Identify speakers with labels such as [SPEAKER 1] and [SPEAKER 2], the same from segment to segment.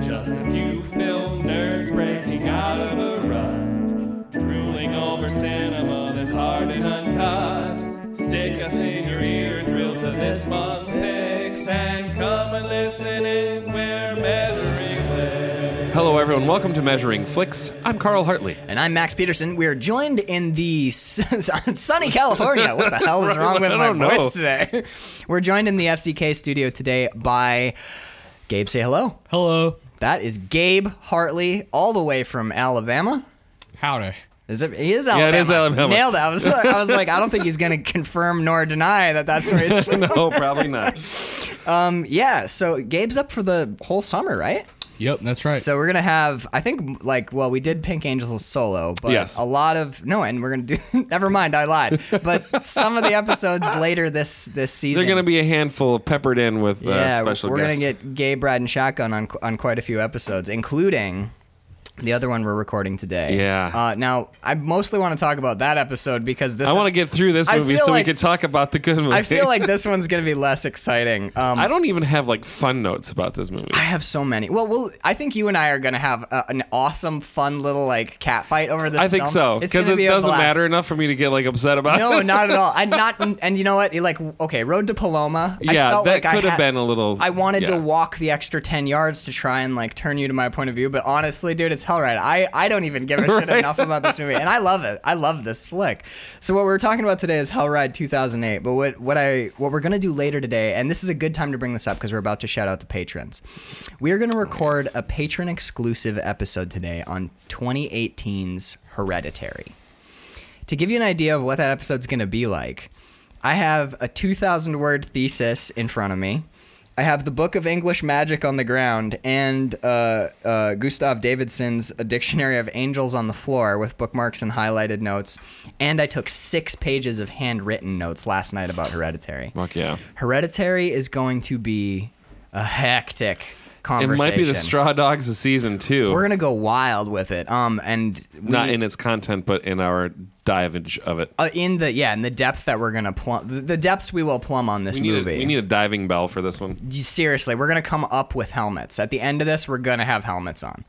[SPEAKER 1] Just a few film nerds breaking out of a rut, drooling over cinema that's hard and uncut. Stick us in your ear, thrill to this month's picks, and come and listen in. We're measuring flicks. Hello, everyone. Welcome to Measuring Flicks. I'm Carl Hartley.
[SPEAKER 2] And I'm Max Peterson. We are joined in the s- sunny California. What the hell is wrong with
[SPEAKER 1] I
[SPEAKER 2] my
[SPEAKER 1] don't know.
[SPEAKER 2] voice today? We're joined in the FCK studio today by Gabe. Say hello.
[SPEAKER 3] Hello.
[SPEAKER 2] That is Gabe Hartley, all the way from Alabama.
[SPEAKER 3] Howdy.
[SPEAKER 2] Is it? He is
[SPEAKER 1] it
[SPEAKER 2] Alabama.
[SPEAKER 1] is Alabama.
[SPEAKER 2] Nailed it. I was, I was like, I don't think he's going to confirm nor deny that that's where he's from.
[SPEAKER 1] no, probably not.
[SPEAKER 2] yeah. So Gabe's up for the whole summer, right?
[SPEAKER 3] Yep, that's right.
[SPEAKER 2] So we're gonna have, I think, like, well, we did Pink Angels solo, but
[SPEAKER 1] Yes.
[SPEAKER 2] a lot of no, and we're gonna do. never mind, I lied. But some of the episodes later this this season,
[SPEAKER 1] They're going to be a handful peppered in with uh,
[SPEAKER 2] yeah,
[SPEAKER 1] special
[SPEAKER 2] we're
[SPEAKER 1] guests.
[SPEAKER 2] gonna get Gay Brad and Shotgun on qu- on quite a few episodes, including. The other one we're recording today.
[SPEAKER 1] Yeah.
[SPEAKER 2] Uh, now I mostly want to talk about that episode because this.
[SPEAKER 1] I want to get through this
[SPEAKER 2] I
[SPEAKER 1] movie
[SPEAKER 2] feel
[SPEAKER 1] so
[SPEAKER 2] like-
[SPEAKER 1] we can talk about the good movie.
[SPEAKER 2] I feel like this one's gonna be less exciting. Um,
[SPEAKER 1] I don't even have like fun notes about this movie.
[SPEAKER 2] I have so many. Well, well, I think you and I are gonna have a, an awesome, fun little like cat fight over this.
[SPEAKER 1] I think
[SPEAKER 2] film.
[SPEAKER 1] so
[SPEAKER 2] It's
[SPEAKER 1] because
[SPEAKER 2] gonna
[SPEAKER 1] it
[SPEAKER 2] be a
[SPEAKER 1] doesn't
[SPEAKER 2] blast.
[SPEAKER 1] matter enough for me to get like upset about.
[SPEAKER 2] No,
[SPEAKER 1] it.
[SPEAKER 2] not at all. I not, and you know what? Like, okay, Road to Paloma. I
[SPEAKER 1] yeah,
[SPEAKER 2] felt
[SPEAKER 1] that
[SPEAKER 2] like
[SPEAKER 1] could
[SPEAKER 2] I
[SPEAKER 1] have
[SPEAKER 2] had-
[SPEAKER 1] been a little.
[SPEAKER 2] I wanted
[SPEAKER 1] yeah.
[SPEAKER 2] to walk the extra ten yards to try and like turn you to my point of view, but honestly, dude, it's hell right. I I don't even give a shit
[SPEAKER 1] Right.
[SPEAKER 2] enough about this movie, and I love it. I love this flick. So what we're talking about today is Hell Ride 2008. But what what I what we're gonna do later today, and this is a good time to bring this up because we're about to shout out the patrons. We are gonna record a patron exclusive episode today on 2018's Hereditary. To give you an idea of what that episode's going to be like, I have a 2,000 word thesis in front of me. I have the Book of English Magic on the ground and uh, uh, Gustav Davidson's A Dictionary of Angels on the floor with bookmarks and highlighted notes. And I took six pages of handwritten notes last night about Hereditary.
[SPEAKER 1] Fuck yeah!
[SPEAKER 2] Hereditary is going to be a hectic
[SPEAKER 1] It
[SPEAKER 2] conversation.
[SPEAKER 1] might be the Straw Dogs of season 2
[SPEAKER 2] We're gonna go wild with it. Um, and we-
[SPEAKER 1] not in its content, but in our divage of it.
[SPEAKER 2] uh, in the yeah in the depth that we're gonna plumb the, the depths we will plumb on this
[SPEAKER 1] We need, a,
[SPEAKER 2] movie
[SPEAKER 1] we need a diving bell for this one.
[SPEAKER 2] seriously we're gonna come up with helmets at the end of this we're gonna have helmets on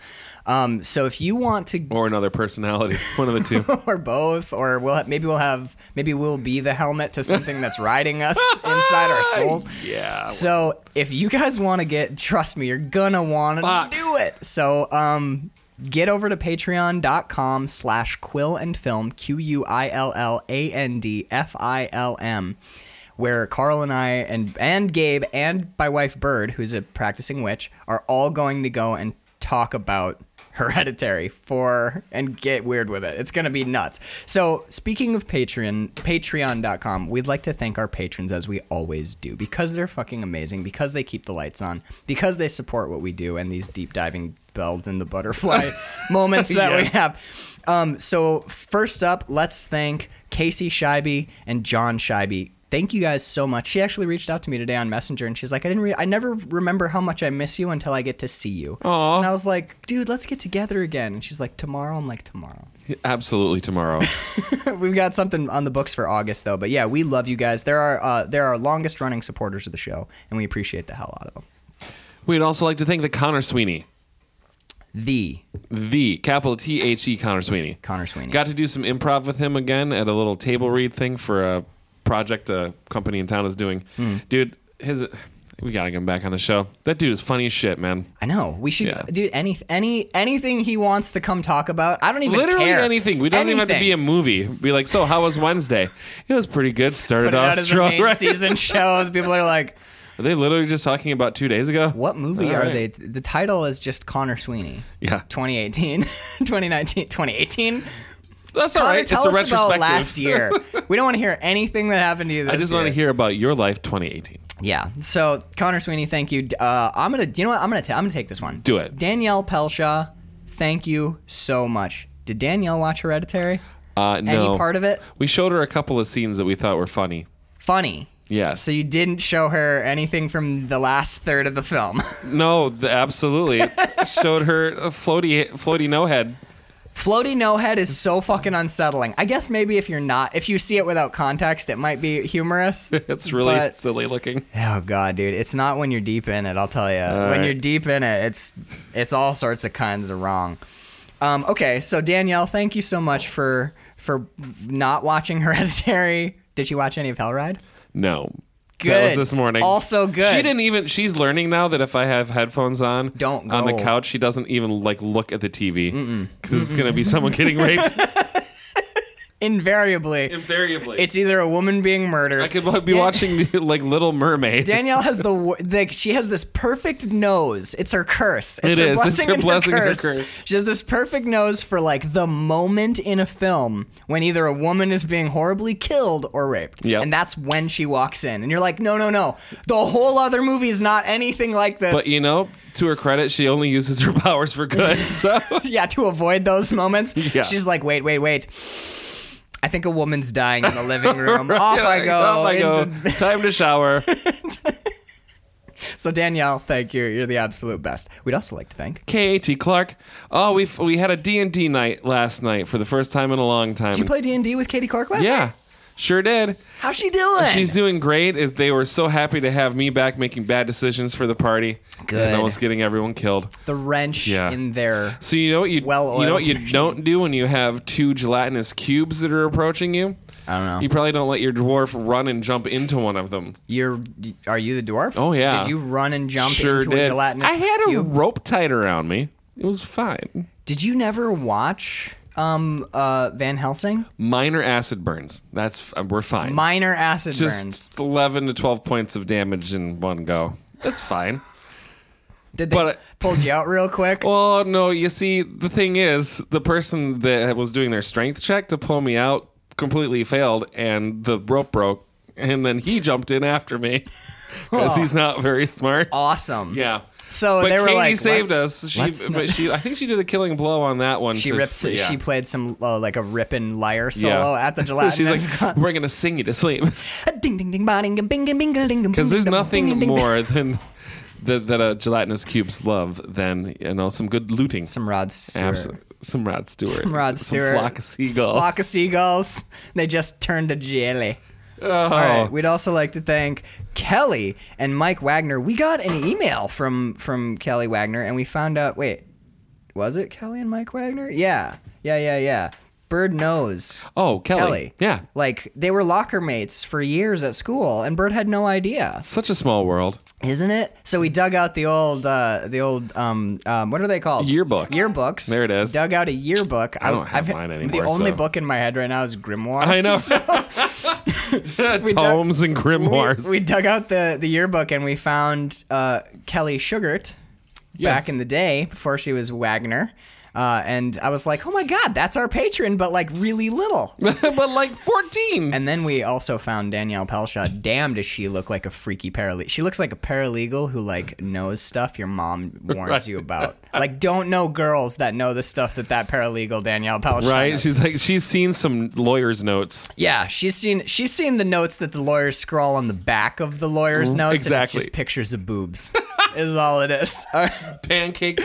[SPEAKER 2] um, so if you want to
[SPEAKER 1] Or another personality. One of the two.
[SPEAKER 2] or both or we'll maybe we'll have maybe we'll be the helmet to something that's riding us inside our souls
[SPEAKER 1] yeah.
[SPEAKER 2] so if you guys want to get trust me you're gonna want to
[SPEAKER 1] Fuck.
[SPEAKER 2] do it so um get over to patreon.com slash quill and film q-u-i-l-l-a-n-d-f-i-l-m where carl and i and and gabe and my wife bird who's a practicing witch are all going to go and talk about hereditary for and get weird with it it's gonna be nuts so speaking of patreon patreon.com we'd like to thank our patrons as we always do because they're fucking amazing because they keep the lights on because they support what we do and these deep diving bells and the butterfly moments that we
[SPEAKER 1] Yes.
[SPEAKER 2] have um, so first up let's thank casey shibe and john shibe Thank you guys so much. She actually reached out to me today on Messenger, and she's like, "I didn't, re- I never remember how much I miss you until I get to see you."
[SPEAKER 1] Aw.
[SPEAKER 2] And I was like, dude, let's get together again. And she's like, tomorrow? I'm like, tomorrow.
[SPEAKER 1] Absolutely tomorrow.
[SPEAKER 2] We've got something on the books for August, though. But yeah, we love you guys. There are uh, there are longest running supporters of the show, and we appreciate the hell out of them.
[SPEAKER 1] We'd also like to thank the Connor Sweeney.
[SPEAKER 2] The
[SPEAKER 1] The capital T H E Connor Sweeney.
[SPEAKER 2] Connor Sweeney.
[SPEAKER 1] Got to do some improv with him again at a little table read thing for a project a company in town is doing.
[SPEAKER 2] Hmm.
[SPEAKER 1] Dude, his we gotta get him back on the show. That dude is funny as shit, man.
[SPEAKER 2] I know. We should
[SPEAKER 1] Yeah.
[SPEAKER 2] do any any anything he wants to come talk about. I don't even
[SPEAKER 1] Literally
[SPEAKER 2] care.
[SPEAKER 1] anything. We doesn't even have to be a
[SPEAKER 2] Anything.
[SPEAKER 1] movie. Be like, so how was Wednesday? It was pretty good. Started
[SPEAKER 2] Put it
[SPEAKER 1] off
[SPEAKER 2] out as a
[SPEAKER 1] strong.
[SPEAKER 2] main
[SPEAKER 1] Right?
[SPEAKER 2] season show. The People are like,
[SPEAKER 1] Are they literally just talking about two days ago?
[SPEAKER 2] what movie
[SPEAKER 1] All
[SPEAKER 2] are
[SPEAKER 1] right.
[SPEAKER 2] they? The title is just Connor Sweeney.
[SPEAKER 1] Yeah,
[SPEAKER 2] 2018, 2019, 2018.
[SPEAKER 1] that's all
[SPEAKER 2] Connor,
[SPEAKER 1] right.
[SPEAKER 2] tell
[SPEAKER 1] it's a
[SPEAKER 2] us
[SPEAKER 1] retrospective.
[SPEAKER 2] about last year. we don't want to hear anything that happened to you. This
[SPEAKER 1] I just want to hear about your life, 2018.
[SPEAKER 2] Yeah. So Connor Sweeney, thank you. D- Uh, I'm gonna. You know what? I'm gonna. i am I'm gonna take this one.
[SPEAKER 1] Do it.
[SPEAKER 2] Danielle Pelshaw, thank you so much. Did Danielle watch Hereditary?
[SPEAKER 1] Uh, no,
[SPEAKER 2] Any part of it?
[SPEAKER 1] we showed her a couple of scenes that we thought were funny.
[SPEAKER 2] Funny.
[SPEAKER 1] Yes.
[SPEAKER 2] So you didn't show her anything from the last third of the film.
[SPEAKER 1] No, th absolutely. Showed her a floaty, floaty no head.
[SPEAKER 2] Floaty no head is so fucking unsettling. I guess maybe if you're not, if you see it without context, it might be humorous.
[SPEAKER 4] It's really
[SPEAKER 2] But-
[SPEAKER 4] silly looking.
[SPEAKER 2] oh god, dude, it's not when you're deep in it. I'll tell you. when
[SPEAKER 4] right.
[SPEAKER 2] you're deep in it, it's it's all sorts of kinds of wrong. Um, okay, so Danielle, thank you so much for for not watching Hereditary. Did you watch any of Hellride?
[SPEAKER 4] No. That was
[SPEAKER 2] Good.
[SPEAKER 4] this morning.
[SPEAKER 2] Also good.
[SPEAKER 4] She didn't even. She's learning now that if I have headphones on,
[SPEAKER 2] Don't
[SPEAKER 4] on the
[SPEAKER 2] go.
[SPEAKER 4] couch, she doesn't even like look at the TV because it's gonna be someone getting raped
[SPEAKER 2] Invariably,
[SPEAKER 4] invariably.
[SPEAKER 2] it's either a woman being murdered.
[SPEAKER 4] I could be watching like Little Mermaid.
[SPEAKER 2] Danielle has the wor- like she has this perfect nose. It's her curse. It's
[SPEAKER 4] It is.
[SPEAKER 2] her
[SPEAKER 4] It's
[SPEAKER 2] Blessing
[SPEAKER 4] her
[SPEAKER 2] and
[SPEAKER 4] blessing and
[SPEAKER 2] her
[SPEAKER 4] her
[SPEAKER 2] curse.
[SPEAKER 4] curse.
[SPEAKER 2] She has this perfect nose for like the moment in a film when either a woman is being horribly killed or raped,
[SPEAKER 4] Yep.
[SPEAKER 2] and that's when she walks in, and you're like, no, no, no, the whole other movie is not anything like this.
[SPEAKER 4] but you know, to her credit, she only uses her powers for good. So
[SPEAKER 2] yeah, to avoid those moments,
[SPEAKER 4] Yeah.
[SPEAKER 2] she's like, wait, wait, wait. I think a woman's dying in the living room. Off I go.
[SPEAKER 4] Off I go.
[SPEAKER 2] into-
[SPEAKER 4] Time to shower.
[SPEAKER 2] So Danielle, thank you. You're the absolute best. We'd also like to thank
[SPEAKER 4] K.A.T. Clark. Oh, we f- we had a D&D night last night for the first time in a long time.
[SPEAKER 2] Did you play D and D with Katie Clark last night?
[SPEAKER 4] yeah. Sure did.
[SPEAKER 2] How's she doing?
[SPEAKER 4] She's doing great. Is- They were so happy to have me back making bad decisions for the party.
[SPEAKER 2] Good.
[SPEAKER 4] And almost getting everyone killed.
[SPEAKER 2] the wrench
[SPEAKER 4] Yeah.
[SPEAKER 2] in there.
[SPEAKER 4] So you know what you
[SPEAKER 2] Well-oiled
[SPEAKER 4] you know what you don't do when you have two gelatinous cubes that are approaching you?
[SPEAKER 2] I don't know.
[SPEAKER 4] You probably don't let your dwarf run and jump into one of them.
[SPEAKER 2] You're are you the dwarf?
[SPEAKER 4] Oh, yeah.
[SPEAKER 2] Did you run and jump
[SPEAKER 4] sure
[SPEAKER 2] into
[SPEAKER 4] did.
[SPEAKER 2] a gelatinous
[SPEAKER 4] I had a
[SPEAKER 2] cube?
[SPEAKER 4] rope tied around me. It was fine.
[SPEAKER 2] Did you never watch um uh Van Helsing?
[SPEAKER 4] Minor acid burns. That's f- we're fine.
[SPEAKER 2] Minor acid
[SPEAKER 4] Just
[SPEAKER 2] burns.
[SPEAKER 4] 11 to 12 points of damage in one go. That's fine.
[SPEAKER 2] Did they
[SPEAKER 4] but-
[SPEAKER 2] pulled you out real quick?
[SPEAKER 4] Well, no, you see, the thing is, the person that was doing their strength check to pull me out completely failed, and the rope broke, and then he jumped in after me because he's not very smart.
[SPEAKER 2] awesome.
[SPEAKER 4] Yeah.
[SPEAKER 2] So
[SPEAKER 4] but
[SPEAKER 2] they were
[SPEAKER 4] Katie
[SPEAKER 2] like,
[SPEAKER 4] saved
[SPEAKER 2] let's-
[SPEAKER 4] us. She,
[SPEAKER 2] let's not-
[SPEAKER 4] but she, I think she did a killing blow on that one.
[SPEAKER 2] She
[SPEAKER 4] to-
[SPEAKER 2] ripped.
[SPEAKER 4] yeah.
[SPEAKER 2] She played some uh, like a ripping lyre solo at the gelatinous.
[SPEAKER 4] She's like, we're gonna sing you to sleep
[SPEAKER 2] ding ding ding ba, ding ding, bing ding bing ding ding.
[SPEAKER 4] because there's
[SPEAKER 2] ding, ding,
[SPEAKER 4] nothing
[SPEAKER 2] ding, ding, ding.
[SPEAKER 4] more than that, that uh, gelatinous cubes love than you know some good looting.
[SPEAKER 2] Some Rod Stewart.
[SPEAKER 4] Absolutely. Some Rod Stewart.
[SPEAKER 2] Some Rod
[SPEAKER 4] Some
[SPEAKER 2] Stewart.
[SPEAKER 4] flock of seagulls.
[SPEAKER 2] Flock of seagulls. They just turned to jelly.
[SPEAKER 4] Oh.
[SPEAKER 2] All right. We'd also like to thank Kelly and Mike Wagner. We got an email from from Kelly Wagner, and we found out. Wait, was it Kelly and Mike Wagner? Yeah, yeah, yeah, yeah. Bird knows
[SPEAKER 4] Oh, Kelly.
[SPEAKER 2] Kelly.
[SPEAKER 4] Yeah.
[SPEAKER 2] like they were locker mates for years at school, and Bird had no idea,
[SPEAKER 4] Such a small world.
[SPEAKER 2] isn't it? So we dug out the old, uh, the old, um, um, what are they called?
[SPEAKER 4] Yearbook.
[SPEAKER 2] Yearbooks.
[SPEAKER 4] There it is.
[SPEAKER 2] Dug out a yearbook. I,
[SPEAKER 4] don't have mine anymore,
[SPEAKER 2] The only
[SPEAKER 4] so-
[SPEAKER 2] book in my head right now is Grimoire.
[SPEAKER 4] I know.
[SPEAKER 2] dug-
[SPEAKER 4] Tomes and grimoires.
[SPEAKER 2] We, we dug out the, the yearbook and we found uh, Kelly Sugart
[SPEAKER 4] Yes.
[SPEAKER 2] back in the day before she was Wagner. Uh, and I was like, oh my God, that's our patron, but like really little.
[SPEAKER 4] but like 14.
[SPEAKER 2] and then we also found Danielle Pelshaw. Damn, does she look like a freaky paralegal? She looks like a paralegal who like knows stuff your mom warns
[SPEAKER 4] Right.
[SPEAKER 2] you about. Like, don't know girls that know the stuff that that paralegal Danielle Pelshaw
[SPEAKER 4] right?
[SPEAKER 2] knows.
[SPEAKER 4] She's like, she's seen some lawyer's notes.
[SPEAKER 2] Yeah, she's seen she's seen the notes that the lawyers scrawl on the back of the lawyers' notes. And
[SPEAKER 4] Mm-hmm. exactly.
[SPEAKER 2] it's just pictures of boobs is all it is. All right.
[SPEAKER 4] Pancake.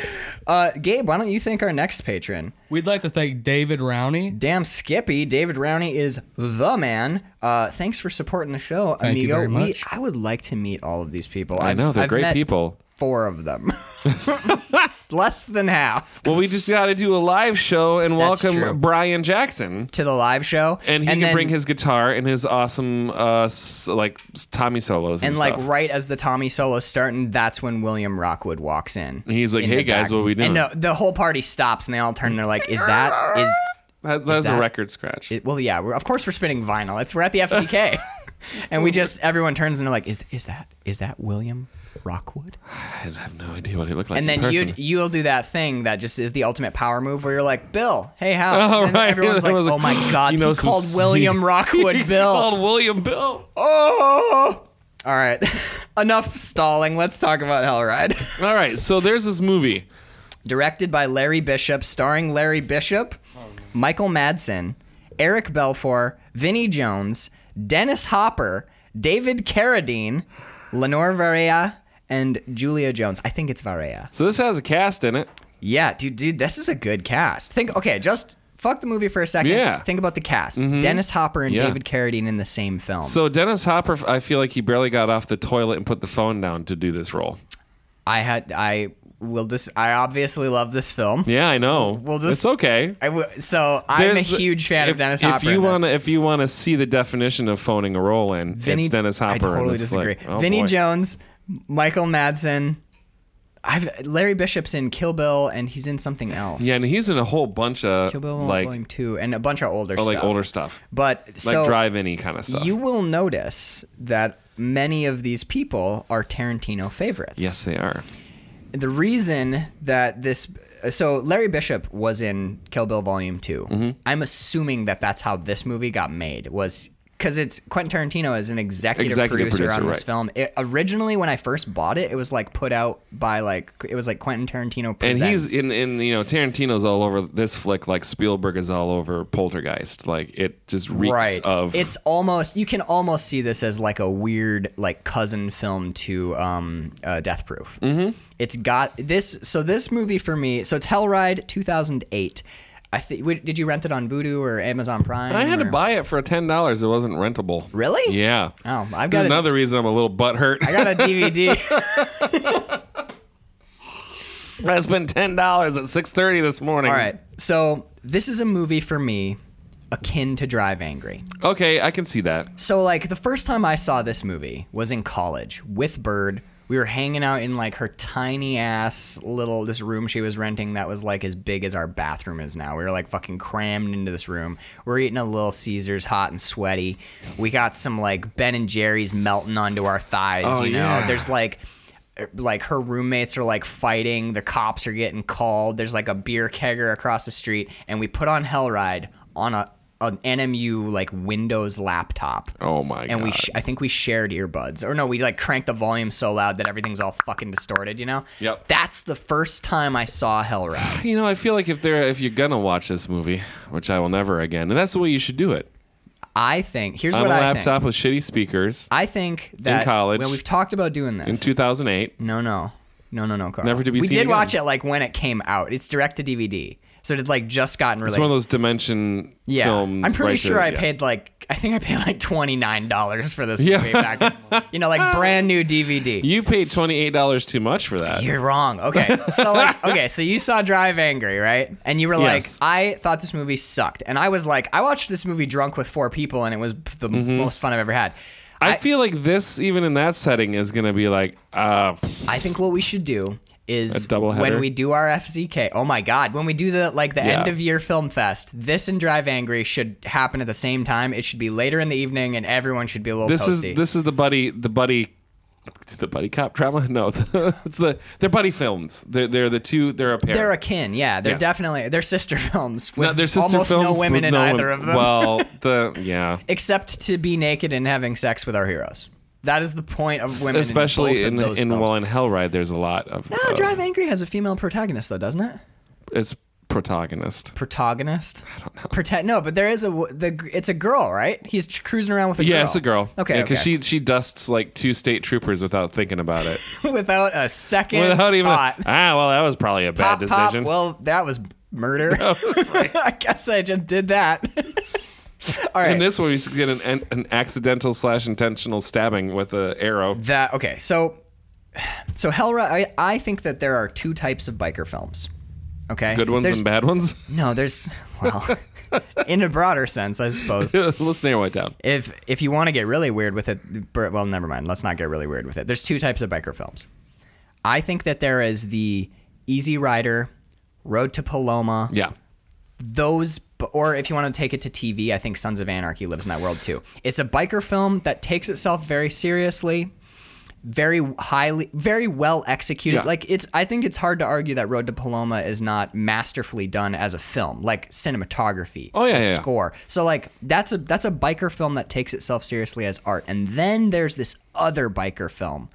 [SPEAKER 2] Uh, Gabe, why don't you thank our next patron?
[SPEAKER 1] We'd like to thank David Rowney.
[SPEAKER 2] Damn Skippy, David Rowney is the man. Uh, thanks for supporting the show,
[SPEAKER 1] Thank you
[SPEAKER 2] amigo.
[SPEAKER 1] very
[SPEAKER 2] We-
[SPEAKER 1] much.
[SPEAKER 2] I would like to meet all of these people.
[SPEAKER 4] I
[SPEAKER 2] I've-
[SPEAKER 4] know, they're
[SPEAKER 2] I've
[SPEAKER 4] great
[SPEAKER 2] met
[SPEAKER 4] people.
[SPEAKER 2] Four of them. Less than half
[SPEAKER 4] Well, we just got to do a live show and
[SPEAKER 2] That's
[SPEAKER 4] welcome
[SPEAKER 2] true.
[SPEAKER 4] Brian Jackson.
[SPEAKER 2] to the live show,
[SPEAKER 4] And he can
[SPEAKER 2] then-
[SPEAKER 4] bring his guitar and his awesome, uh, s- like, s- Tommy solos and,
[SPEAKER 2] And like
[SPEAKER 4] stuff.
[SPEAKER 2] right as the Tommy solo's starting, that's when William Rockwood walks in.
[SPEAKER 4] he's like,
[SPEAKER 2] in
[SPEAKER 4] "Hey,
[SPEAKER 2] the
[SPEAKER 4] guys,
[SPEAKER 2] back."
[SPEAKER 4] what we doing?
[SPEAKER 2] And no, the whole party stops and they all turn. and They're like, "Is that is
[SPEAKER 4] That's, that's a
[SPEAKER 2] that-
[SPEAKER 4] record scratch.
[SPEAKER 2] it, well? Yeah, we're, of course we're spinning vinyl. It's we're at the FCK, and we just everyone turns and they're like, "Is is that is that William Rockwood?"
[SPEAKER 4] I have no idea what he looked like.
[SPEAKER 2] And
[SPEAKER 4] in
[SPEAKER 2] then you
[SPEAKER 4] person.
[SPEAKER 2] you'll do that thing that just is the ultimate power move where you're like, "Bill, hey, how?"
[SPEAKER 4] Oh,
[SPEAKER 2] and then
[SPEAKER 4] right.
[SPEAKER 2] everyone's
[SPEAKER 4] I
[SPEAKER 2] like,
[SPEAKER 4] was like,
[SPEAKER 2] "Oh my God,
[SPEAKER 4] you know
[SPEAKER 2] he
[SPEAKER 4] some
[SPEAKER 2] called
[SPEAKER 4] s-
[SPEAKER 2] William Rockwood Bill."
[SPEAKER 4] called William Bill.
[SPEAKER 2] oh. All right, enough stalling. Let's talk about Hellride.
[SPEAKER 4] All right, so there's this movie.
[SPEAKER 2] directed by Larry Bishop, starring Larry Bishop, Michael Madsen, Eric Belfour, Vinnie Jones, Dennis Hopper, David Carradine, Lenore Varea, and Julia Jones. I think it's Varea.
[SPEAKER 4] So this has a cast in it.
[SPEAKER 2] Yeah, dude, dude, this is a good cast. Think, okay, just fuck the movie for a second.
[SPEAKER 4] Yeah. Mm-hmm.
[SPEAKER 2] Think about the cast: Dennis Hopper and
[SPEAKER 4] Yeah.
[SPEAKER 2] David Carradine in the same film.
[SPEAKER 4] So Dennis Hopper, I feel like he barely got off the toilet and put the phone down to do this role.
[SPEAKER 2] I had, I will just, I obviously love this film.
[SPEAKER 4] Yeah, I know.
[SPEAKER 2] We'll just-
[SPEAKER 4] it's okay.
[SPEAKER 2] I w- so I'm a
[SPEAKER 4] There's the-
[SPEAKER 2] huge fan
[SPEAKER 4] if,
[SPEAKER 2] of Dennis
[SPEAKER 4] if
[SPEAKER 2] Hopper.
[SPEAKER 4] You
[SPEAKER 2] in this.
[SPEAKER 4] wanna, if you want to see the definition of phoning a role in, it's Dennis Hopper.
[SPEAKER 2] I
[SPEAKER 4] in
[SPEAKER 2] totally
[SPEAKER 4] this
[SPEAKER 2] disagree.
[SPEAKER 4] flick. Oh,
[SPEAKER 2] Vinny
[SPEAKER 4] boy.
[SPEAKER 2] Jones, Michael Madsen. I've Larry Bishop's in Kill Bill, and he's in something else.
[SPEAKER 4] Yeah, and he's in a whole bunch of
[SPEAKER 2] Kill Bill
[SPEAKER 4] like,
[SPEAKER 2] Volume Two, and a bunch of older
[SPEAKER 4] oh,
[SPEAKER 2] stuff.
[SPEAKER 4] like older stuff,
[SPEAKER 2] but
[SPEAKER 4] like
[SPEAKER 2] so
[SPEAKER 4] drive any kind of stuff.
[SPEAKER 2] you will notice that many of these people are Tarantino favorites.
[SPEAKER 4] yes, they are.
[SPEAKER 2] The reason that this. So Larry Bishop was in Kill Bill Volume 2.
[SPEAKER 4] Mm-hmm.
[SPEAKER 2] I'm assuming that that's how this movie got made was because it's Quentin Tarantino is an executive,
[SPEAKER 4] Executive
[SPEAKER 2] producer,
[SPEAKER 4] producer,
[SPEAKER 2] on this
[SPEAKER 4] right.
[SPEAKER 2] film. It, originally, when I first bought it, it was like put out by like it was like Quentin Tarantino
[SPEAKER 4] And
[SPEAKER 2] presents.
[SPEAKER 4] he's in, in you know Tarantino's all over this flick like Spielberg is all over Poltergeist. Like it just reeks
[SPEAKER 2] right
[SPEAKER 4] of
[SPEAKER 2] it's almost you can almost see this as like a weird like cousin film to um uh, death proof mm-hmm. it's got this so this movie for me so it's hellride 2008 i think did you rent it on Vudu or amazon prime
[SPEAKER 4] I had to
[SPEAKER 2] or-
[SPEAKER 4] buy it for ten dollars. It wasn't rentable.
[SPEAKER 2] really
[SPEAKER 4] Yeah.
[SPEAKER 2] oh
[SPEAKER 4] There's
[SPEAKER 2] i've got a,
[SPEAKER 4] another reason I'm a little butthurt.
[SPEAKER 2] I got a dvd
[SPEAKER 4] I spent ten dollars at six thirty this morning.
[SPEAKER 2] all right so this is a movie for me akin to drive angry
[SPEAKER 4] Okay, I can see that.
[SPEAKER 2] So like the first time I saw this movie was in college with Bird. We were hanging out in like her tiny ass little this room she was renting that was like as big as our bathroom is now. We were like fucking crammed into this room. We are eating a little Caesars hot and sweaty. We got some like Ben and Jerry's melting onto our thighs,
[SPEAKER 4] Oh,
[SPEAKER 2] you know.
[SPEAKER 4] yeah.
[SPEAKER 2] There's like like her roommates are like fighting, the cops are getting called. There's like a beer kegger across the street, and we put on Hellride on a an NMU like Windows laptop.
[SPEAKER 4] Oh my
[SPEAKER 2] And we,
[SPEAKER 4] God.
[SPEAKER 2] sh- I think we shared earbuds, or no, we like cranked the volume so loud that everything's all fucking distorted. You know.
[SPEAKER 4] Yep.
[SPEAKER 2] That's the first time I saw Hellride.
[SPEAKER 4] You know, I feel like if they're if you're gonna watch this movie, which I will never again, and that's the way you should do it.
[SPEAKER 2] I think here's
[SPEAKER 4] On a
[SPEAKER 2] what I
[SPEAKER 4] laptop
[SPEAKER 2] think.
[SPEAKER 4] with shitty speakers
[SPEAKER 2] I think that
[SPEAKER 4] college.
[SPEAKER 2] when we've talked about doing this
[SPEAKER 4] in 2008.
[SPEAKER 2] No, no, no, no, no, Carl.
[SPEAKER 4] Never to be
[SPEAKER 2] We
[SPEAKER 4] seen
[SPEAKER 2] did
[SPEAKER 4] again.
[SPEAKER 2] watch it like when it came out. It's direct to DVD, so it like just gotten released.
[SPEAKER 4] It's one of those dimension
[SPEAKER 2] yeah,
[SPEAKER 4] films.
[SPEAKER 2] I'm pretty
[SPEAKER 4] right
[SPEAKER 2] sure
[SPEAKER 4] there,
[SPEAKER 2] I
[SPEAKER 4] yeah.
[SPEAKER 2] paid like I think I paid like twenty nine dollars for this
[SPEAKER 4] Yeah.
[SPEAKER 2] movie back, you know, like brand new DVD.
[SPEAKER 4] You paid twenty eight dollars too much for that.
[SPEAKER 2] You're wrong. Okay. So like okay, so you saw Drive Angry, right? And you were
[SPEAKER 4] Yes.
[SPEAKER 2] like, I thought this movie sucked. And I was like, I watched this movie drunk with four people and it was the
[SPEAKER 4] Mm-hmm.
[SPEAKER 2] most fun I've ever had.
[SPEAKER 4] I, feel like this, even in that setting, is gonna be like, uh,
[SPEAKER 2] I think what we should do is
[SPEAKER 4] A doubleheader?
[SPEAKER 2] when we do our FZK. Oh my god, when we do the like the
[SPEAKER 4] Yeah.
[SPEAKER 2] end of year film fest, this and Drive Angry should happen at the same time. It should be later in the evening, and everyone should be a little
[SPEAKER 4] this is
[SPEAKER 2] toasty.
[SPEAKER 4] this is the buddy the buddy the buddy cop drama. No, it's the they're buddy films. They're they're the two. They're a pair.
[SPEAKER 2] they're akin, yeah. They're
[SPEAKER 4] Yes.
[SPEAKER 2] definitely they're sister films with
[SPEAKER 4] No, they're sister
[SPEAKER 2] almost
[SPEAKER 4] films
[SPEAKER 2] no women
[SPEAKER 4] with
[SPEAKER 2] in
[SPEAKER 4] no
[SPEAKER 2] either
[SPEAKER 4] women.
[SPEAKER 2] of them,
[SPEAKER 4] Well, the yeah.
[SPEAKER 2] except to be naked and having sex with our heroes. That is the point of women,
[SPEAKER 4] especially in
[SPEAKER 2] in, both of those
[SPEAKER 4] in, Oh.
[SPEAKER 2] films.
[SPEAKER 4] well in Hellride. There's a lot of
[SPEAKER 2] Ah,
[SPEAKER 4] of-
[SPEAKER 2] Drive Angry has a female protagonist though, doesn't it?
[SPEAKER 4] It's protagonist.
[SPEAKER 2] protagonist? I don't know. Protect? No, but there is a w- the gr- it's a girl, right? He's tr- cruising around with a girl.
[SPEAKER 4] Yeah, it's a girl.
[SPEAKER 2] Okay,
[SPEAKER 4] because
[SPEAKER 2] okay.
[SPEAKER 4] she she dusts like two state troopers without thinking about it.
[SPEAKER 2] without a second
[SPEAKER 4] Without even
[SPEAKER 2] thought.
[SPEAKER 4] ah, well, that was probably a bad
[SPEAKER 2] Pop, pop.
[SPEAKER 4] decision.
[SPEAKER 2] Well, that was murder. I guess I just did that. All right.
[SPEAKER 4] in this one, we get an, an, an accidental slash intentional stabbing with a arrow.
[SPEAKER 2] that okay. So, so Hellride. I, I think that there are two types of biker films. Okay.
[SPEAKER 4] Good ones
[SPEAKER 2] There's-
[SPEAKER 4] and bad ones.
[SPEAKER 2] No, there's well, in a broader sense, I suppose.
[SPEAKER 4] Let's narrow it down.
[SPEAKER 2] if if you want to get really weird with it, br- well, never mind. Let's not get really weird with it. There's two types of biker films. I think that there is the Easy Rider, Road to Paloma.
[SPEAKER 4] Yeah,
[SPEAKER 2] Those, or if you want to take it to TV, I think Sons of Anarchy lives in that world too. It's a biker film that takes itself very seriously, very highly, very well executed.
[SPEAKER 4] Yeah.
[SPEAKER 2] Like it's, I think it's hard to argue that Road to Paloma is not masterfully done as a film, like cinematography,
[SPEAKER 4] Oh, yeah,
[SPEAKER 2] the
[SPEAKER 4] yeah, yeah.
[SPEAKER 2] score. So like that's a that's a biker film that takes itself seriously as art. And then there's this other biker film.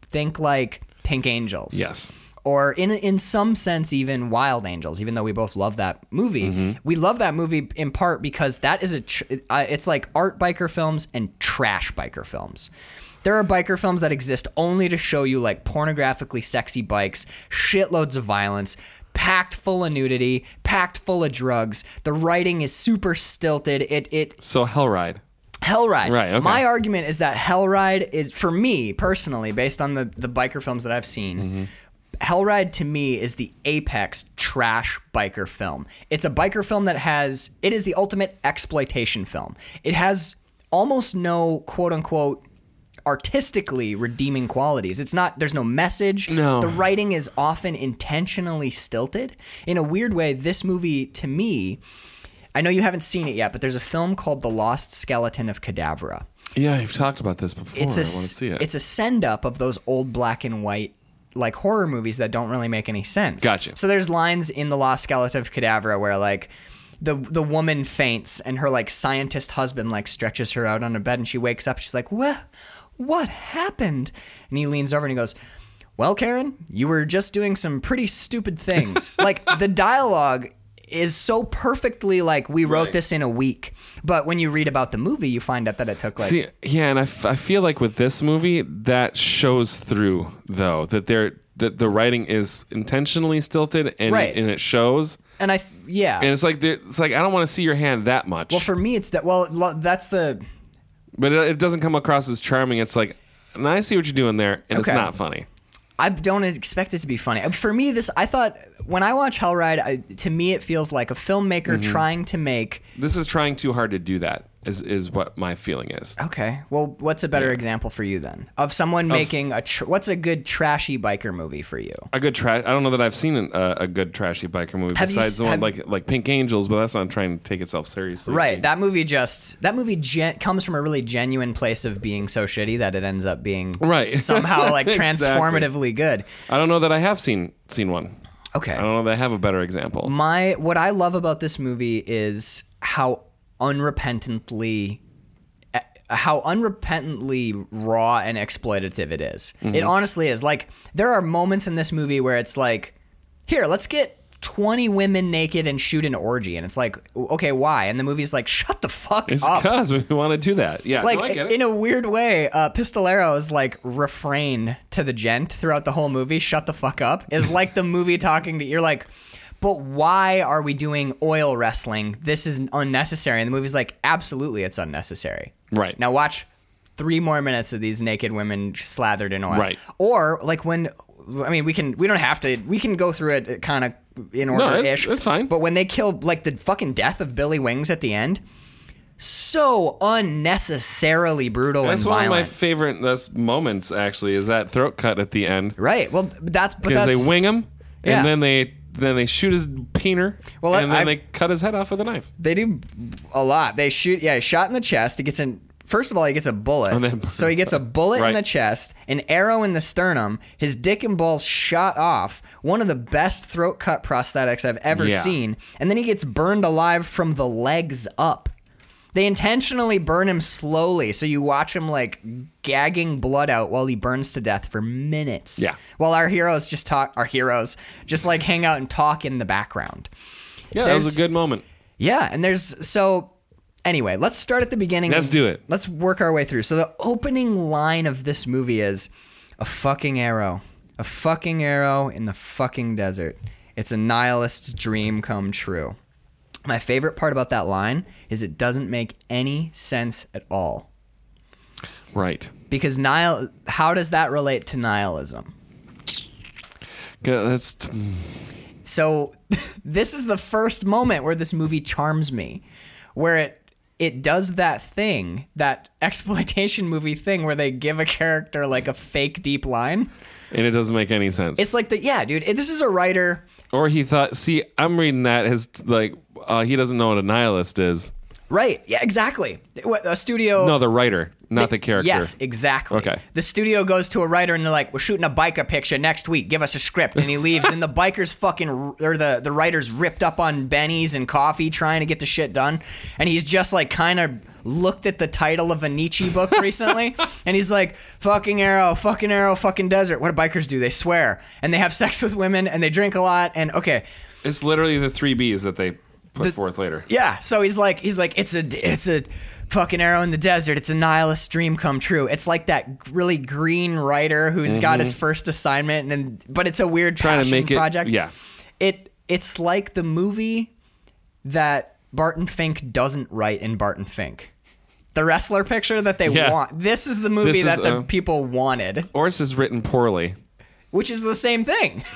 [SPEAKER 2] Think like Pink Angels.
[SPEAKER 4] Yes.
[SPEAKER 2] Or in in some sense even Wild Angels, even though we both love that movie.
[SPEAKER 4] Mm-hmm.
[SPEAKER 2] We love that movie in part because that is a tr- uh, it's like art biker films and trash biker films. There are biker films that exist only to show you like pornographically sexy bikes, shitloads of violence, packed full of nudity, packed full of drugs. The writing is super stilted. It it
[SPEAKER 4] So Hellride.
[SPEAKER 2] Hellride.
[SPEAKER 4] Right, okay.
[SPEAKER 2] My argument is that Hellride is for me personally, based on the the biker films that I've seen. Hellride to me is the apex trash biker film. It's a biker film that has it is the ultimate exploitation film. It has almost no quote unquote artistically redeeming qualities. It's not there's no message.
[SPEAKER 4] No.
[SPEAKER 2] The writing is often intentionally stilted. In a weird way, this movie to me I know you haven't seen it yet, but there's a film called The Lost Skeleton of Cadavra.
[SPEAKER 4] Yeah, you've talked about this before.
[SPEAKER 2] It's
[SPEAKER 4] I
[SPEAKER 2] a
[SPEAKER 4] want to see it.
[SPEAKER 2] it's a send up of those old black and white like horror movies that don't really make any sense.
[SPEAKER 4] Gotcha.
[SPEAKER 2] So there's lines in The Lost Skeleton of Cadavra where like the the woman faints and her like scientist husband like stretches her out on a bed and she wakes up. She's like, "What? What happened?" And he leans over and he goes. Well, Karen, you were just doing some pretty stupid things. like the dialogue is so perfectly like we wrote
[SPEAKER 4] Right.
[SPEAKER 2] this in a week. But when you read about the movie, you find out that it took like
[SPEAKER 4] See, yeah, and I, f- I feel like with this movie that shows through though that they're that the writing is intentionally stilted and
[SPEAKER 2] Right.
[SPEAKER 4] and it shows.
[SPEAKER 2] and I th- yeah.
[SPEAKER 4] And it's like there- it's like I don't want to see your hand that much,
[SPEAKER 2] well, for me, it's that. Well, lo- that's the
[SPEAKER 4] but it, it doesn't come across as charming. It's like, and I see what you're doing there, and it's
[SPEAKER 2] Okay.
[SPEAKER 4] not funny.
[SPEAKER 2] I don't expect it to be funny. For me, this I thought when I watch Hellride, I, to me it feels like a filmmaker
[SPEAKER 4] Mm-hmm.
[SPEAKER 2] trying to make.
[SPEAKER 4] This is trying too hard to do that. Is is what my feeling is.
[SPEAKER 2] Okay, well, what's a better example for you then of someone making a tr- what's a good trashy biker movie for you?
[SPEAKER 4] A good trash. I don't know that I've seen an, uh, a good trashy biker movie
[SPEAKER 2] Have you
[SPEAKER 4] besides
[SPEAKER 2] s-
[SPEAKER 4] the one
[SPEAKER 2] have-
[SPEAKER 4] like like Pink Angels, but that's not trying to take itself seriously. I
[SPEAKER 2] Right,
[SPEAKER 4] think.
[SPEAKER 2] that movie just that movie gen- comes from a really genuine place of being so shitty that it ends up being
[SPEAKER 4] Right.
[SPEAKER 2] somehow like
[SPEAKER 4] Exactly.
[SPEAKER 2] transformatively good.
[SPEAKER 4] I don't know that I have seen seen one.
[SPEAKER 2] Okay,
[SPEAKER 4] I don't know that I have a better example.
[SPEAKER 2] My what I love about this movie is how unrepentantly eh, how unrepentantly raw and exploitative it is. It honestly is. Like there are moments in this movie where it's like, here, let's get 20 women naked and shoot an orgy and it's like, okay, why? And the movie's like, shut the fuck
[SPEAKER 4] It's
[SPEAKER 2] up
[SPEAKER 4] because we want to do that. Yeah,
[SPEAKER 2] like
[SPEAKER 4] no, I get it.
[SPEAKER 2] in a weird way, uh, Pistolero is like refrain to the gent throughout the whole movie. Shut the fuck up is like the movie talking to you're like, but why are we doing oil wrestling? This is unnecessary. And the movie's like, absolutely, it's unnecessary.
[SPEAKER 4] Right.
[SPEAKER 2] now, watch three more minutes of these naked women slathered in oil.
[SPEAKER 4] Right.
[SPEAKER 2] or like when. I mean, we can. We don't have to. We can go through it kind of in order ish.
[SPEAKER 4] it's fine.
[SPEAKER 2] But when they kill like the fucking death of Billy Wings at the end, so unnecessarily brutal
[SPEAKER 4] that's
[SPEAKER 2] and
[SPEAKER 4] one
[SPEAKER 2] violent.
[SPEAKER 4] of my favorite that's moments actually is that throat cut at the end
[SPEAKER 2] right. Well, that's but
[SPEAKER 4] because
[SPEAKER 2] that's
[SPEAKER 4] they wing him
[SPEAKER 2] Yeah.
[SPEAKER 4] and then they then they shoot his peener
[SPEAKER 2] Well, I-
[SPEAKER 4] and then
[SPEAKER 2] I-
[SPEAKER 4] they cut his head off with a knife
[SPEAKER 2] they do a lot. They shoot. Yeah, shot in the chest. He gets in. First of all, he gets a bullet.
[SPEAKER 4] then-
[SPEAKER 2] so he gets a bullet in
[SPEAKER 4] Right.
[SPEAKER 2] the chest, an arrow in the sternum, his dick and balls shot off. One of the best throat cut prosthetics I've ever
[SPEAKER 4] Yeah.
[SPEAKER 2] seen. And then he gets burned alive from the legs up. They intentionally burn him slowly, so you watch him like gagging blood out while he burns to death for minutes.
[SPEAKER 4] Yeah.
[SPEAKER 2] While our heroes just talk, our heroes just like hang out and talk in the background.
[SPEAKER 4] yeah that was
[SPEAKER 2] There's-
[SPEAKER 4] a good moment
[SPEAKER 2] Yeah, and there's so anyway, let's start at the beginning.
[SPEAKER 4] Let's do it.
[SPEAKER 2] Let's work our way through. So the opening line of this movie is a fucking arrow. A fucking arrow in the fucking desert. It's a nihilist's dream come true. My favorite part about that line is it doesn't make any sense at all.
[SPEAKER 4] right
[SPEAKER 2] Because nihil how does that relate to nihilism?
[SPEAKER 4] Good, that's t-
[SPEAKER 2] So this is the first moment where this movie charms me, where it it does that thing, that exploitation movie thing where they give a character like a fake deep line.
[SPEAKER 4] and it doesn't make any sense
[SPEAKER 2] It's like the yeah, dude, it- this is a writer
[SPEAKER 4] or he thought see i'm reading that as like uh, he doesn't know what a nihilist is
[SPEAKER 2] Right. Yeah, exactly. What a studio
[SPEAKER 4] no the writer not the character
[SPEAKER 2] Yes, exactly.
[SPEAKER 4] Okay.
[SPEAKER 2] The studio goes to a writer and they're like, "We're shooting a biker picture next week. Give us a script." And he leaves, and the biker's fucking or the the writer's ripped up on bennies and coffee, trying to get the shit done. And he's just like, kind of looked at the title of a Nietzsche book recently, and he's like, "Fucking arrow, fucking arrow, fucking desert." What do bikers do? They swear and they have sex with women and they drink a lot. And okay,
[SPEAKER 4] it's literally the three b's that they put forth later
[SPEAKER 2] yeah. So he's like, he's like, it's a, it's a fucking arrow in the desert. It's a nihilist dream come true. It's like that really green writer who's got his first assignment, and then, but it's a weird
[SPEAKER 4] Mm-hmm. trying to
[SPEAKER 2] passion
[SPEAKER 4] make it
[SPEAKER 2] project.
[SPEAKER 4] yeah
[SPEAKER 2] it it's like the movie that Barton Fink doesn't write in Barton Fink. The wrestler picture that they
[SPEAKER 4] Yeah.
[SPEAKER 2] want. This is the movie
[SPEAKER 4] is,
[SPEAKER 2] that the
[SPEAKER 4] uh,
[SPEAKER 2] people wanted,
[SPEAKER 4] Or it's just written poorly.
[SPEAKER 2] which is the same thing.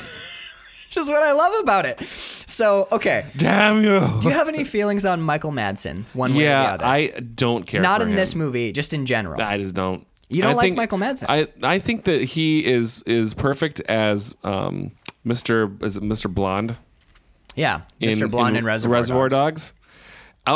[SPEAKER 2] Which is what I love about it. So, okay.
[SPEAKER 4] Damn you.
[SPEAKER 2] Do you have any feelings on Michael Madsen, one way or the
[SPEAKER 4] yeah,
[SPEAKER 2] other?
[SPEAKER 4] I don't care.
[SPEAKER 2] Not
[SPEAKER 4] for
[SPEAKER 2] in
[SPEAKER 4] him.
[SPEAKER 2] this movie, just in general.
[SPEAKER 4] I just don't.
[SPEAKER 2] You don't
[SPEAKER 4] I
[SPEAKER 2] like Michael Madsen?
[SPEAKER 4] I I think that he is is perfect as um Mr. Is it Mr. Blonde?
[SPEAKER 2] yeah, Mr. Blonde and Reservoir,
[SPEAKER 4] Reservoir
[SPEAKER 2] Dogs.
[SPEAKER 4] Dogs.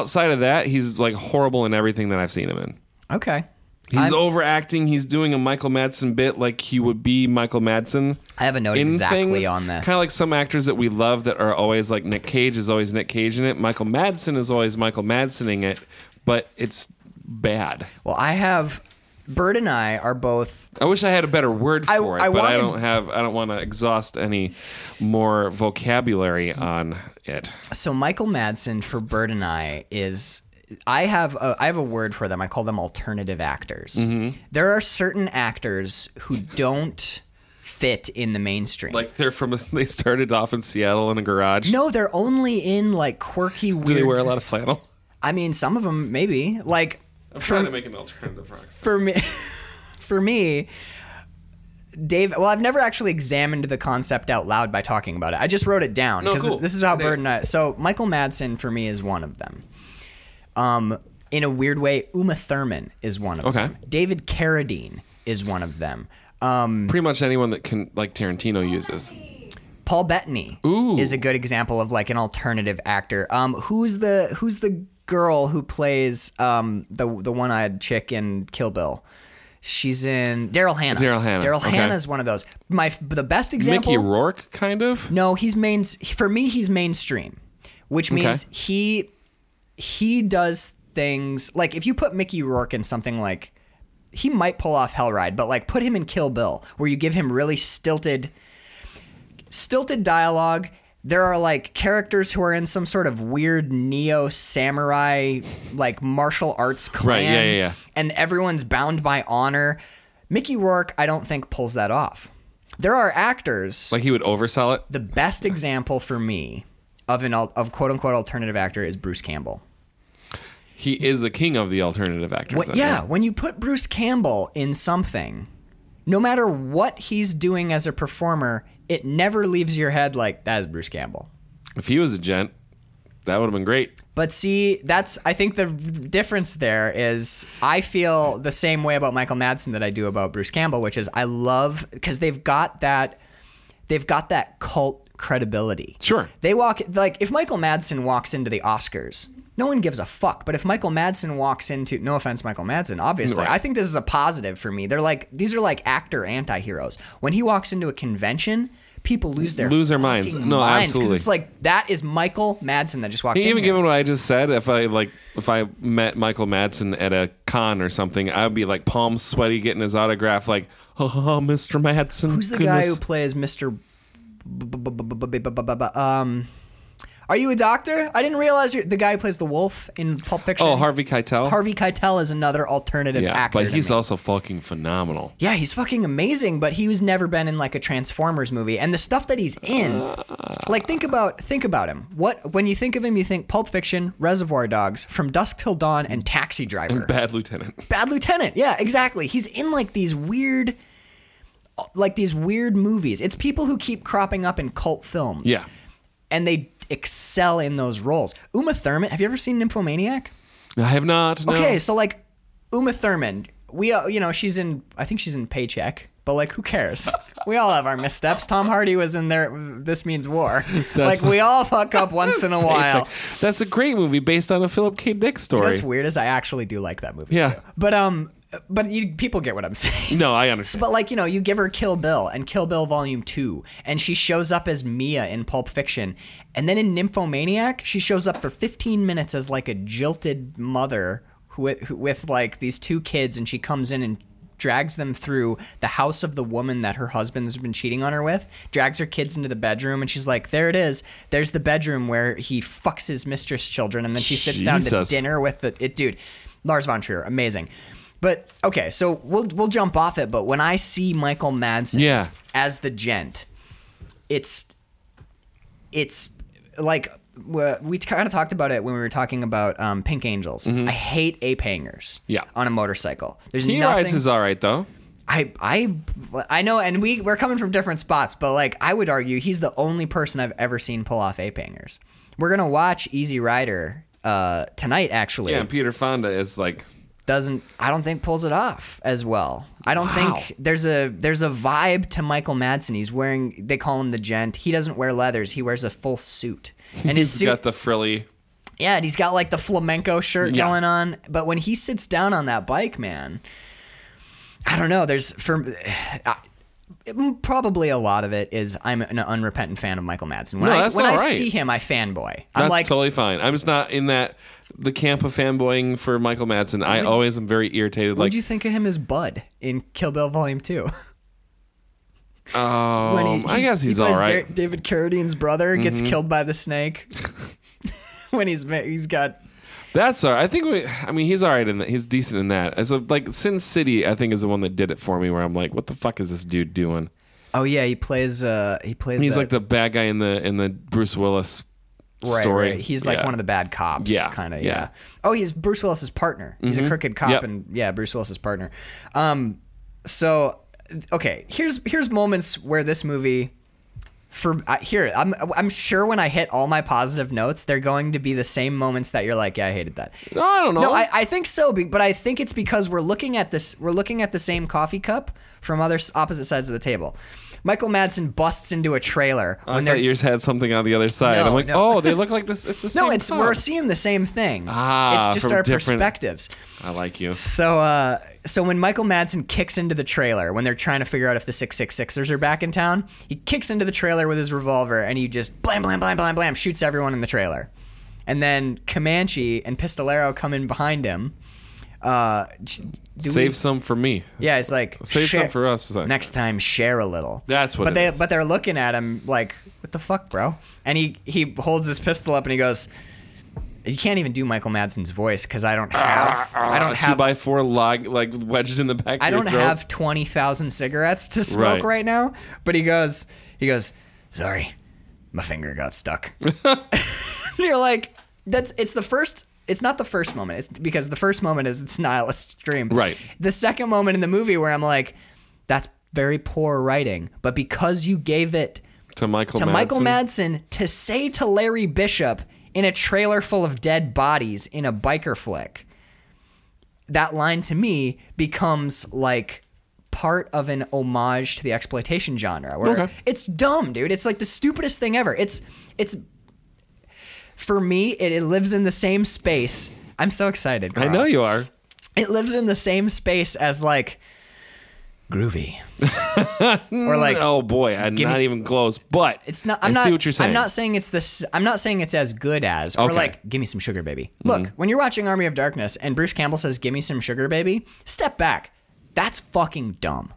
[SPEAKER 4] Outside of that, he's like horrible in everything that I've seen him in.
[SPEAKER 2] Okay.
[SPEAKER 4] He's
[SPEAKER 2] I'm-
[SPEAKER 4] overacting. He's doing a Michael Madsen bit like he would be Michael Madsen.
[SPEAKER 2] I have a note exactly on this.
[SPEAKER 4] Kind of like some actors that we love that are always like Nick Cage is always Nick Cage in it. Michael Madsen is always Michael Madsening it, but it's bad.
[SPEAKER 2] Well, I have. Bird and I are both.
[SPEAKER 4] I wish I had a better word for it,
[SPEAKER 2] I- I
[SPEAKER 4] but I
[SPEAKER 2] wanted-
[SPEAKER 4] don't have. I don't want to exhaust any more vocabulary on it.
[SPEAKER 2] So Michael Madsen for Bird and I is. I have a, I have a word for them. I call them alternative actors.
[SPEAKER 4] Mm-hmm.
[SPEAKER 2] There are certain actors who don't fit in the mainstream.
[SPEAKER 4] Like they're from. They started off in Seattle in a garage.
[SPEAKER 2] no, they're only in like quirky,
[SPEAKER 4] Do they
[SPEAKER 2] weird.
[SPEAKER 4] wear a lot of flannel?
[SPEAKER 2] I mean, some of them maybe like
[SPEAKER 4] I'm trying to make an alternative rock.
[SPEAKER 2] for me for me Dave, well, I've never actually examined the concept out loud by talking about it. I just wrote it down
[SPEAKER 4] No,
[SPEAKER 2] because
[SPEAKER 4] cool.
[SPEAKER 2] this is how
[SPEAKER 4] Dave.
[SPEAKER 2] Bird and I. So Michael Madsen for me is one of them. Um, in a weird way, Uma Thurman is one of
[SPEAKER 4] Okay.
[SPEAKER 2] them. David Carradine is one of them. Um,
[SPEAKER 4] Pretty much anyone that can like Tarantino uses.
[SPEAKER 2] Paul Bettany
[SPEAKER 4] Ooh.
[SPEAKER 2] is a good example of like an alternative actor. Um, who's the who's the girl who plays um the the one eyed chick in Kill Bill? She's in Daryl Hannah.
[SPEAKER 4] Daryl Hannah,
[SPEAKER 2] Daryl
[SPEAKER 4] okay.
[SPEAKER 2] Hannah is one of those. My f- the best example.
[SPEAKER 4] Mickey Rourke, kind of.
[SPEAKER 2] no, he's main. For me, he's mainstream, which means
[SPEAKER 4] Okay.
[SPEAKER 2] he he does things like if you put Mickey Rourke in something like he might pull off Hellride, but like put him in Kill Bill, where you give him really stilted stilted dialogue. There are like characters who are in some sort of weird neo samurai like martial arts clan,
[SPEAKER 4] Right, yeah, yeah, yeah.
[SPEAKER 2] and everyone's bound by honor. Mickey Rourke, I don't think pulls that off. There are actors
[SPEAKER 4] Like he would oversell it.
[SPEAKER 2] the best example for me of an al- of quote unquote alternative actor is Bruce Campbell.
[SPEAKER 4] He is the king of the alternative actors.
[SPEAKER 2] What,
[SPEAKER 4] then,
[SPEAKER 2] yeah,
[SPEAKER 4] right?
[SPEAKER 2] when you put Bruce Campbell in something, no matter what he's doing as a performer, it never leaves your head like that is Bruce Campbell.
[SPEAKER 4] If he was a gent, that would have been great.
[SPEAKER 2] But see, that's I think the difference there is I feel the same way about Michael Madsen that I do about Bruce Campbell, which is I love because they've got that they've got that cult credibility.
[SPEAKER 4] Sure.
[SPEAKER 2] They walk like if Michael Madsen walks into the Oscars, no one gives a fuck. But if Michael Madsen walks into no offense, Michael Madsen, obviously,
[SPEAKER 4] Right.
[SPEAKER 2] I think this is a positive for me. They're like these are like actor anti-heroes. When he walks into a convention, people lose their
[SPEAKER 4] Lose their minds.
[SPEAKER 2] fucking
[SPEAKER 4] No,
[SPEAKER 2] minds, 'cause
[SPEAKER 4] absolutely.
[SPEAKER 2] It's like that is Michael Madsen that just walked in.
[SPEAKER 4] Even
[SPEAKER 2] here.
[SPEAKER 4] given what I just said, if I like, if I met Michael Madsen at a con or something, I'd be like palms sweaty, getting his autograph. Like, oh, Mr. Madsen.
[SPEAKER 2] Who's the guy who plays Mr. B- b- b- b- b- b- b- b- Um, are you a doctor? I didn't realize you're the guy who plays the wolf in Pulp Fiction.
[SPEAKER 4] Oh, Harvey Keitel.
[SPEAKER 2] Harvey Keitel is another alternative
[SPEAKER 4] yeah,
[SPEAKER 2] actor.
[SPEAKER 4] but
[SPEAKER 2] to
[SPEAKER 4] he's
[SPEAKER 2] me.
[SPEAKER 4] also fucking phenomenal.
[SPEAKER 2] yeah, he's fucking amazing, but he was never been in like a Transformers movie, and the stuff that he's in,
[SPEAKER 4] Uh.
[SPEAKER 2] like think about think about him. What when you think of him, you think Pulp Fiction, Reservoir Dogs, From Dusk Till Dawn, and Taxi Driver.
[SPEAKER 4] Bad Lieutenant.
[SPEAKER 2] Bad Lieutenant. Yeah, exactly. He's in like these weird like these weird movies. It's people who keep cropping up in cult films.
[SPEAKER 4] Yeah.
[SPEAKER 2] And they excel in those roles. Uma Thurman, have you ever seen Nymphomaniac?
[SPEAKER 4] I have not. No.
[SPEAKER 2] Okay, so like Uma Thurman, we all, you know, she's in I think she's in Paycheck, but like who cares? We all have our missteps. Tom Hardy was in there This Means War. like we all fuck up once in a while.
[SPEAKER 4] Paycheck. That's a great movie based on a Philip K. Dick story.
[SPEAKER 2] That's weird as I actually do like that movie.
[SPEAKER 4] Yeah.
[SPEAKER 2] too. But um but you, people get what I'm saying.
[SPEAKER 4] No, I understand.
[SPEAKER 2] But like you know, you give her Kill Bill and Kill Bill Volume Two, and she shows up as Mia in Pulp Fiction, and then in Nymphomaniac, she shows up for 15 minutes as like a jilted mother who, who with like these two kids, and she comes in and drags them through the house of the woman that her husband's been cheating on her with, drags her kids into the bedroom, and she's like, "There it is. There's the bedroom where he fucks his mistress children," and then she sits down to
[SPEAKER 4] Jesus.
[SPEAKER 2] dinner dinner with the it, dude. Lars von Trier, amazing. But okay, so we'll we'll jump off it. But when I see Michael Madsen
[SPEAKER 4] Yeah.
[SPEAKER 2] as the gent, it's it's like wha- we kind of talked about it when we were talking about um, Pink Angels. I hate ape hangers.
[SPEAKER 4] Mm-hmm. Yeah.
[SPEAKER 2] on a motorcycle. There's
[SPEAKER 4] He
[SPEAKER 2] nothing.
[SPEAKER 4] rides is all right though.
[SPEAKER 2] I I I know, and we we're coming from different spots, but like I would argue, he's the only person I've ever seen pull off ape hangers. We're gonna watch Easy Rider uh, tonight. Actually,
[SPEAKER 4] Yeah, and Peter Fonda is like
[SPEAKER 2] doesn't I don't think pulls it off as well. I don't
[SPEAKER 4] Wow.
[SPEAKER 2] think there's a there's a vibe to Michael Madsen. He's wearing they call him the gent. He doesn't wear leathers. He wears a full suit. And his
[SPEAKER 4] he's
[SPEAKER 2] suit
[SPEAKER 4] got the frilly.
[SPEAKER 2] Yeah, and he's got like the flamenco shirt
[SPEAKER 4] Yeah.
[SPEAKER 2] going on, but when he sits down on that bike, man, I don't know, there's for I, probably a lot of it is I'm an unrepentant fan of Michael Madsen. When
[SPEAKER 4] No,
[SPEAKER 2] I
[SPEAKER 4] that's
[SPEAKER 2] when I
[SPEAKER 4] all right.
[SPEAKER 2] see him, I fanboy. I'm
[SPEAKER 4] That's
[SPEAKER 2] like
[SPEAKER 4] totally fine. I'm just not in that the camp of fanboying for Michael Madsen. I always am very irritated.
[SPEAKER 2] what
[SPEAKER 4] Like
[SPEAKER 2] do you think of him as Bud in Kill Bill Volume 2?
[SPEAKER 4] oh,
[SPEAKER 2] when
[SPEAKER 4] I guess he's
[SPEAKER 2] he
[SPEAKER 4] all
[SPEAKER 2] plays
[SPEAKER 4] right. Mm-hmm.
[SPEAKER 2] Da- David Carradine's brother gets killed by the snake. when he's ma- he's got
[SPEAKER 4] That's all right. I think we. I mean, he's all right in that. He's decent in that. As of like Sin City, I think is the one that did it for me. Where I'm like, what the fuck is this dude doing?
[SPEAKER 2] oh yeah, he plays uh he plays
[SPEAKER 4] He's
[SPEAKER 2] that-
[SPEAKER 4] like the bad guy in the in the Bruce Willis
[SPEAKER 2] right,
[SPEAKER 4] story.
[SPEAKER 2] right. He's like
[SPEAKER 4] Yeah.
[SPEAKER 2] one of the bad cops.
[SPEAKER 4] Yeah,
[SPEAKER 2] kind of. Yeah.
[SPEAKER 4] yeah. Mm-hmm.
[SPEAKER 2] Oh, he's Bruce Willis's partner. He's a crooked cop,
[SPEAKER 4] Yep.
[SPEAKER 2] and yeah, Bruce Willis's partner. Um, so okay, here's here's moments where this movie. For I here, I'm I'm sure when I hit all my positive notes, they're going to be the same moments that you're like, yeah, I hated that.
[SPEAKER 4] No, I don't know.
[SPEAKER 2] No, I, I think so, be- but I think it's because we're looking at this. We're looking at the same coffee cup from other s- opposite sides of the table. Michael Madsen busts into a trailer
[SPEAKER 4] I
[SPEAKER 2] when
[SPEAKER 4] thought
[SPEAKER 2] they're
[SPEAKER 4] yours had something on the other side.
[SPEAKER 2] No,
[SPEAKER 4] I'm like,
[SPEAKER 2] no.
[SPEAKER 4] oh, they look like this. It's the same.
[SPEAKER 2] No, it's
[SPEAKER 4] cup.
[SPEAKER 2] we're seeing the same thing.
[SPEAKER 4] Ah,
[SPEAKER 2] it's just
[SPEAKER 4] from
[SPEAKER 2] our
[SPEAKER 4] different-
[SPEAKER 2] perspectives.
[SPEAKER 4] I like you.
[SPEAKER 2] So, uh, so when Michael Madsen kicks into the trailer when they're trying to figure out if the 666ers are back in town, he kicks into the trailer with his revolver and he just blam blam blam blam blam shoots everyone in the trailer. And then Comanche and Pistolero come in behind him. Uh, j- do we-
[SPEAKER 4] Save some for me.
[SPEAKER 2] yeah, it's like
[SPEAKER 4] Save
[SPEAKER 2] share-
[SPEAKER 4] some for us. It's like-
[SPEAKER 2] Next time, share a little.
[SPEAKER 4] That's what
[SPEAKER 2] But
[SPEAKER 4] it
[SPEAKER 2] they
[SPEAKER 4] is.
[SPEAKER 2] but they're looking at him like, what the fuck, bro? And he he holds his pistol up and he goes, you can't even do Michael Madsen's voice because I don't have I
[SPEAKER 4] Uh, a
[SPEAKER 2] don't
[SPEAKER 4] two
[SPEAKER 2] have
[SPEAKER 4] by four log like wedged in the back.
[SPEAKER 2] I
[SPEAKER 4] of your
[SPEAKER 2] don't
[SPEAKER 4] throat.
[SPEAKER 2] have twenty thousand cigarettes to smoke right.
[SPEAKER 4] Right.
[SPEAKER 2] now. But he goes he goes, sorry, my finger got stuck. And you're like that's it's the first. It's not the first moment. It's because the first moment is it's nihilist dream.
[SPEAKER 4] Right.
[SPEAKER 2] The second moment in the movie where I'm like, that's very poor writing. But because you gave it
[SPEAKER 4] to Michael.
[SPEAKER 2] to
[SPEAKER 4] Madsen.
[SPEAKER 2] Michael Madsen to say to Larry Bishop in a trailer full of dead bodies in a biker flick, that line to me becomes like part of an homage to the exploitation genre. Where
[SPEAKER 4] Okay.
[SPEAKER 2] It's dumb, dude. It's like the stupidest thing ever. It's it's for me, it, it lives in the same space. I'm so excited.
[SPEAKER 4] I
[SPEAKER 2] Carl.
[SPEAKER 4] know you are.
[SPEAKER 2] It lives in the same space as like groovy. or like
[SPEAKER 4] oh boy, I'm
[SPEAKER 2] give me-
[SPEAKER 4] not even close. But
[SPEAKER 2] it's not. I'm
[SPEAKER 4] I
[SPEAKER 2] not.
[SPEAKER 4] see what you're saying.
[SPEAKER 2] I'm not saying it's this. I'm not saying it's as good as. Or
[SPEAKER 4] Okay. Mm-hmm.
[SPEAKER 2] like, give me some sugar, baby. Look, when you're watching Army of Darkness and Bruce Campbell says, "Give me some sugar, baby," step back. That's fucking dumb.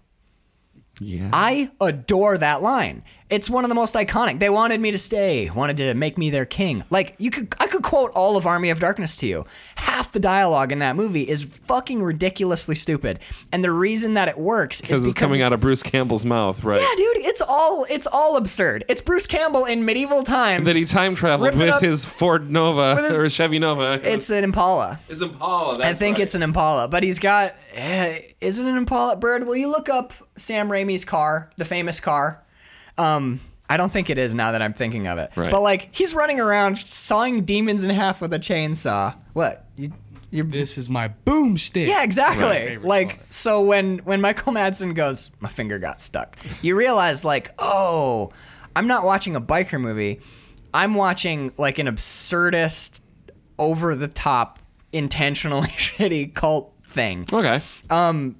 [SPEAKER 4] Yeah.
[SPEAKER 2] I adore that line. It's one of the most iconic. They wanted me to stay, wanted to make me their king. Like you could I could quote all of Army of Darkness to you. Half the dialogue in that movie is fucking ridiculously stupid. And the reason that it works is
[SPEAKER 4] because
[SPEAKER 2] because
[SPEAKER 4] it's coming
[SPEAKER 2] it's-
[SPEAKER 4] out of Bruce Campbell's mouth, right?
[SPEAKER 2] Yeah, dude, it's all it's all absurd. It's Bruce Campbell in medieval times.
[SPEAKER 4] That he time traveled
[SPEAKER 2] Ripping
[SPEAKER 4] with
[SPEAKER 2] up-
[SPEAKER 4] his Ford Nova
[SPEAKER 2] his-
[SPEAKER 4] or Chevy Nova.
[SPEAKER 2] it's an Impala.
[SPEAKER 4] It's Impala.
[SPEAKER 2] I think it's an Impala, but he's got eh, is it an Impala bird? Will you look up Sam Raimi's car, the famous car? Um, I don't think it is now that I'm thinking of it.
[SPEAKER 4] Right.
[SPEAKER 2] But like he's running around sawing demons in half with a chainsaw. What? You you
[SPEAKER 3] This is my boomstick.
[SPEAKER 2] Yeah, exactly.
[SPEAKER 3] Favorite
[SPEAKER 2] Like
[SPEAKER 3] song.
[SPEAKER 2] so when when Michael Madsen goes, my finger got stuck. You realize like, oh, I'm not watching a biker movie. I'm watching like an absurdist over the top intentionally shitty cult thing. Um,
[SPEAKER 4] okay.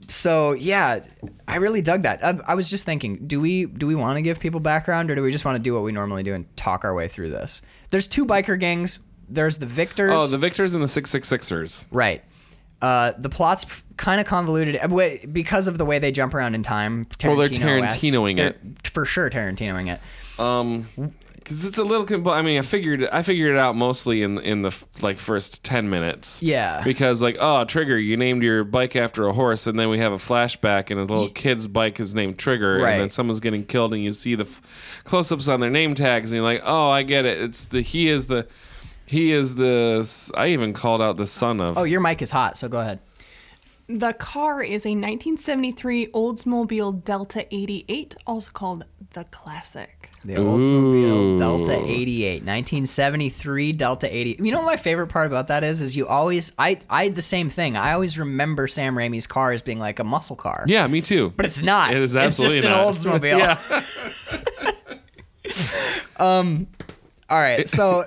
[SPEAKER 2] So, yeah, I really dug that. I, I was just thinking, do we do we want to give people background or do we just want to do what we normally do and talk our way through this? There's two biker gangs. There's the Victors.
[SPEAKER 4] Oh, the Victors and the Six Six Sixers.
[SPEAKER 2] Right. Uh, the plot's kind of convoluted uh, wa- because of the way they jump around in time. Tarantino
[SPEAKER 4] Well, they're Tarantinoing it.
[SPEAKER 2] For sure, Tarantinoing it.
[SPEAKER 4] Um, because it's a little. Compl- I mean, I figured I figured it out mostly in in the like first ten minutes.
[SPEAKER 2] Yeah.
[SPEAKER 4] Because like, oh, Trigger, you named your bike after a horse, and then we have a flashback, and a little kid's bike is named Trigger,
[SPEAKER 2] Right.
[SPEAKER 4] and then someone's getting killed, and you see the f- close-ups on their name tags, and you're like, oh, I get it. It's the he is the. He is the. s- I even called out the son of.
[SPEAKER 2] Oh, your mic is hot, so go ahead.
[SPEAKER 5] The car is a 1973 Oldsmobile Delta 88, also called the Classic.
[SPEAKER 2] The Oldsmobile Delta 88, 1973 Delta 88. You know what my favorite part about that is? Is you always, I, I had the same thing. I always remember Sam Raimi's car as being like a muscle car.
[SPEAKER 4] Yeah, me too.
[SPEAKER 2] But it's not.
[SPEAKER 4] It is absolutely
[SPEAKER 2] It's just
[SPEAKER 4] not.
[SPEAKER 2] an Oldsmobile. um, all right. So,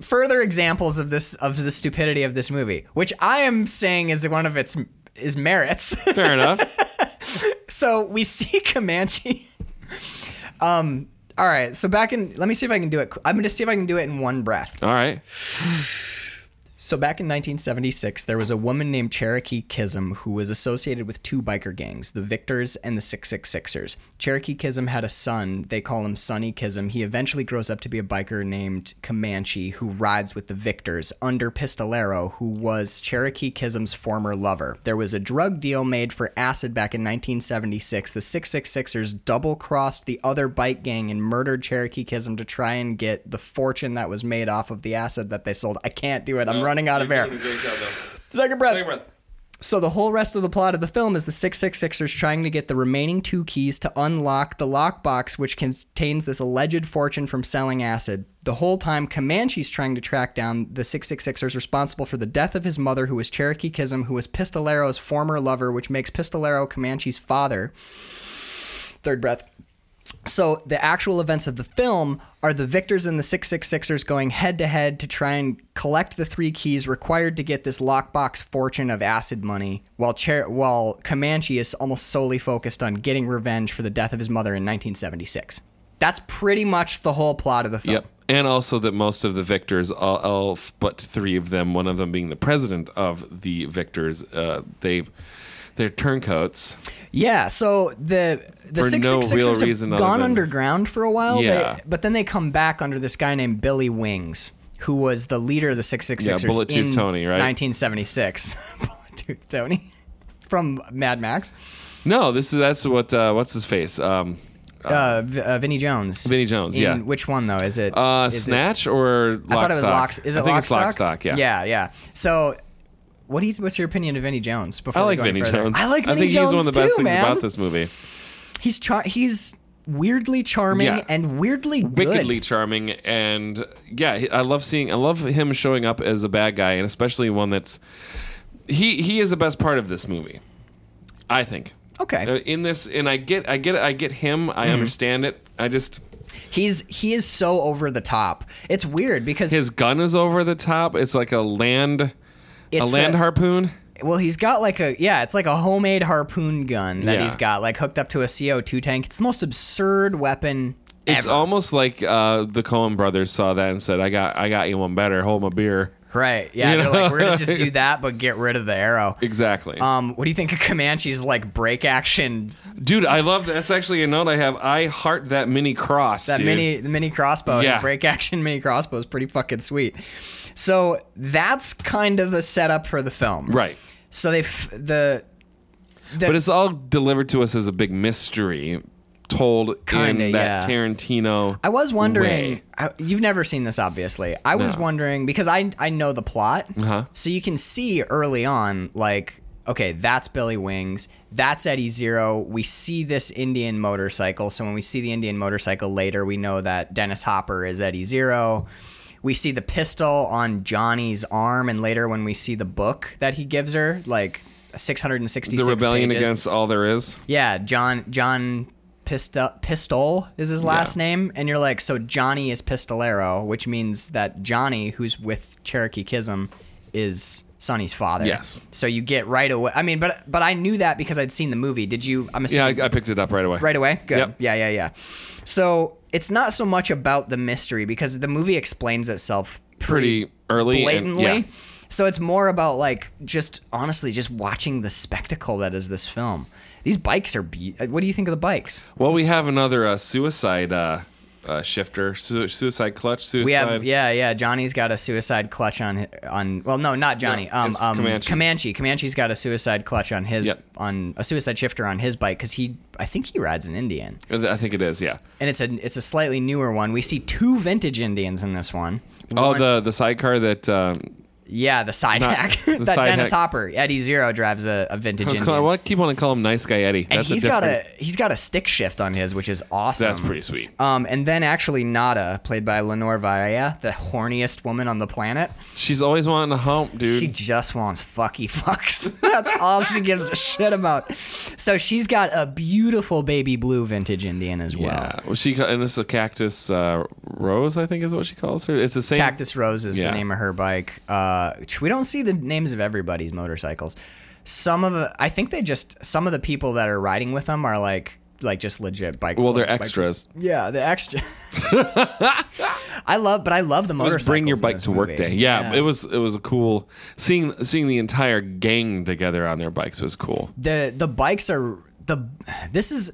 [SPEAKER 2] further examples of this of the stupidity of this movie, which I am saying is one of its is merits.
[SPEAKER 4] Fair enough.
[SPEAKER 2] so we see Comanche. um. All right. So back in. Let me see if I can do it. I'm going to see if I can do it in one breath.
[SPEAKER 4] All right.
[SPEAKER 2] So back in 1976, there was a woman named Cherokee Kism who was associated with two biker gangs, the Victors and the 666ers. Cherokee Kism had a son. They call him Sonny Kism. He eventually grows up to be a biker named Comanche who rides with the Victors under Pistolero, who was Cherokee Kism's former lover. There was a drug deal made for acid back in 1976. The 666ers double crossed the other bike gang and murdered Cherokee Kism to try and get the fortune that was made off of the acid that they sold. I can't do it. I'm running out of air. Second breath. So the whole rest of the plot of the film is the 666ers trying to get the remaining two keys to unlock the lockbox which contains this alleged fortune from selling acid. The whole time Comanche's trying to track down the 666ers responsible for the death of his mother who was Cherokee Kism who was Pistolero's former lover which makes Pistolero Comanche's father. Third breath. So the actual events of the film are the victors and the 666ers going head to head to try and collect the three keys required to get this lockbox fortune of acid money while Cher- while Comanche is almost solely focused on getting revenge for the death of his mother in 1976. That's pretty much the whole plot of the film.
[SPEAKER 4] Yep. And also that most of the victors, all, all but three of them, one of them being the president of the victors, uh, they they're turncoats.
[SPEAKER 2] Yeah, so the the
[SPEAKER 4] For no
[SPEAKER 2] 666ers
[SPEAKER 4] real
[SPEAKER 2] have
[SPEAKER 4] reason other
[SPEAKER 2] gone
[SPEAKER 4] than-
[SPEAKER 2] underground for a while,
[SPEAKER 4] Yeah.
[SPEAKER 2] they, but then they come back under this guy named Billy Wings, who was the leader of the 666ers
[SPEAKER 4] Yeah, Bullet Tooth
[SPEAKER 2] in
[SPEAKER 4] Tony, right?
[SPEAKER 2] 1976. Bullet Tooth Tony from Mad Max.
[SPEAKER 4] No, this is that's what uh, what's his face? Um,
[SPEAKER 2] Uh, v- uh, Vinnie Jones.
[SPEAKER 4] Vinnie Jones,
[SPEAKER 2] In
[SPEAKER 4] yeah.
[SPEAKER 2] Which one though? Is it
[SPEAKER 4] uh,
[SPEAKER 2] is it-
[SPEAKER 4] Snatch or Lockstock?
[SPEAKER 2] I thought it was Locks. Is it
[SPEAKER 4] I think
[SPEAKER 2] Lockstock?
[SPEAKER 4] it's Lockstock. Yeah.
[SPEAKER 2] Yeah, yeah. So what do you, what's your opinion of Vinnie Jones? Before
[SPEAKER 4] I
[SPEAKER 2] we
[SPEAKER 4] like
[SPEAKER 2] go any
[SPEAKER 4] Vinny
[SPEAKER 2] further?
[SPEAKER 4] Jones.
[SPEAKER 2] I like Vinnie
[SPEAKER 4] I think
[SPEAKER 2] Jones
[SPEAKER 4] he's one of the best
[SPEAKER 2] too,
[SPEAKER 4] things
[SPEAKER 2] man.
[SPEAKER 4] about this movie.
[SPEAKER 2] He's char- he's weirdly charming
[SPEAKER 4] Yeah.
[SPEAKER 2] and weirdly good.
[SPEAKER 4] wickedly charming and yeah he- i love seeing i love him showing up as a bad guy and especially one that's he he is the best part of this movie i think
[SPEAKER 2] Okay.
[SPEAKER 4] Uh, in this and i get i get i get him
[SPEAKER 2] Mm-hmm.
[SPEAKER 4] i understand it i just
[SPEAKER 2] He's he is so over the top. It's weird because
[SPEAKER 4] his gun is over the top it's like a land a
[SPEAKER 2] it's
[SPEAKER 4] land harpoon
[SPEAKER 2] well, he's got like a yeah, it's like a homemade harpoon gun that
[SPEAKER 4] Yeah.
[SPEAKER 2] he's got like hooked up to a CO2 tank. It's the most absurd weapon
[SPEAKER 4] it's
[SPEAKER 2] ever.
[SPEAKER 4] almost like uh, the Cohen brothers saw that and said, "I got, I got you one better. Hold my beer."
[SPEAKER 2] right. Yeah,
[SPEAKER 4] You
[SPEAKER 2] they're
[SPEAKER 4] know?
[SPEAKER 2] like we're going to just do that but get rid of the arrow.
[SPEAKER 4] Exactly.
[SPEAKER 2] Um what do you think of Comanche's like break action
[SPEAKER 4] dude, I love that. That's actually a note I have. I heart that mini cross.
[SPEAKER 2] that
[SPEAKER 4] dude.
[SPEAKER 2] mini the mini crossbow
[SPEAKER 4] Yeah.
[SPEAKER 2] his break action mini crossbow is pretty fucking sweet. So that's kind of the setup for the film.
[SPEAKER 4] Right.
[SPEAKER 2] So they f- the
[SPEAKER 4] but it's all delivered to us as a big mystery told
[SPEAKER 2] Kinda,
[SPEAKER 4] in that
[SPEAKER 2] yeah.
[SPEAKER 4] Tarantino.
[SPEAKER 2] I was wondering.
[SPEAKER 4] way.
[SPEAKER 2] I, you've never seen this, obviously. I was
[SPEAKER 4] No.
[SPEAKER 2] wondering because I I know the plot,
[SPEAKER 4] Uh-huh.
[SPEAKER 2] so you can see early on, like, okay, that's Billy Wings, that's Eddie Zero. We see this Indian motorcycle, so when we see the Indian motorcycle later, we know that Dennis Hopper is Eddie Zero. We see the pistol on Johnny's arm, and later when we see the book that he gives her, like 666
[SPEAKER 4] the rebellion
[SPEAKER 2] pages.
[SPEAKER 4] against all there is.
[SPEAKER 2] Yeah, John John Pistol Pistol is his last
[SPEAKER 4] Yeah.
[SPEAKER 2] name, and you're like, so Johnny is Pistolero, which means that Johnny, who's with Cherokee Kism, is Sonny's father.
[SPEAKER 4] Yes.
[SPEAKER 2] So you get right away. I mean, but but I knew that because I'd seen the movie. Did you? I'm
[SPEAKER 4] Yeah, I,
[SPEAKER 2] assuming
[SPEAKER 4] I picked it up right away.
[SPEAKER 2] right away. Good.
[SPEAKER 4] Yep.
[SPEAKER 2] Yeah, yeah, yeah. So it's not so much about the mystery because the movie explains itself pretty,
[SPEAKER 4] Pretty early.
[SPEAKER 2] blatantly.
[SPEAKER 4] And, yeah.
[SPEAKER 2] So it's more about like just honestly just watching the spectacle that is this uh, film. These bikes are. Be- what do you think of the bikes?
[SPEAKER 4] Well, we have another uh, suicide uh, uh, Shifter, Su- Suicide Clutch, Suicide.
[SPEAKER 2] We have yeah, yeah. Johnny's got a suicide clutch on hi- on. Well, no, not Johnny.
[SPEAKER 4] Yeah,
[SPEAKER 2] um,
[SPEAKER 4] it's
[SPEAKER 2] um,
[SPEAKER 4] Comanche.
[SPEAKER 2] Comanche. Comanche's got a suicide clutch on his
[SPEAKER 4] Yep.
[SPEAKER 2] on a suicide shifter on his bike because he I think he rides an Indian,
[SPEAKER 4] Uh, I think it is. Yeah.
[SPEAKER 2] and it's a it's a slightly newer one. We see two vintage Indians in this one.
[SPEAKER 4] Oh, the the sidecar that um,
[SPEAKER 2] Yeah, the side
[SPEAKER 4] Not-
[SPEAKER 2] hack
[SPEAKER 4] the
[SPEAKER 2] that
[SPEAKER 4] side
[SPEAKER 2] Dennis
[SPEAKER 4] hack.
[SPEAKER 2] Hopper Eddie Zero drives a, a vintage
[SPEAKER 4] I, was
[SPEAKER 2] Indian.
[SPEAKER 4] calling, I want to keep wanting to call him Nice Guy Eddie.
[SPEAKER 2] and
[SPEAKER 4] That's
[SPEAKER 2] he's
[SPEAKER 4] a
[SPEAKER 2] got
[SPEAKER 4] different,
[SPEAKER 2] a he's got a stick shift on his, which is awesome.
[SPEAKER 4] That's pretty sweet.
[SPEAKER 2] Um, and then actually Nada, played by Lenore Varela, the horniest woman on the planet.
[SPEAKER 4] She's always wanting a hump, dude.
[SPEAKER 2] She just wants fucky fucks. That's all she gives a shit about. So she's got a beautiful baby blue vintage Indian as well.
[SPEAKER 4] yeah. Well, she ca- and this is a cactus uh, rose, I think, is what she calls her. It's the same.
[SPEAKER 2] Cactus Rose is
[SPEAKER 4] Yeah.
[SPEAKER 2] the name of her bike. Uh, we don't see the names of everybody's motorcycles. Some of the, I think they just some of the people that are riding with them are like like just legit bike.
[SPEAKER 4] Well, they're
[SPEAKER 2] bike-
[SPEAKER 4] extras.
[SPEAKER 2] Yeah, the extra. I love, but I love the
[SPEAKER 4] It
[SPEAKER 2] motorcycles.
[SPEAKER 4] was bring your
[SPEAKER 2] in
[SPEAKER 4] bike
[SPEAKER 2] this
[SPEAKER 4] to work
[SPEAKER 2] movie.
[SPEAKER 4] day. Yeah, it was it was a cool seeing seeing the entire gang together on their bikes was cool.
[SPEAKER 2] the the bikes are the this is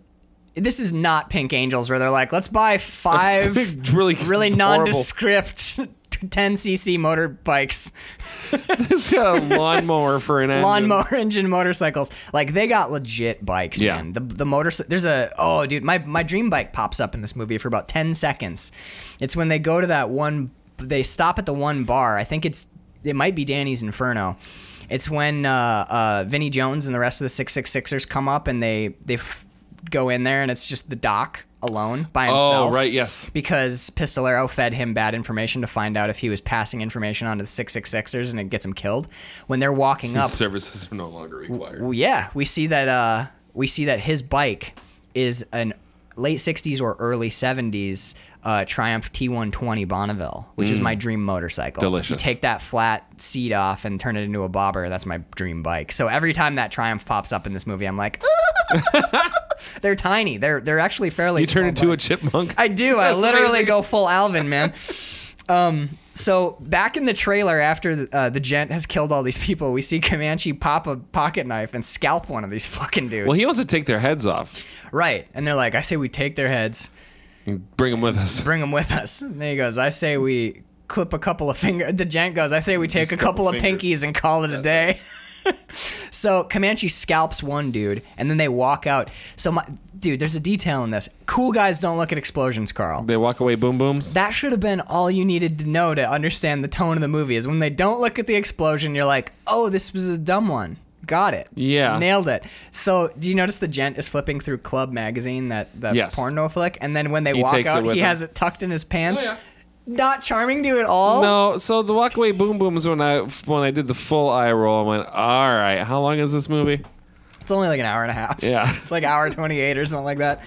[SPEAKER 2] this is not Pink Angels where they're like, let's buy five
[SPEAKER 4] Really
[SPEAKER 2] really
[SPEAKER 4] horrible.
[SPEAKER 2] nondescript 10cc motorbikes,
[SPEAKER 4] It's got a lawnmower for an engine.
[SPEAKER 2] lawnmower engine motorcycles. Like they got legit bikes,
[SPEAKER 4] Yeah.
[SPEAKER 2] man. The the motor there's a oh dude, my my dream bike pops up in this movie for about 10 seconds. It's when they go to that one they stop at the one bar. I think it's it might be Danny's Inferno. It's when uh, uh, Vinnie Jones and the rest of the 666ers come up and they they f- go in there and it's just the doc alone by
[SPEAKER 4] Oh
[SPEAKER 2] himself.
[SPEAKER 4] right, yes.
[SPEAKER 2] because Pistolero fed him bad information to find out if he was passing information on to the 666ers and it gets him killed. When they're walking up,
[SPEAKER 4] Services are no longer required.
[SPEAKER 2] well, yeah, we see that uh, we see that his bike is an late 60s or early 70s uh, Triumph T120 Bonneville, which is my dream motorcycle. You
[SPEAKER 4] Mm. Delicious.
[SPEAKER 2] take that flat seat off and turn it into a bobber. That's my dream bike. So every time that Triumph pops up in this movie, I'm like, they're tiny. They're they're actually fairly.
[SPEAKER 4] You turn
[SPEAKER 2] small
[SPEAKER 4] into a
[SPEAKER 2] bikes.
[SPEAKER 4] chipmunk.
[SPEAKER 2] I do. I
[SPEAKER 4] That's
[SPEAKER 2] literally
[SPEAKER 4] amazing.
[SPEAKER 2] go full Alvin, man. um, so back in the trailer, after uh, the gent has killed all these people, we see Comanche pop a pocket knife and scalp one of these fucking dudes.
[SPEAKER 4] Well, he wants to take their heads off.
[SPEAKER 2] right, and they're like, "I say we take their heads,
[SPEAKER 4] Bring them with us.
[SPEAKER 2] bring them with us." And then he goes, "I say we clip a couple of finger." The gent goes, "I say we take a couple, of
[SPEAKER 4] fingers.
[SPEAKER 2] pinkies and call it a day." So Comanche scalps one dude, and then they walk out. So my dude, there's a detail in this. Cool guys don't look at explosions, Carl.
[SPEAKER 4] They walk away. Boom booms.
[SPEAKER 2] That should have been all you needed to know to understand the tone of the movie is when they don't look at the explosion, you're like, oh, this was a dumb one. Got it.
[SPEAKER 4] Yeah.
[SPEAKER 2] Nailed it. So do you notice the gent is flipping through Club magazine, that, that
[SPEAKER 4] Yes.
[SPEAKER 2] porno flick? And then when they walk
[SPEAKER 4] takes it
[SPEAKER 2] out,
[SPEAKER 4] with
[SPEAKER 2] he
[SPEAKER 4] him.
[SPEAKER 2] has it tucked in his pants.
[SPEAKER 4] Oh, yeah.
[SPEAKER 2] Not charming to you at all.
[SPEAKER 4] No, so the walk away boom booms when I when I did the full eye roll, I went, all right, how long is this movie?
[SPEAKER 2] It's only like an hour and a half.
[SPEAKER 4] Yeah.
[SPEAKER 2] It's like hour 28 or something like that.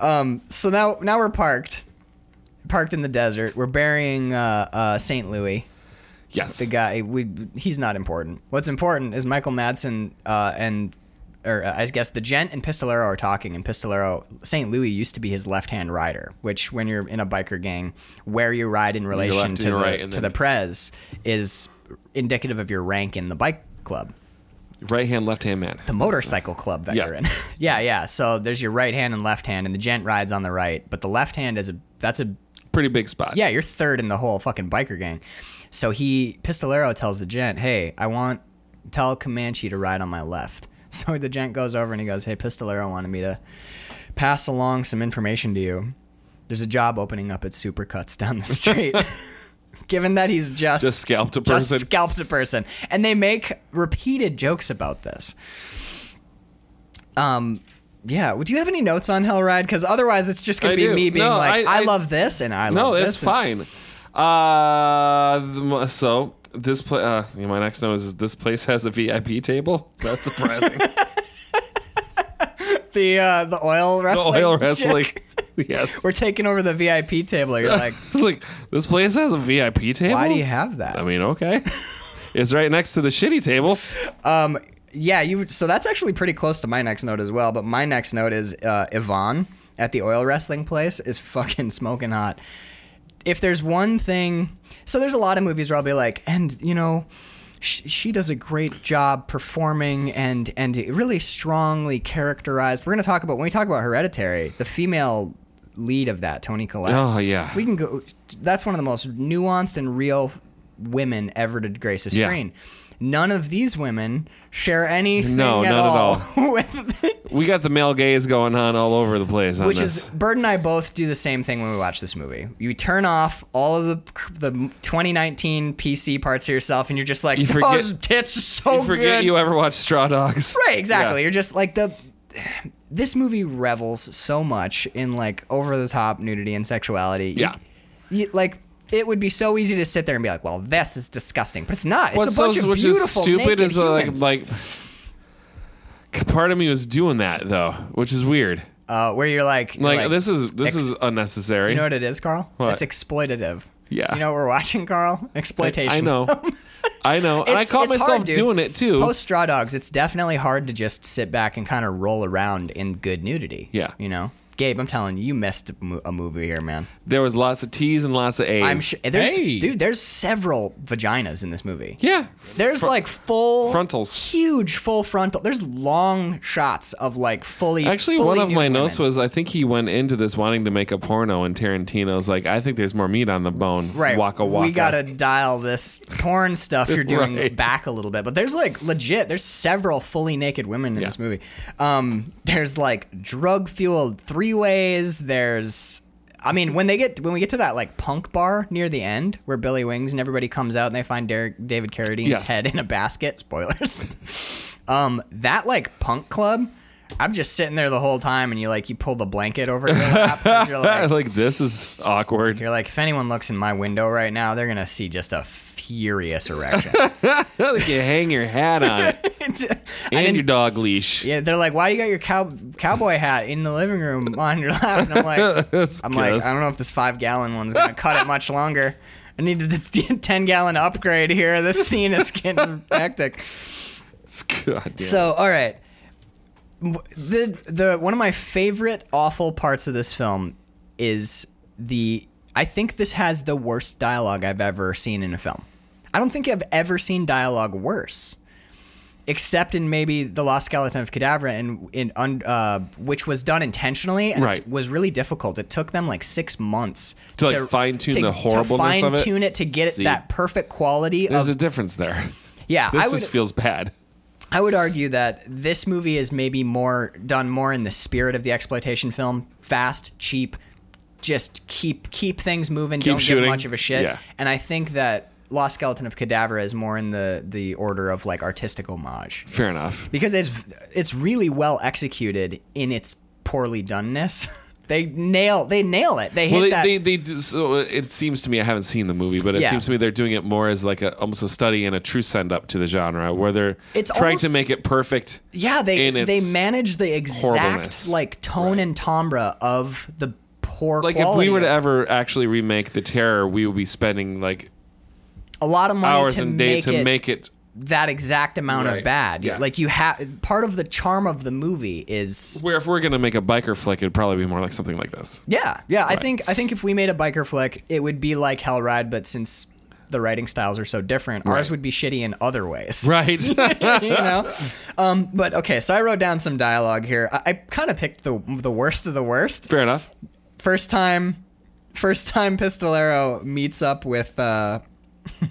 [SPEAKER 2] Um, so now now we're parked. Parked in the desert. We're burying uh, uh, St. Louis.
[SPEAKER 4] Yes.
[SPEAKER 2] the guy we he's not important. What's important is Michael Madsen uh, and or uh, I guess the gent and Pistolero are talking, and Pistolero St. Louis used to be his left hand rider, which when you're in a biker gang, where you ride in relation
[SPEAKER 4] and
[SPEAKER 2] to the
[SPEAKER 4] your right, and
[SPEAKER 2] to the
[SPEAKER 4] then-
[SPEAKER 2] prez is indicative of your rank in the bike club
[SPEAKER 4] Right hand, left hand man.
[SPEAKER 2] the motorcycle club that
[SPEAKER 4] Yeah.
[SPEAKER 2] you're in. yeah, yeah. So there's your right hand and left hand, and the gent rides on the right, but the left hand is a that's a
[SPEAKER 4] Pretty big spot.
[SPEAKER 2] yeah, you're third in the whole fucking biker gang. So he Pistolero tells the gent, hey, I want tell Comanche to ride on my left. So the gent goes over and he goes, hey, Pistolero wanted me to pass along some information to you. There's a job opening up at Supercuts down the street. Given that he's just
[SPEAKER 4] Just scalped a
[SPEAKER 2] just
[SPEAKER 4] person.
[SPEAKER 2] scalped a person, and they make repeated jokes about this. Um, yeah. Well, Do you have any notes on Hellride? Because otherwise, it's just gonna
[SPEAKER 4] I
[SPEAKER 2] be
[SPEAKER 4] do.
[SPEAKER 2] me being
[SPEAKER 4] No,
[SPEAKER 2] like, I,
[SPEAKER 4] I- I-
[SPEAKER 2] love this and I
[SPEAKER 4] no,
[SPEAKER 2] love this.
[SPEAKER 4] it's fine.
[SPEAKER 2] and-
[SPEAKER 4] Uh, the mo- so this place. Uh, you know, my next note is this place has a VIP table. That's surprising. the
[SPEAKER 2] the uh, the oil wrestling.
[SPEAKER 4] oil
[SPEAKER 2] chick.
[SPEAKER 4] wrestling. yes.
[SPEAKER 2] We're taking over the VIP table. You're like,
[SPEAKER 4] it's like this place has a VIP table. Um,
[SPEAKER 2] why do you have that?
[SPEAKER 4] I mean, okay. it's right next to the shitty table.
[SPEAKER 2] yeah, you. So that's actually pretty close to my next note as well. But my next note is uh, Yvonne at the oil wrestling place is fucking smoking hot. If there's one thing, so there's a lot of movies where I'll be like, and you know. She, she does a great job performing and and really strongly characterized. We're gonna talk about when we talk about Hereditary, the female lead of that, Tony Collette.
[SPEAKER 4] Oh, yeah.
[SPEAKER 2] We can go. That's one of the most nuanced and real women ever to grace a
[SPEAKER 4] Yeah.
[SPEAKER 2] screen. None of these women share anything
[SPEAKER 4] No,
[SPEAKER 2] at
[SPEAKER 4] not at
[SPEAKER 2] all.
[SPEAKER 4] all.
[SPEAKER 2] with,
[SPEAKER 4] We got the male gaze going on all over the place on
[SPEAKER 2] which
[SPEAKER 4] this.
[SPEAKER 2] is Bird and I both do the same thing when we watch this movie. You turn off all of the the 2019 PC parts of yourself, and you're just like,
[SPEAKER 4] You forget-
[SPEAKER 2] those tits are so
[SPEAKER 4] you forget
[SPEAKER 2] good.
[SPEAKER 4] you ever watched Straw Dogs.
[SPEAKER 2] Right, exactly.
[SPEAKER 4] Yeah.
[SPEAKER 2] You're just like the this movie revels so much in like over the top nudity and sexuality. You-
[SPEAKER 4] Yeah.
[SPEAKER 2] you- like it would be so easy to sit there and be like, "Well, this is disgusting," but it's not. It's
[SPEAKER 4] What's
[SPEAKER 2] a bunch
[SPEAKER 4] so,
[SPEAKER 2] of
[SPEAKER 4] which is
[SPEAKER 2] beautiful
[SPEAKER 4] stupid
[SPEAKER 2] naked
[SPEAKER 4] is uh, like
[SPEAKER 2] humans.
[SPEAKER 4] like part of me was doing that though, which is weird.
[SPEAKER 2] uh, where you're like, you're
[SPEAKER 4] Like, this is this
[SPEAKER 2] ex-
[SPEAKER 4] is unnecessary.
[SPEAKER 2] You know what it is, Carl?
[SPEAKER 4] What?
[SPEAKER 2] It's exploitative.
[SPEAKER 4] Yeah.
[SPEAKER 2] You know what we're watching, Carl? Exploitation.
[SPEAKER 4] I know. I know. And I
[SPEAKER 2] It's-
[SPEAKER 4] caught
[SPEAKER 2] it's
[SPEAKER 4] myself
[SPEAKER 2] hard, dude.
[SPEAKER 4] doing it too.
[SPEAKER 2] Post Straw Dogs, it's definitely hard to just sit back and kind of roll around in good nudity.
[SPEAKER 4] Yeah.
[SPEAKER 2] You know, Gabe, I'm telling you, you missed a mo- a movie here, man.
[SPEAKER 4] there was lots of T's and lots of A's.
[SPEAKER 2] I'm sure. There's,
[SPEAKER 3] Hey.
[SPEAKER 2] Dude, there's several vaginas in this movie.
[SPEAKER 4] Yeah.
[SPEAKER 2] There's like full
[SPEAKER 4] frontals.
[SPEAKER 2] huge full frontal. There's long shots of like fully.
[SPEAKER 4] Actually,
[SPEAKER 2] fully
[SPEAKER 4] one of
[SPEAKER 2] nude
[SPEAKER 4] my notes
[SPEAKER 2] women.
[SPEAKER 4] was I think he went into this wanting to make a porno, and Tarantino's like, I think there's more meat on the bone.
[SPEAKER 2] right.
[SPEAKER 4] Waka waka.
[SPEAKER 2] We gotta dial this porn stuff you're doing
[SPEAKER 4] Right.
[SPEAKER 2] back a little bit, but there's like legit. There's several fully naked women in
[SPEAKER 4] Yeah.
[SPEAKER 2] this movie. Um, there's like drug fueled three ways. There's. I mean, when they get when we get to that like punk bar near the end where Billy Wings and everybody comes out and they find Derek David Carradine's
[SPEAKER 4] Yes.
[SPEAKER 2] head in a basket. Spoilers. um, that like punk club. I'm just sitting there the whole time, and you like you pull the blanket over your lap. 'cause You're like,
[SPEAKER 4] like this is awkward.
[SPEAKER 2] you're like, if anyone looks in my window right now, they're gonna see just a furious erection.
[SPEAKER 4] like you hang your hat on it and your dog leash.
[SPEAKER 2] yeah, they're like, why you got your cow- cowboy hat in the living room on your lap? And I'm like,
[SPEAKER 4] That's
[SPEAKER 2] I'm like,
[SPEAKER 4] gross.
[SPEAKER 2] I don't know if this five gallon one's gonna cut it much longer. I need this ten gallon upgrade here. This scene is getting hectic.
[SPEAKER 4] God damn.
[SPEAKER 2] So, all right. W- The the one of my favorite awful parts of this film is the I think this has the worst dialogue I've ever seen in a film. I don't think I've ever seen dialogue worse. Except in maybe the Lost Skeleton of Cadavra, and in un, uh, which was done intentionally and
[SPEAKER 4] Right.
[SPEAKER 2] it was really difficult. It took them like six months
[SPEAKER 4] To, like, fine-tune the horribleness
[SPEAKER 2] to
[SPEAKER 4] of it?
[SPEAKER 2] fine tune it to get it
[SPEAKER 4] See.
[SPEAKER 2] that perfect quality
[SPEAKER 4] There's
[SPEAKER 2] of
[SPEAKER 4] a difference there.
[SPEAKER 2] yeah.
[SPEAKER 4] This
[SPEAKER 2] um, I would,
[SPEAKER 4] just feels bad.
[SPEAKER 2] I would argue that this movie is maybe more done more in the spirit of the exploitation film, fast, cheap, just keep keep things moving, don't
[SPEAKER 4] shooting.
[SPEAKER 2] give much of a shit.
[SPEAKER 4] Yeah.
[SPEAKER 2] And I think that Lost Skeleton of Cadaver is more in the the order of like artistic homage
[SPEAKER 4] Fair enough.
[SPEAKER 2] because it's it's really well executed in its poorly doneness. they nail they nail it. They hit
[SPEAKER 4] Well, they,
[SPEAKER 2] that.
[SPEAKER 4] they, they do, so uh, it seems to me I haven't seen the movie, but it
[SPEAKER 2] Yeah.
[SPEAKER 4] seems to me they're doing it more as like a almost a study and a true send up to the genre, where they're
[SPEAKER 2] It's
[SPEAKER 4] trying to
[SPEAKER 2] almost-
[SPEAKER 4] make it perfect.
[SPEAKER 2] Yeah, they
[SPEAKER 4] in its
[SPEAKER 2] they manage the exact
[SPEAKER 4] horribleness.
[SPEAKER 2] like tone and timbre of the poor
[SPEAKER 4] Like if
[SPEAKER 2] quality
[SPEAKER 4] we were
[SPEAKER 2] of
[SPEAKER 4] to ever actually remake the Terror, we would be spending like
[SPEAKER 2] a lot of money
[SPEAKER 4] hours
[SPEAKER 2] to
[SPEAKER 4] and day
[SPEAKER 2] make
[SPEAKER 4] to
[SPEAKER 2] it
[SPEAKER 4] make it.
[SPEAKER 2] that exact amount
[SPEAKER 4] Right.
[SPEAKER 2] of bad.
[SPEAKER 4] Yeah.
[SPEAKER 2] Like you have part of the charm of the movie is
[SPEAKER 4] Where if we're gonna make a biker flick, it'd probably be more like something like this.
[SPEAKER 2] yeah, yeah. I think I think if we made a biker flick, it would be like Hell Ride, but since the writing styles are so different, ours
[SPEAKER 4] Right.
[SPEAKER 2] would be shitty in other ways.
[SPEAKER 4] Right.
[SPEAKER 2] you know. Um, but okay, so I wrote down some dialogue here. I, I kind of picked the the worst of the worst.
[SPEAKER 4] Fair enough.
[SPEAKER 2] First time, first time Pistolero meets up with uh,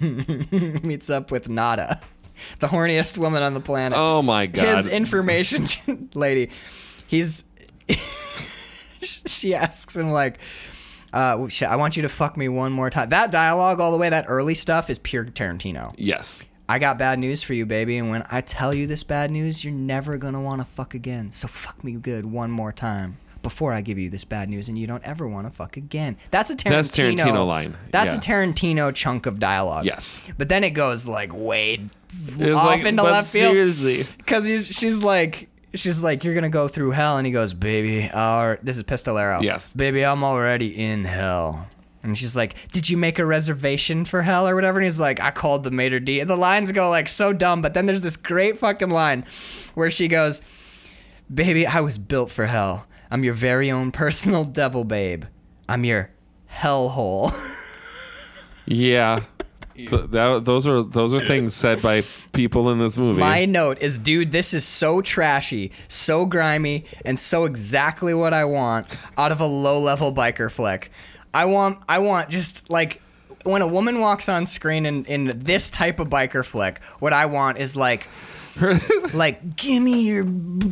[SPEAKER 2] meets up with Nada, the horniest woman on the planet.
[SPEAKER 4] Oh my god.
[SPEAKER 2] his information lady. He's she asks him like, uh, sh- "I want you to fuck me one more time." That dialogue, all the way, that early stuff is pure Tarantino.
[SPEAKER 4] yes.
[SPEAKER 2] I got bad news for you, baby, and when I tell you this bad news, you're never gonna want to fuck again. So fuck me good one more time. Before I give you this bad news, and you don't ever want to fuck again. That's a Tarantino.
[SPEAKER 4] That's Tarantino line,
[SPEAKER 2] That's
[SPEAKER 4] yeah.
[SPEAKER 2] a Tarantino chunk of dialogue.
[SPEAKER 4] Yes.
[SPEAKER 2] But then it goes like way off
[SPEAKER 4] It's like,
[SPEAKER 2] into
[SPEAKER 4] but
[SPEAKER 2] left field.
[SPEAKER 4] Seriously.
[SPEAKER 2] Because he's she's like she's like you're gonna go through hell, and he goes, "Baby, our this is Pistolero.
[SPEAKER 4] Yes.
[SPEAKER 2] baby, I'm already in hell." And she's like, "Did you make a reservation for hell or whatever?" And he's like, "I called the maitre d." And the lines go like so dumb, but then there's this great fucking line where she goes, "Baby, I was built for hell. I'm your very own personal devil, babe. I'm your hellhole."
[SPEAKER 4] Yeah. Th- that, those are those are things said by people in this movie.
[SPEAKER 2] My note is, dude, this is so trashy, so grimy, and so exactly what I want out of a low-level biker flick. I want, I want just like when a woman walks on screen in, in this type of biker flick. What I want is like. like, give me your b-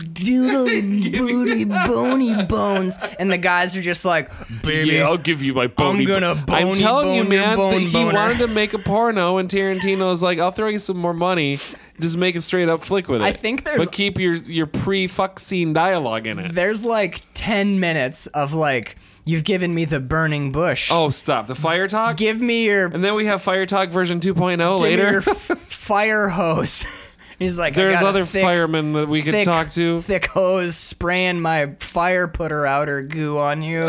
[SPEAKER 2] doodle and booty bony bones, and the guys are just like, baby,
[SPEAKER 4] yeah, I'll give you my bony.
[SPEAKER 2] gonna
[SPEAKER 4] I'm
[SPEAKER 2] bony
[SPEAKER 4] telling you,
[SPEAKER 2] bone your
[SPEAKER 4] man.
[SPEAKER 2] bone
[SPEAKER 4] that he
[SPEAKER 2] boner.
[SPEAKER 4] wanted to make a porno, and Tarantino was like, "I'll throw you some more money, just make a straight up flick with it."
[SPEAKER 2] I think there's-
[SPEAKER 4] but keep your your pre fuck scene dialogue in it.
[SPEAKER 2] there's like ten minutes of like, you've given me the burning bush.
[SPEAKER 4] Oh, stop the fire talk.
[SPEAKER 2] give me your
[SPEAKER 4] and then we have Fire Talk version 2.0
[SPEAKER 2] Give me
[SPEAKER 4] later.
[SPEAKER 2] your f- fire hose. He's like, I
[SPEAKER 4] There's
[SPEAKER 2] got a
[SPEAKER 4] other
[SPEAKER 2] thick-
[SPEAKER 4] firemen that we could
[SPEAKER 2] thick-
[SPEAKER 4] talk to.
[SPEAKER 2] Thick hose spraying my fire putter outer goo on you.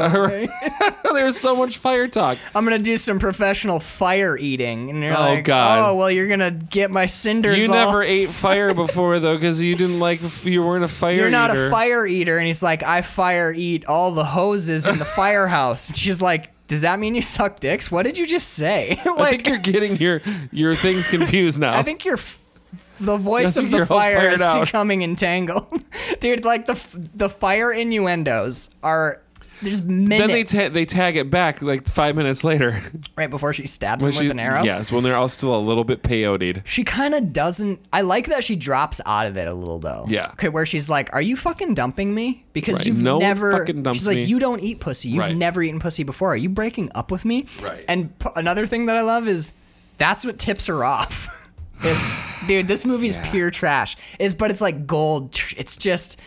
[SPEAKER 4] There's so much fire talk.
[SPEAKER 2] I'm gonna do some professional fire eating, and you're
[SPEAKER 4] Oh,
[SPEAKER 2] like,
[SPEAKER 4] God.
[SPEAKER 2] oh well, you're gonna get my cinders.
[SPEAKER 4] You
[SPEAKER 2] all-
[SPEAKER 4] never ate fire before though, because you didn't like you weren't a fire.
[SPEAKER 2] You're not
[SPEAKER 4] eater.
[SPEAKER 2] a fire eater, and he's like, I fire eat all the hoses in the firehouse. And she's like, Does that mean you suck dicks? What did you just say? like,
[SPEAKER 4] I think you're getting your your things confused now.
[SPEAKER 2] I think you're. F- the voice
[SPEAKER 4] think
[SPEAKER 2] of the
[SPEAKER 4] you're all
[SPEAKER 2] fire
[SPEAKER 4] fired
[SPEAKER 2] is
[SPEAKER 4] out.
[SPEAKER 2] becoming entangled, dude. Like the f- the fire innuendos are there's
[SPEAKER 4] then they
[SPEAKER 2] minutes
[SPEAKER 4] ta- they tag it back like five minutes later.
[SPEAKER 2] right before she stabs
[SPEAKER 4] When
[SPEAKER 2] him
[SPEAKER 4] she-
[SPEAKER 2] with an arrow.
[SPEAKER 4] Yes, when they're all still a little bit peyoted.
[SPEAKER 2] She kind of doesn't. I like that she drops out of it a little though.
[SPEAKER 4] Yeah.
[SPEAKER 2] Okay, where she's like, "Are you fucking dumping me? Because
[SPEAKER 4] Right.
[SPEAKER 2] you've
[SPEAKER 4] No one
[SPEAKER 2] never."
[SPEAKER 4] fucking dumps
[SPEAKER 2] she's like,
[SPEAKER 4] me.
[SPEAKER 2] "You don't eat pussy. You've
[SPEAKER 4] Right.
[SPEAKER 2] never eaten pussy before. Are you breaking up with me?"
[SPEAKER 4] Right.
[SPEAKER 2] And p- another thing that I love is that's what tips her off. This dude, this movie's pure trash. Is but it's like gold. tr- It's just.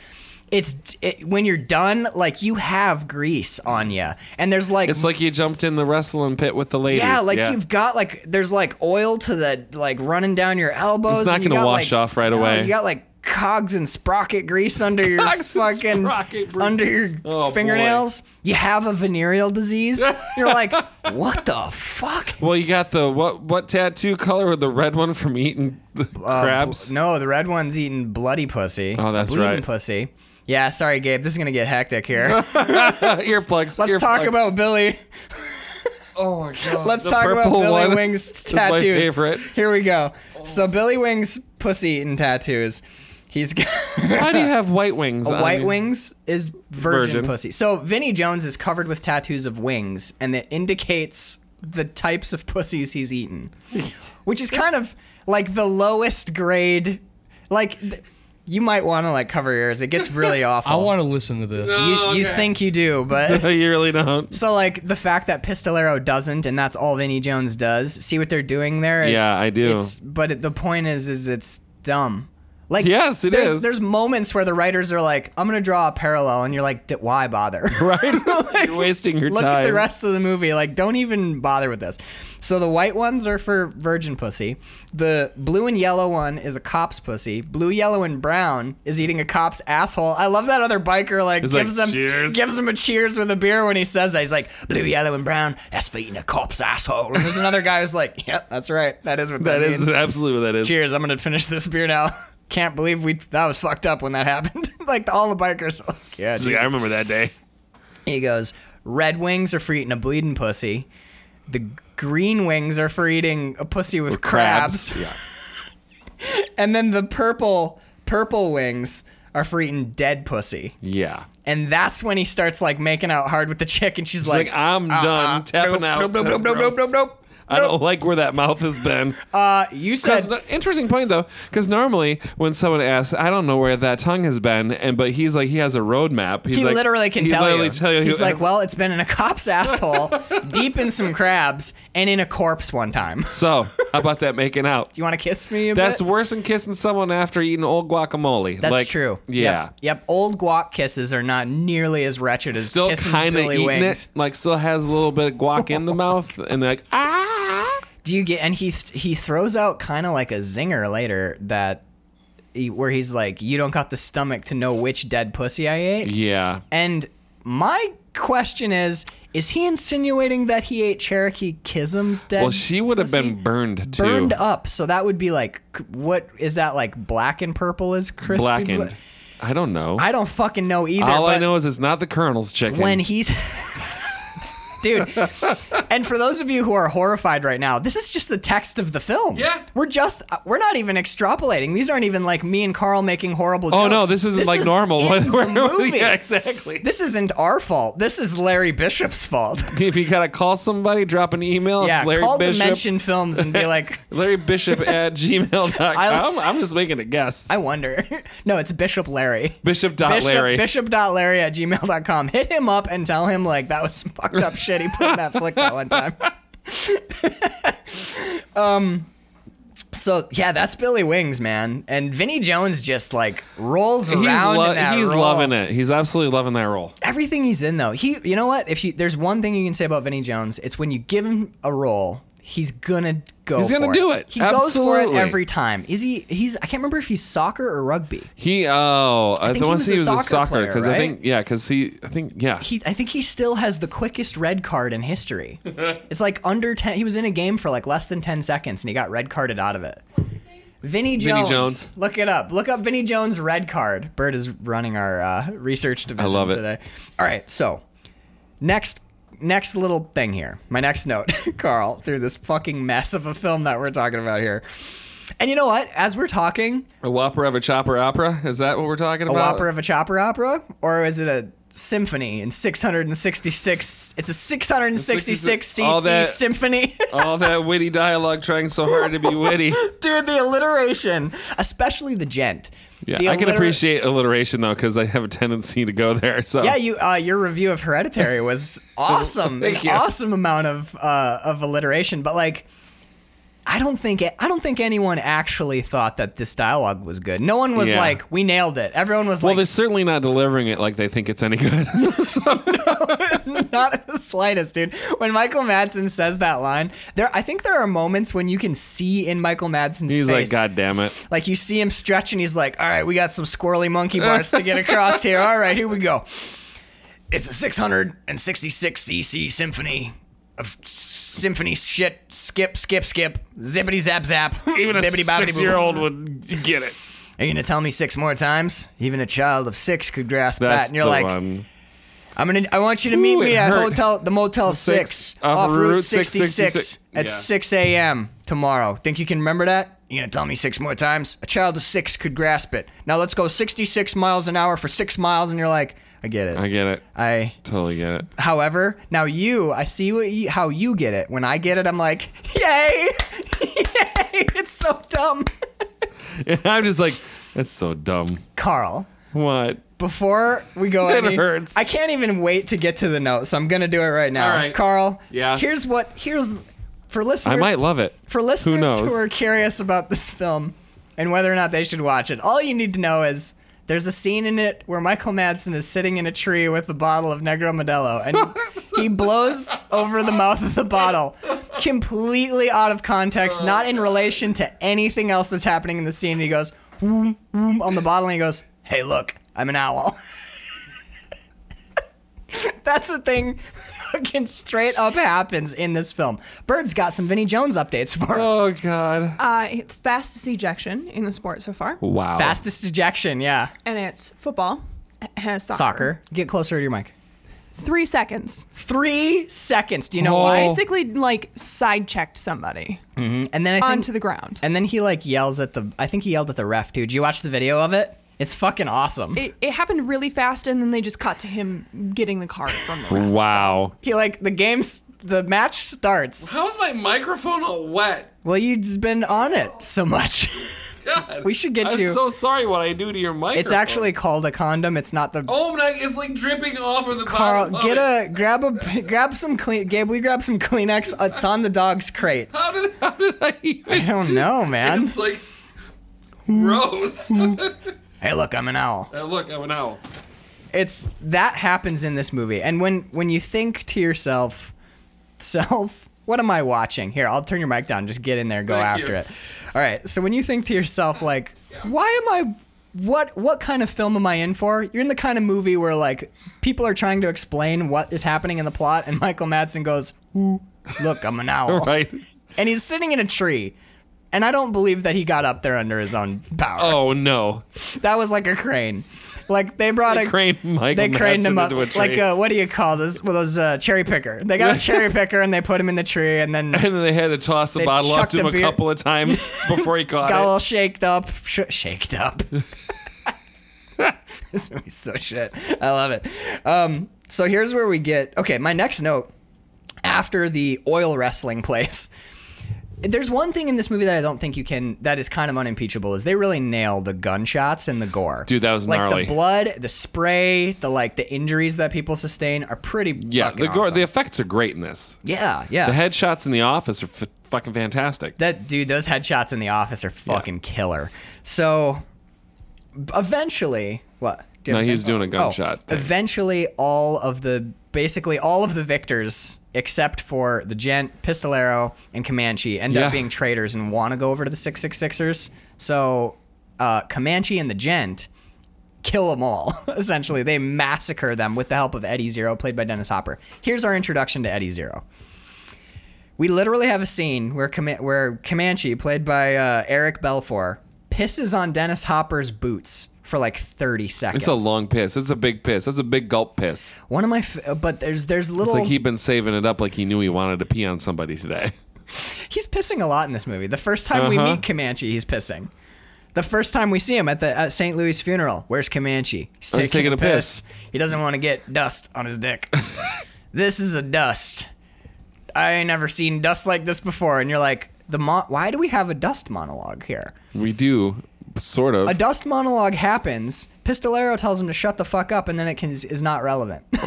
[SPEAKER 2] It's it, when you're done, like you have grease on you, and there's like
[SPEAKER 4] It's like you jumped in the wrestling pit with the ladies.
[SPEAKER 2] yeah, like you've got like there's like oil to the like running down your elbows.
[SPEAKER 4] It's not
[SPEAKER 2] and you
[SPEAKER 4] gonna
[SPEAKER 2] got,
[SPEAKER 4] wash
[SPEAKER 2] like-
[SPEAKER 4] off right away.
[SPEAKER 2] You got like cogs and sprocket grease under your
[SPEAKER 4] Cogs and
[SPEAKER 2] fucking
[SPEAKER 4] sprocket grease.
[SPEAKER 2] under your
[SPEAKER 4] Oh, boy.
[SPEAKER 2] fingernails. You have a venereal disease. You're like, what the fuck?
[SPEAKER 4] Well, you got the what what tattoo color with the red one from eating the crabs?
[SPEAKER 2] Uh, Bl- no, the red one's eating bloody pussy.
[SPEAKER 4] Oh, that's
[SPEAKER 2] bleeding
[SPEAKER 4] right.
[SPEAKER 2] pussy. Yeah, sorry, Gabe. This is gonna get hectic here.
[SPEAKER 4] earplugs.
[SPEAKER 2] Let's talk
[SPEAKER 4] earplugs.
[SPEAKER 2] about Billy.
[SPEAKER 4] Oh my god.
[SPEAKER 2] Let's talk about
[SPEAKER 4] purple
[SPEAKER 2] Billy
[SPEAKER 4] one
[SPEAKER 2] Wings
[SPEAKER 4] is my
[SPEAKER 2] tattoos.
[SPEAKER 4] favorite.
[SPEAKER 2] Here we go.
[SPEAKER 4] Oh.
[SPEAKER 2] So Billy Wings pussy eating tattoos. He's got
[SPEAKER 4] Why do you have white wings? on
[SPEAKER 2] White
[SPEAKER 4] you?
[SPEAKER 2] Wings is virgin,
[SPEAKER 4] Virgin.
[SPEAKER 2] pussy. So Vinny Jones is covered with tattoos of wings, and that indicates the types of pussies he's eaten, which is kind of like the lowest grade. Like th- you might want to like cover yours. It gets really awful.
[SPEAKER 3] I want to listen to this.
[SPEAKER 2] you, you think you do, but
[SPEAKER 4] No, you really don't.
[SPEAKER 2] So like the fact that Pistolero doesn't, and that's all Vinnie Jones does. See what they're doing there? Is,
[SPEAKER 4] Yeah, I do.
[SPEAKER 2] It's, but it- the point is, is it's dumb. Like
[SPEAKER 4] Yes, it
[SPEAKER 2] there's,
[SPEAKER 4] is.
[SPEAKER 2] There's moments where the writers are like, "I'm gonna draw a parallel," and you're like, "D- "Why bother?"
[SPEAKER 4] Right? You're wasting your
[SPEAKER 2] Look
[SPEAKER 4] time.
[SPEAKER 2] at the rest of the movie. Like, don't even bother with this. So the white ones are for virgin pussy. The blue and yellow one is a cop's pussy. Blue, yellow, and brown is eating a cop's asshole. I love that other biker like
[SPEAKER 4] He's like,
[SPEAKER 2] gives him
[SPEAKER 4] "Cheers."
[SPEAKER 2] gives him a cheers with a beer when he says that. He's like, blue, yellow, and brown, that's for eating a cop's asshole. And there's another guy who's like, Yep, that's right. That is what that,
[SPEAKER 4] That
[SPEAKER 2] means.
[SPEAKER 4] is absolutely what that is.
[SPEAKER 2] Cheers, I'm gonna finish this beer now. Can't believe we that was fucked up when that happened. like all the bikers were like, Yeah,
[SPEAKER 4] It's like, I remember that day.
[SPEAKER 2] he goes, Red wings are for eating a bleeding pussy. The green wings are for eating a pussy with crabs.
[SPEAKER 4] Yeah.
[SPEAKER 2] And then the purple purple wings are for eating dead pussy.
[SPEAKER 4] Yeah.
[SPEAKER 2] And that's when he starts like making out hard with the chick and she's
[SPEAKER 4] Like,
[SPEAKER 2] like, "Uh-huh."
[SPEAKER 4] I'm done tapping
[SPEAKER 2] nope,
[SPEAKER 4] out.
[SPEAKER 2] nope, nope,
[SPEAKER 4] That's
[SPEAKER 2] nope, nope,
[SPEAKER 4] gross.
[SPEAKER 2] nope, nope,
[SPEAKER 4] I don't like where that mouth has been.
[SPEAKER 2] uh, you said
[SPEAKER 4] Because interesting point though, because normally when someone asks, I don't know where that tongue has been, and but he's like he has a roadmap. He's
[SPEAKER 2] he
[SPEAKER 4] like,
[SPEAKER 2] literally can
[SPEAKER 4] he
[SPEAKER 2] tell,
[SPEAKER 4] literally
[SPEAKER 2] you.
[SPEAKER 4] tell you.
[SPEAKER 2] He's
[SPEAKER 4] he-
[SPEAKER 2] like, well, it's been in a cop's asshole, deep in some crabs, and in a corpse one time. Do
[SPEAKER 4] so how about that making out?
[SPEAKER 2] you want to kiss me? A
[SPEAKER 4] That's
[SPEAKER 2] bit?
[SPEAKER 4] worse than kissing someone after eating old guacamole.
[SPEAKER 2] That's
[SPEAKER 4] Like,
[SPEAKER 2] true.
[SPEAKER 4] Yeah.
[SPEAKER 2] Yep. Yep. Old guac kisses are not nearly as wretched as
[SPEAKER 4] Still
[SPEAKER 2] kissing
[SPEAKER 4] kind of
[SPEAKER 2] Billy
[SPEAKER 4] eating
[SPEAKER 2] Wings.
[SPEAKER 4] it, like still has a little bit of guac in the mouth, and they're like, ah.
[SPEAKER 2] Do you get? And he he throws out kind of like a zinger later that he, where he's like, "You don't got the stomach to know which dead pussy I ate."
[SPEAKER 4] Yeah.
[SPEAKER 2] And my question is, is he insinuating that he ate Cherokee Kism's dead?
[SPEAKER 4] Well, she would have
[SPEAKER 2] pussy?
[SPEAKER 4] been burned too.
[SPEAKER 2] burned up. So that would be like, c- what is that like? Black and purple is crispy. bla-
[SPEAKER 4] blackened. I don't know.
[SPEAKER 2] I don't fucking know either.
[SPEAKER 4] All I
[SPEAKER 2] but-
[SPEAKER 4] know is it's not the colonel's chicken.
[SPEAKER 2] when he's Dude, and for those of you who are horrified right now, this is just the text of the film.
[SPEAKER 4] Yeah.
[SPEAKER 2] We're just, uh, we're not even extrapolating. These aren't even like me and Carl making horrible jokes.
[SPEAKER 4] Oh no, this isn't like
[SPEAKER 2] is
[SPEAKER 4] normal.
[SPEAKER 2] in the movie.
[SPEAKER 4] yeah, exactly.
[SPEAKER 2] This isn't our fault. This is Larry Bishop's fault.
[SPEAKER 4] if you gotta call somebody, drop an email. It's
[SPEAKER 2] yeah,
[SPEAKER 4] Larry
[SPEAKER 2] call
[SPEAKER 4] Bishop.
[SPEAKER 2] Dimension Films and be like,
[SPEAKER 4] Larry Bishop at gmail.com.
[SPEAKER 2] I-
[SPEAKER 4] I'm, I'm just making a guess.
[SPEAKER 2] I wonder. no, it's Bishop Larry.
[SPEAKER 4] Bishop dot
[SPEAKER 2] Bishop,
[SPEAKER 4] Larry.
[SPEAKER 2] Bishop.Larry at gmail.com. Hit him up and tell him, like, that was some fucked up shit he put in that flick that one time. um, so, yeah, that's Billy Wings, man. And Vinny Jones just, like, rolls
[SPEAKER 4] He's,
[SPEAKER 2] around
[SPEAKER 4] lo-
[SPEAKER 2] in that
[SPEAKER 4] he's
[SPEAKER 2] role.
[SPEAKER 4] loving it. He's absolutely loving that role.
[SPEAKER 2] Everything he's in, though. he, You know what? If you, There's one thing you can say about Vinny Jones. It's when you give him a role... He's gonna go.
[SPEAKER 4] He's gonna
[SPEAKER 2] for
[SPEAKER 4] do it.
[SPEAKER 2] He goes for it
[SPEAKER 4] Absolutely.
[SPEAKER 2] every time. Is he? He's. I can't remember if he's soccer or rugby.
[SPEAKER 4] He oh, I,
[SPEAKER 2] think he
[SPEAKER 4] want
[SPEAKER 2] was
[SPEAKER 4] to see
[SPEAKER 2] a
[SPEAKER 4] he was
[SPEAKER 2] soccer
[SPEAKER 4] a soccer
[SPEAKER 2] player,
[SPEAKER 4] because
[SPEAKER 2] right?
[SPEAKER 4] I think yeah, because he I think yeah.
[SPEAKER 2] he I think he still has the quickest red card in history. it's like under 10 he was in a game for like less than 10 seconds and he got red carded out of it. Vinny Jones.
[SPEAKER 4] Vinny Jones.
[SPEAKER 2] Look it up. Look up Vinny Jones red card. Bird is running our uh, research division
[SPEAKER 4] love it.
[SPEAKER 2] today. All right, so next next little thing here. My next note, Carl, through this fucking mess of a film that we're talking about here. And you know what? As we're talking,
[SPEAKER 4] a whopper of a chopper opera is that what we're talking
[SPEAKER 2] a
[SPEAKER 4] about?
[SPEAKER 2] whopper of a chopper opera or is it a symphony in 666 it's a 666 cc
[SPEAKER 4] All that-
[SPEAKER 2] symphony
[SPEAKER 4] all that witty dialogue trying so hard to be witty.
[SPEAKER 2] dude the alliteration especially the gent
[SPEAKER 4] Yeah,
[SPEAKER 2] The
[SPEAKER 4] I can
[SPEAKER 2] alliter-
[SPEAKER 4] appreciate alliteration though because I have a tendency to go there. So
[SPEAKER 2] yeah you uh, your review of hereditary was awesome
[SPEAKER 4] Thank
[SPEAKER 2] an
[SPEAKER 4] you.
[SPEAKER 2] awesome amount of uh, of alliteration but like I don't think it, I don't think anyone actually thought that this dialogue was good. No one was
[SPEAKER 4] Yeah.
[SPEAKER 2] like, "We nailed it." Everyone was
[SPEAKER 4] well,
[SPEAKER 2] like,
[SPEAKER 4] they're certainly not delivering it like they think it's any good.
[SPEAKER 2] Not the slightest, dude. When Michael Madsen says that line, there I think there are moments when you can see in Michael Madsen's
[SPEAKER 4] He's like,
[SPEAKER 2] face,
[SPEAKER 4] God damn it.
[SPEAKER 2] like you see him stretch and he's like, "All right, we got some squirrely monkey bars to get across here. All right, here we go." It's a 666 cc symphony of symphony shit. Skip, skip, skip. Zippity zap zap.
[SPEAKER 4] Even a
[SPEAKER 2] bibbidi bobbidi boo.
[SPEAKER 4] six-year-old would get it.
[SPEAKER 2] Are you gonna tell me six more times? Even a child of six could grasp that.
[SPEAKER 4] That's
[SPEAKER 2] And you're
[SPEAKER 4] the
[SPEAKER 2] like,
[SPEAKER 4] one.
[SPEAKER 2] I'm gonna. I want you to meet
[SPEAKER 4] Ooh,
[SPEAKER 2] me
[SPEAKER 4] it
[SPEAKER 2] at
[SPEAKER 4] hurt. uh,
[SPEAKER 2] hotel, the Motel Six,
[SPEAKER 4] off
[SPEAKER 2] off
[SPEAKER 4] Route
[SPEAKER 2] Route 66,
[SPEAKER 4] 66.
[SPEAKER 2] at
[SPEAKER 4] Yeah.
[SPEAKER 2] 6 a.m. tomorrow. Think you can remember that? You gonna tell me six more times? A child of six could grasp it. Now let's go 66 miles an hour for six miles, and you're like, I get it.
[SPEAKER 4] I get it.
[SPEAKER 2] I.
[SPEAKER 4] Totally get it.
[SPEAKER 2] However, now you, I see what you, how you get it. When I get it, I'm like, yay, yay! It's so dumb,
[SPEAKER 4] I'm just like, that's so dumb.
[SPEAKER 2] Carl.
[SPEAKER 4] What?
[SPEAKER 2] before we go
[SPEAKER 4] It
[SPEAKER 2] any,
[SPEAKER 4] hurts.
[SPEAKER 2] I can't even wait to get to the note, so I'm gonna do it right now.
[SPEAKER 4] All right.
[SPEAKER 2] Carl,
[SPEAKER 4] Yes.
[SPEAKER 2] here's what here's for listeners
[SPEAKER 4] I might love it.
[SPEAKER 2] for listeners
[SPEAKER 4] knows?
[SPEAKER 2] who are curious about this film and whether or not they should watch it. All you need to know is there's a scene in it where Michael Madsen is sitting in a tree with a bottle of Negro Modelo and he blows over the mouth of the bottle completely out of context, not in relation to anything else that's happening in the scene. And he goes, "Vroom, vroom," on the bottle and he goes, hey, look, I'm an owl. That's the thing fucking straight up happens in this film. Bird's got some Vinnie Jones updates for us.
[SPEAKER 4] Oh, God.
[SPEAKER 5] Uh, it's fastest ejection in the sport so far,
[SPEAKER 4] wow.
[SPEAKER 2] Fastest ejection, yeah.
[SPEAKER 5] and it's football, uh, soccer.
[SPEAKER 2] Soccer. Get closer to your mic.
[SPEAKER 5] Three seconds.
[SPEAKER 2] Three seconds. Do you know
[SPEAKER 4] Oh.
[SPEAKER 2] why?
[SPEAKER 5] Basically, like side checked somebody
[SPEAKER 2] And then I think,
[SPEAKER 5] onto the ground.
[SPEAKER 2] and then he like yells at the. I think he yelled at the ref too. Did you watch the video of it? It's fucking awesome.
[SPEAKER 5] It, it happened really fast, and then they just cut to him getting the card from the ref.
[SPEAKER 4] Wow.
[SPEAKER 2] he like the game's the match starts.
[SPEAKER 4] How is my microphone all wet?
[SPEAKER 2] Well, you've just been on it so much.
[SPEAKER 4] God.
[SPEAKER 2] We should get
[SPEAKER 4] I'm
[SPEAKER 2] you-
[SPEAKER 4] so sorry what I do to your microphone.
[SPEAKER 2] It's actually called a condom. It's not the.
[SPEAKER 4] Oh my! It's like dripping off of the
[SPEAKER 2] Carl,
[SPEAKER 4] bottom of
[SPEAKER 2] get
[SPEAKER 4] it.
[SPEAKER 2] a grab a grab some clean. Gabe, we grab some Kleenex. It's on the dog's crate.
[SPEAKER 4] How did how did I even?
[SPEAKER 2] I don't know, man.
[SPEAKER 4] It's like gross.
[SPEAKER 2] Hey, look, I'm an owl.
[SPEAKER 4] Now look, I'm an owl.
[SPEAKER 2] it's that happens in this movie and when when you think to yourself self what am i watching here i'll turn your mic down just get in there go
[SPEAKER 4] Thank
[SPEAKER 2] after
[SPEAKER 4] you.
[SPEAKER 2] it all right so when you think to yourself like why am i what what kind of film am i in for you're in the kind of movie where like people are trying to explain what is happening in the plot and michael madsen goes Ooh, look i'm an owl
[SPEAKER 4] Right.
[SPEAKER 2] and he's sitting in a tree and i don't believe that he got up there under his own power
[SPEAKER 4] Oh no.
[SPEAKER 2] that was like a crane Like they brought
[SPEAKER 4] They
[SPEAKER 2] a
[SPEAKER 4] craned Michael
[SPEAKER 2] they craned
[SPEAKER 4] Madsen
[SPEAKER 2] him up
[SPEAKER 4] into a tree.
[SPEAKER 2] like uh what do you call this? Well, those uh, cherry picker. They got a cherry picker and they put him in the tree and then
[SPEAKER 4] and then they had to toss the
[SPEAKER 2] They
[SPEAKER 4] bottle up
[SPEAKER 2] chucked
[SPEAKER 4] to him
[SPEAKER 2] a
[SPEAKER 4] a
[SPEAKER 2] beer-
[SPEAKER 4] couple of times before he caught
[SPEAKER 2] got all
[SPEAKER 4] it.
[SPEAKER 2] shaked up, sh- shaked up. this movie's so shit. I love it. Um, so here's where we get. Okay, my next note after the oil wrestling place. There's one thing in this movie that I don't think you can. That is kind of unimpeachable. Is they really nail the gunshots and the gore.
[SPEAKER 4] Dude, that was
[SPEAKER 2] like
[SPEAKER 4] gnarly.
[SPEAKER 2] the blood, the spray, the like the injuries that people sustain are pretty.
[SPEAKER 4] Yeah,
[SPEAKER 2] fucking
[SPEAKER 4] the gore,
[SPEAKER 2] awesome.
[SPEAKER 4] the effects are great in this.
[SPEAKER 2] yeah, yeah.
[SPEAKER 4] The headshots in the office are f- fucking fantastic.
[SPEAKER 2] That dude, those headshots in the office are fucking killer. So eventually, what? Do you have
[SPEAKER 4] No,
[SPEAKER 2] a
[SPEAKER 4] he
[SPEAKER 2] thing?
[SPEAKER 4] was doing a gunshot thing.
[SPEAKER 2] Eventually, all of the basically all of the victors except for the gent, Pistolero, and Comanche end
[SPEAKER 4] Yeah.
[SPEAKER 2] up being traitors and want to go over to the 666ers. So uh, Comanche and the gent kill them all. Essentially, they massacre them with the help of Eddie Zero, played by Dennis Hopper. Here's our introduction to Eddie Zero. We literally have a scene where Coma- where Comanche, played by uh, Eric Belfour, pisses on Dennis Hopper's boots for like 30 seconds.
[SPEAKER 4] It's a long piss. It's a big piss. That's a big gulp piss.
[SPEAKER 2] One of my, f- but there's there's
[SPEAKER 4] It's
[SPEAKER 2] little.
[SPEAKER 4] like he'd been saving it up like he knew he wanted to pee on somebody today.
[SPEAKER 2] he's pissing a lot in this movie. The first time we
[SPEAKER 4] Uh-huh.
[SPEAKER 2] meet Comanche, he's pissing. The first time we see him at the at St. Louis funeral, where's Comanche?
[SPEAKER 4] Oh, he's taking a piss.
[SPEAKER 2] He doesn't want to get dust on his dick. this is a dust. I ain't never seen dust like this before. And you're like, the mo- why do we have a dust monologue here?
[SPEAKER 4] We do, sort of.
[SPEAKER 2] A dust monologue happens. Pistolero tells him to shut the fuck up, and then it can, is not relevant.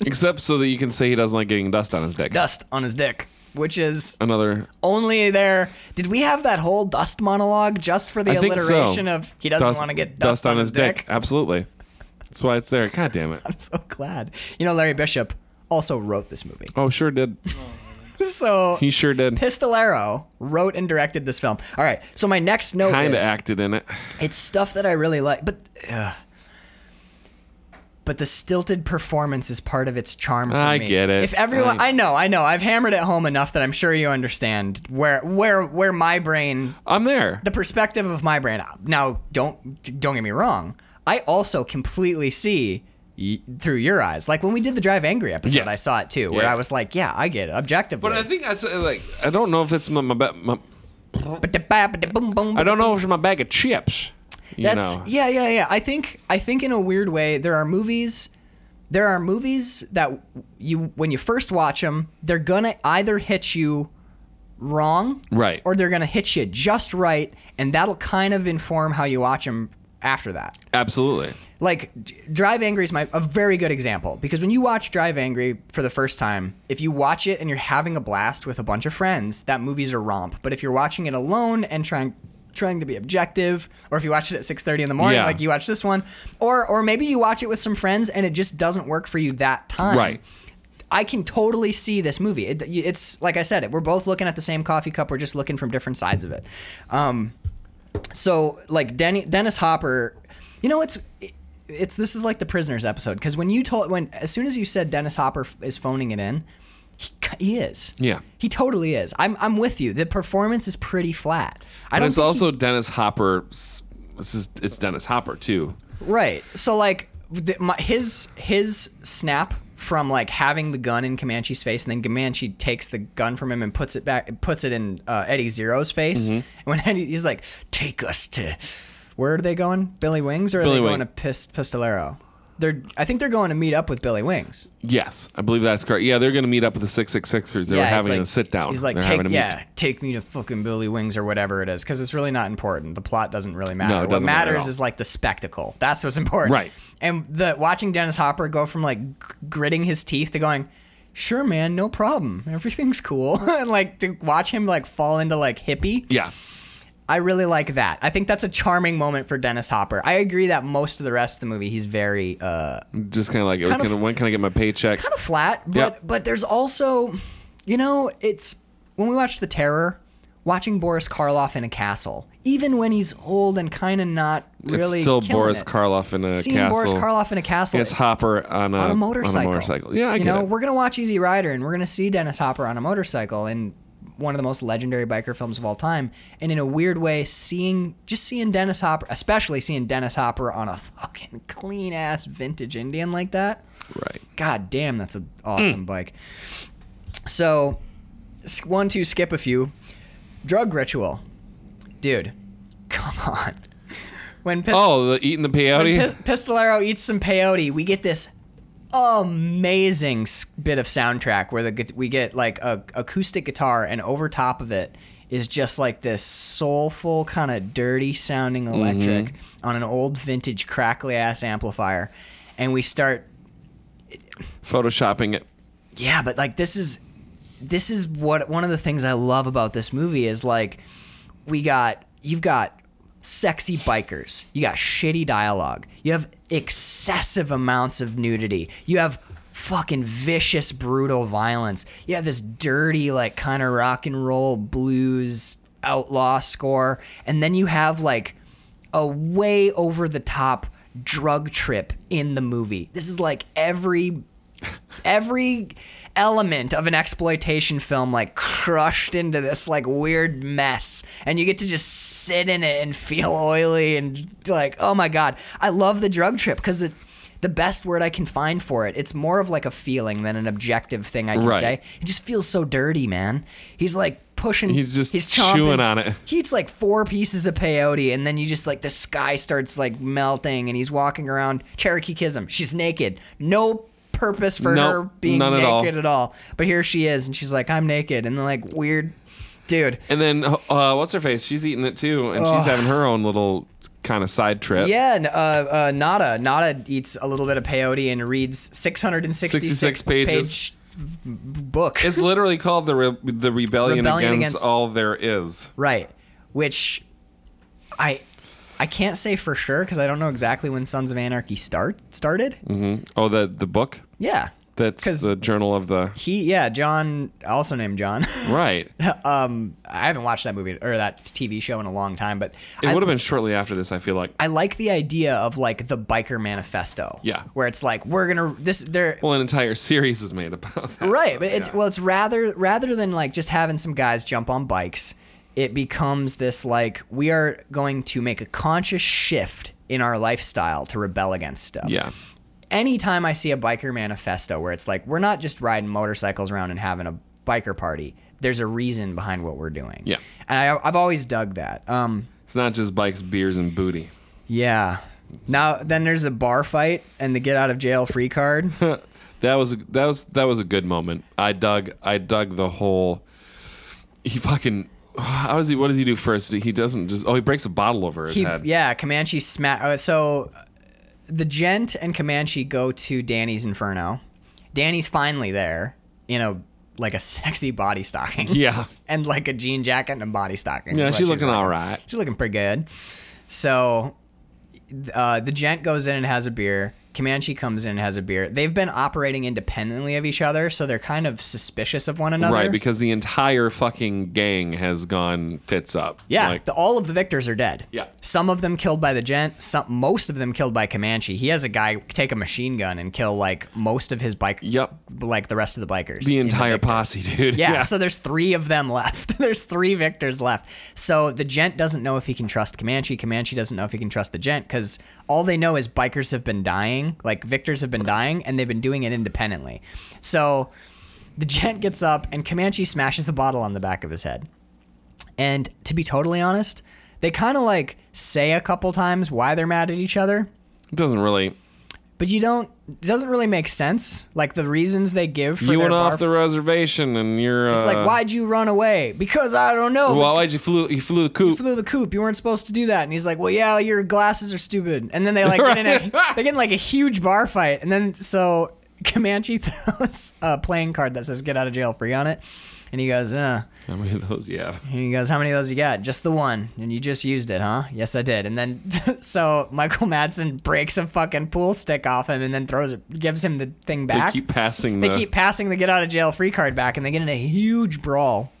[SPEAKER 4] Except so that you can say he doesn't like getting dust on his dick.
[SPEAKER 2] dust on his dick, which is
[SPEAKER 4] Another.
[SPEAKER 2] only there. Did we have that whole dust monologue just for the
[SPEAKER 4] I think
[SPEAKER 2] alliteration
[SPEAKER 4] so.
[SPEAKER 2] of he doesn't
[SPEAKER 4] Dust-
[SPEAKER 2] want to get dust, on, his dick?
[SPEAKER 4] Absolutely. That's why it's there. God damn it.
[SPEAKER 2] I'm so glad. You know, Larry Bishop also wrote this movie.
[SPEAKER 4] Oh, sure did.
[SPEAKER 2] So
[SPEAKER 4] He sure did.
[SPEAKER 2] Pistolero wrote and directed this film. All right. So my next note
[SPEAKER 4] Kind of
[SPEAKER 2] is
[SPEAKER 4] acted in it.
[SPEAKER 2] it's stuff that I really like, but. ugh. But the stilted performance is part of its charm for
[SPEAKER 4] I
[SPEAKER 2] me.
[SPEAKER 4] get it.
[SPEAKER 2] If everyone, I,
[SPEAKER 4] I-
[SPEAKER 2] know, I know, I've hammered it home enough that I'm sure you understand where where where my brain
[SPEAKER 4] I'm there.
[SPEAKER 2] the perspective of my brain. Now, don't don't get me wrong. I also completely see y- through your eyes. Like when we did the Drive Angry episode,
[SPEAKER 4] Yeah.
[SPEAKER 2] I saw it too, where
[SPEAKER 4] Yeah.
[SPEAKER 2] I was like, "Yeah, I get it objectively."
[SPEAKER 4] But I think that's uh, like I don't know if it's my, my, ba- my I
[SPEAKER 2] I
[SPEAKER 4] don't know if it's my bag of chips. You
[SPEAKER 2] That's
[SPEAKER 4] know.
[SPEAKER 2] yeah, yeah, yeah. I think I think in a weird way, there are movies. There are movies that you when you first watch them, they're gonna either hit you wrong
[SPEAKER 4] Right.
[SPEAKER 2] or they're gonna hit you just right and that'll kind of inform how you watch them after that
[SPEAKER 4] Absolutely.
[SPEAKER 2] like D- Drive Angry is my a very good example because when you watch Drive Angry for the first time, if you watch it and you're having a blast with a bunch of friends, that movie's a romp. But if you're watching it alone and trying trying to be objective, or if you watch it at 6:30 in the morning,
[SPEAKER 4] Yeah.
[SPEAKER 2] like you watch this one, or or maybe you watch it with some friends and it just doesn't work for you that time.
[SPEAKER 4] Right.
[SPEAKER 2] I can totally see this movie. It, it's like I said, we're both looking at the same coffee cup. We're just looking from different sides of it. Um, so like Denny, Dennis Hopper, you know it's it's this is like the prisoners episode because when you told when as soon as you said Dennis Hopper f- is phoning it in, he, c- he is.
[SPEAKER 4] Yeah.
[SPEAKER 2] he totally is. I'm I'm with you. The performance is pretty flat. I
[SPEAKER 4] And
[SPEAKER 2] don't
[SPEAKER 4] it's
[SPEAKER 2] think he-
[SPEAKER 4] also Dennis Hopper. s- This is it's Dennis Hopper too.
[SPEAKER 2] Right. So like th- my, his his snap from like having the gun in Comanche's face, and then Comanche takes the gun from him and puts it back, puts it in uh, Eddie Zero's
[SPEAKER 4] Mm-hmm.
[SPEAKER 2] face. And when Eddie, he's like, "Take us to," where are they going? Billy Wings, or are
[SPEAKER 4] Billy
[SPEAKER 2] they going
[SPEAKER 4] Wing.
[SPEAKER 2] to Pist- Pistolero? They're, I think they're going to meet up with Billy Wings.
[SPEAKER 4] Yes, I believe that's correct. Yeah, they're going to meet up with the six six sixers. They were
[SPEAKER 2] he's
[SPEAKER 4] having
[SPEAKER 2] like-
[SPEAKER 4] a sit down.
[SPEAKER 2] He's like,
[SPEAKER 4] they're having
[SPEAKER 2] take,
[SPEAKER 4] a
[SPEAKER 2] yeah, take me to fucking Billy Wings or whatever it is, because it's really not important. The plot doesn't really matter.
[SPEAKER 4] No, it
[SPEAKER 2] what
[SPEAKER 4] doesn't matter at
[SPEAKER 2] matters
[SPEAKER 4] all.
[SPEAKER 2] is like the spectacle. That's what's important.
[SPEAKER 4] Right.
[SPEAKER 2] And the watching Dennis Hopper go from like g- gritting his teeth to going, sure, man, no problem, everything's cool, and like to watch him like fall into like hippie.
[SPEAKER 4] Yeah,
[SPEAKER 2] I really like that. I think that's a charming moment for Dennis Hopper. I agree that most of the rest of the movie, he's very uh,
[SPEAKER 4] just kind of like
[SPEAKER 2] Kind
[SPEAKER 4] when,
[SPEAKER 2] of-
[SPEAKER 4] can, when can I get my paycheck?
[SPEAKER 2] kind of flat, but
[SPEAKER 4] Yep.
[SPEAKER 2] but there's also, you know, it's when we watch The Terror, watching Boris Karloff in a castle, even when he's old and kind of not really
[SPEAKER 4] it's still
[SPEAKER 2] killing
[SPEAKER 4] Boris
[SPEAKER 2] it,
[SPEAKER 4] Karloff in a
[SPEAKER 2] Seeing
[SPEAKER 4] castle.
[SPEAKER 2] Boris Karloff in a castle
[SPEAKER 4] It's Hopper on a,
[SPEAKER 2] on a motorcycle.
[SPEAKER 4] motorcycle. Yeah, I
[SPEAKER 2] you
[SPEAKER 4] get
[SPEAKER 2] know,
[SPEAKER 4] it.
[SPEAKER 2] we're gonna watch Easy Rider and we're gonna see Dennis Hopper on a motorcycle, and one of the most legendary biker films of all time. And in a weird way, seeing just seeing Dennis Hopper, especially seeing Dennis Hopper on a fucking clean ass vintage Indian like that.
[SPEAKER 4] Right.
[SPEAKER 2] God damn, that's an awesome bike. So, s- one, two, skip a few. Drug ritual, dude. Come on. When Pistol,
[SPEAKER 4] Oh, the eating the peyote.
[SPEAKER 2] Pis- Pistolero eats some peyote, we get this amazing s- bit of soundtrack where the gu- we get like a acoustic guitar, and over top of it is just like this soulful kind of dirty sounding electric on an old vintage crackly ass amplifier, and we start
[SPEAKER 4] photoshopping it.
[SPEAKER 2] yeah but like this is this is what one of the things i love about this movie is like we got you've got sexy bikers you got shitty dialogue you have excessive amounts of nudity you have fucking vicious brutal violence you have this dirty like kind of rock and roll blues outlaw score and then you have like a way over the top drug trip in the movie this is like every every element of an exploitation film like crushed into this like weird mess and you get to just sit in it and feel oily and like oh my god i love the drug trip because it the best word i can find for it it's more of like a feeling than an objective thing i can
[SPEAKER 4] Right.
[SPEAKER 2] say it just feels so dirty man he's like pushing
[SPEAKER 4] He's just
[SPEAKER 2] chomping.
[SPEAKER 4] chewing on it.
[SPEAKER 2] He eats like four pieces of peyote, and then you just like the sky starts like melting, and he's walking around. Cherokee Kism, she's naked. No purpose for
[SPEAKER 4] No,
[SPEAKER 2] her being
[SPEAKER 4] none at all.
[SPEAKER 2] naked at all. But here she is, and she's like, "I'm naked," and like weird, dude.
[SPEAKER 4] And then uh, what's her face? She's eating it too, and she's having her own little kind of side trip.
[SPEAKER 2] Yeah, and, uh, uh, Nada. Nada eats a little bit of peyote and reads 666
[SPEAKER 4] 66
[SPEAKER 2] page
[SPEAKER 4] pages.
[SPEAKER 2] book.
[SPEAKER 4] It's literally called the re- the rebellion,
[SPEAKER 2] Rebellion
[SPEAKER 4] against,
[SPEAKER 2] Against-
[SPEAKER 4] all there is.
[SPEAKER 2] Right. Which I I can't say for sure because I don't know exactly when Sons of Anarchy start started.
[SPEAKER 4] Oh, the the book.
[SPEAKER 2] Yeah.
[SPEAKER 4] That's
[SPEAKER 2] 'Cause-
[SPEAKER 4] the journal of the
[SPEAKER 2] He yeah, John also named John.
[SPEAKER 4] right.
[SPEAKER 2] um I haven't watched that movie or that TV show in a long time, but
[SPEAKER 4] It
[SPEAKER 2] I,
[SPEAKER 4] would have been shortly after this. I feel like.
[SPEAKER 2] I like the idea of like the biker manifesto.
[SPEAKER 4] Yeah.
[SPEAKER 2] Where it's like we're going to this there
[SPEAKER 4] Well, an entire series was made about that.
[SPEAKER 2] right but it's
[SPEAKER 4] yeah.
[SPEAKER 2] well it's rather rather than like just having some guys jump on bikes it becomes this like we are going to make a conscious shift in our lifestyle to rebel against stuff
[SPEAKER 4] Yeah.
[SPEAKER 2] anytime i see a biker manifesto where it's like we're not just riding motorcycles around and having a biker party there's a reason behind what we're doing
[SPEAKER 4] Yeah.
[SPEAKER 2] and I, i've always dug that um
[SPEAKER 4] It's not just bikes, beers, and booty.
[SPEAKER 2] yeah now then there's a bar fight and the get out of jail free card
[SPEAKER 4] That was that was that was a good moment. I dug I dug the whole. He fucking. How does he? What does he do first? He doesn't just. Oh, he breaks a bottle over his
[SPEAKER 2] He-
[SPEAKER 4] head.
[SPEAKER 2] yeah, Comanche smash. Uh, so uh, the Gent and Comanche go to Danny's Inferno. Danny's finally there in a like a sexy body stocking.
[SPEAKER 4] Yeah.
[SPEAKER 2] and like a jean jacket and a body stocking. is
[SPEAKER 4] Yeah,
[SPEAKER 2] what
[SPEAKER 4] she's looking
[SPEAKER 2] rocking.
[SPEAKER 4] all right.
[SPEAKER 2] She's looking pretty good. So uh, the gent goes in and has a beer. Comanche comes in and has a beer. They've been operating independently of each other, so they're kind of suspicious of one another.
[SPEAKER 4] Right, because the entire fucking gang has gone tits up.
[SPEAKER 2] Yeah,
[SPEAKER 4] Like,
[SPEAKER 2] the, all of the victors are dead.
[SPEAKER 4] Yeah.
[SPEAKER 2] Some of them killed by the gent, some most of them killed by Comanche. He has a guy take a machine gun and kill like most of his bike
[SPEAKER 4] Yep.
[SPEAKER 2] like the rest of the bikers.
[SPEAKER 4] the
[SPEAKER 2] in
[SPEAKER 4] entire
[SPEAKER 2] victor.
[SPEAKER 4] posse, dude.
[SPEAKER 2] yeah, so there's three of them left. there's three victors left. So the gent doesn't know if he can trust Comanche. Comanche doesn't know if he can trust the gent because all they know is bikers have been dying, like victors have been dying, and they've been doing it independently. So the gent gets up and Comanche smashes a bottle on the back of his head. And to be totally honest, they kind of like say a couple times why they're mad at each other,
[SPEAKER 4] It doesn't really.
[SPEAKER 2] but you don't. It doesn't really make sense. Like the reasons they give for
[SPEAKER 4] you
[SPEAKER 2] their
[SPEAKER 4] went
[SPEAKER 2] bar
[SPEAKER 4] off the reservation and you're. Uh,
[SPEAKER 2] it's like, why'd you run away? Because I don't know.
[SPEAKER 4] Well, why'd you flew? You flew the
[SPEAKER 2] you
[SPEAKER 4] coop.
[SPEAKER 2] flew the coop. You weren't supposed to do that. And he's like, well, yeah, your glasses are stupid. And then they like get in a, they get in like a huge bar fight. And then so Comanche throws a playing card that says "Get out of jail free" on it, and he goes, uh.
[SPEAKER 4] How many of those? Yeah.
[SPEAKER 2] And he goes, How many of those you got? Just the one. And you just used it, huh? Yes, I did. And then, so Michael Madsen breaks a fucking pool stick off him and then throws it, gives him the thing
[SPEAKER 4] They
[SPEAKER 2] back.
[SPEAKER 4] keep passing
[SPEAKER 2] They
[SPEAKER 4] the.
[SPEAKER 2] keep passing the get out of jail free card back and they get in a huge brawl.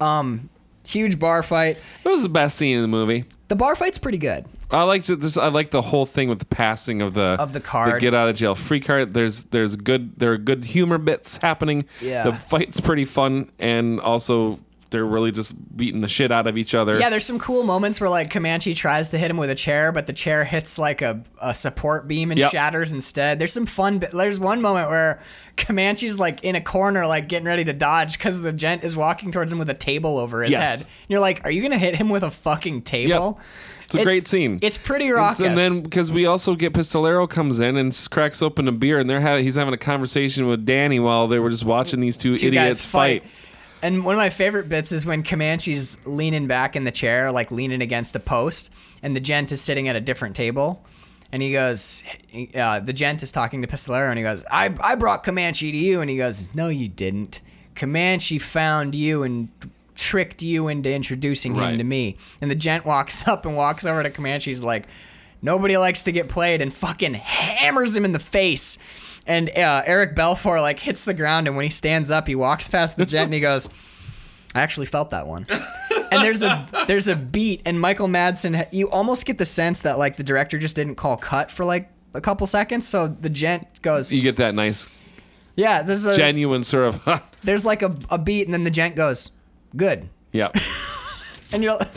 [SPEAKER 2] Um, huge bar fight.
[SPEAKER 4] It was the best scene in the movie.
[SPEAKER 2] The bar fight's pretty good.
[SPEAKER 4] I like to this. I like the whole thing with the passing of the
[SPEAKER 2] Of the card.
[SPEAKER 4] get out of jail free card. There's there's good there are good humor bits happening.
[SPEAKER 2] Yeah.
[SPEAKER 4] the fight's pretty fun, and also they're really just beating the shit out of each other.
[SPEAKER 2] Yeah, there's some cool moments where like Comanche tries to hit him with a chair, but the chair hits like a, a support beam and
[SPEAKER 4] Yep.
[SPEAKER 2] shatters instead. There's some fun. Bi- there's one moment where Comanche's like in a corner, like getting ready to dodge because the gent is walking towards him with a table over his
[SPEAKER 4] Yes.
[SPEAKER 2] head. And you're like, are you gonna hit him with a fucking table?
[SPEAKER 4] It's a great scene.
[SPEAKER 2] It's pretty raucous.
[SPEAKER 4] And then because we also get Pistolero comes in and s- cracks open a beer, and they're having he's having a conversation with Danny while they were just watching these two,
[SPEAKER 2] two
[SPEAKER 4] idiots
[SPEAKER 2] guys fight. And one of my favorite bits is when Comanche's leaning back in the chair, like leaning against a post, and the gent is sitting at a different table. And he goes, uh, the gent is talking to Pistolero, and he goes, I, I brought Comanche to you. And he goes, No, you didn't. Comanche found you and tricked you into introducing him
[SPEAKER 4] Right.
[SPEAKER 2] to me. And the gent walks up and walks over to Comanche's, like, Nobody likes to get played and fucking hammers him in the face. And uh, Eric Belfour like hits the ground and when he stands up, he walks past the jet and he goes, "I actually felt that one." And there's a there's a beat and Michael Madsen, you almost get the sense that like the director just didn't call cut for like a couple seconds. So the gent goes,
[SPEAKER 4] You get that nice
[SPEAKER 2] "Yeah, there's a,
[SPEAKER 4] genuine sort of huh.
[SPEAKER 2] there's like a, a beat," and then the gent goes, "Good."
[SPEAKER 4] yeah.
[SPEAKER 2] And you're like,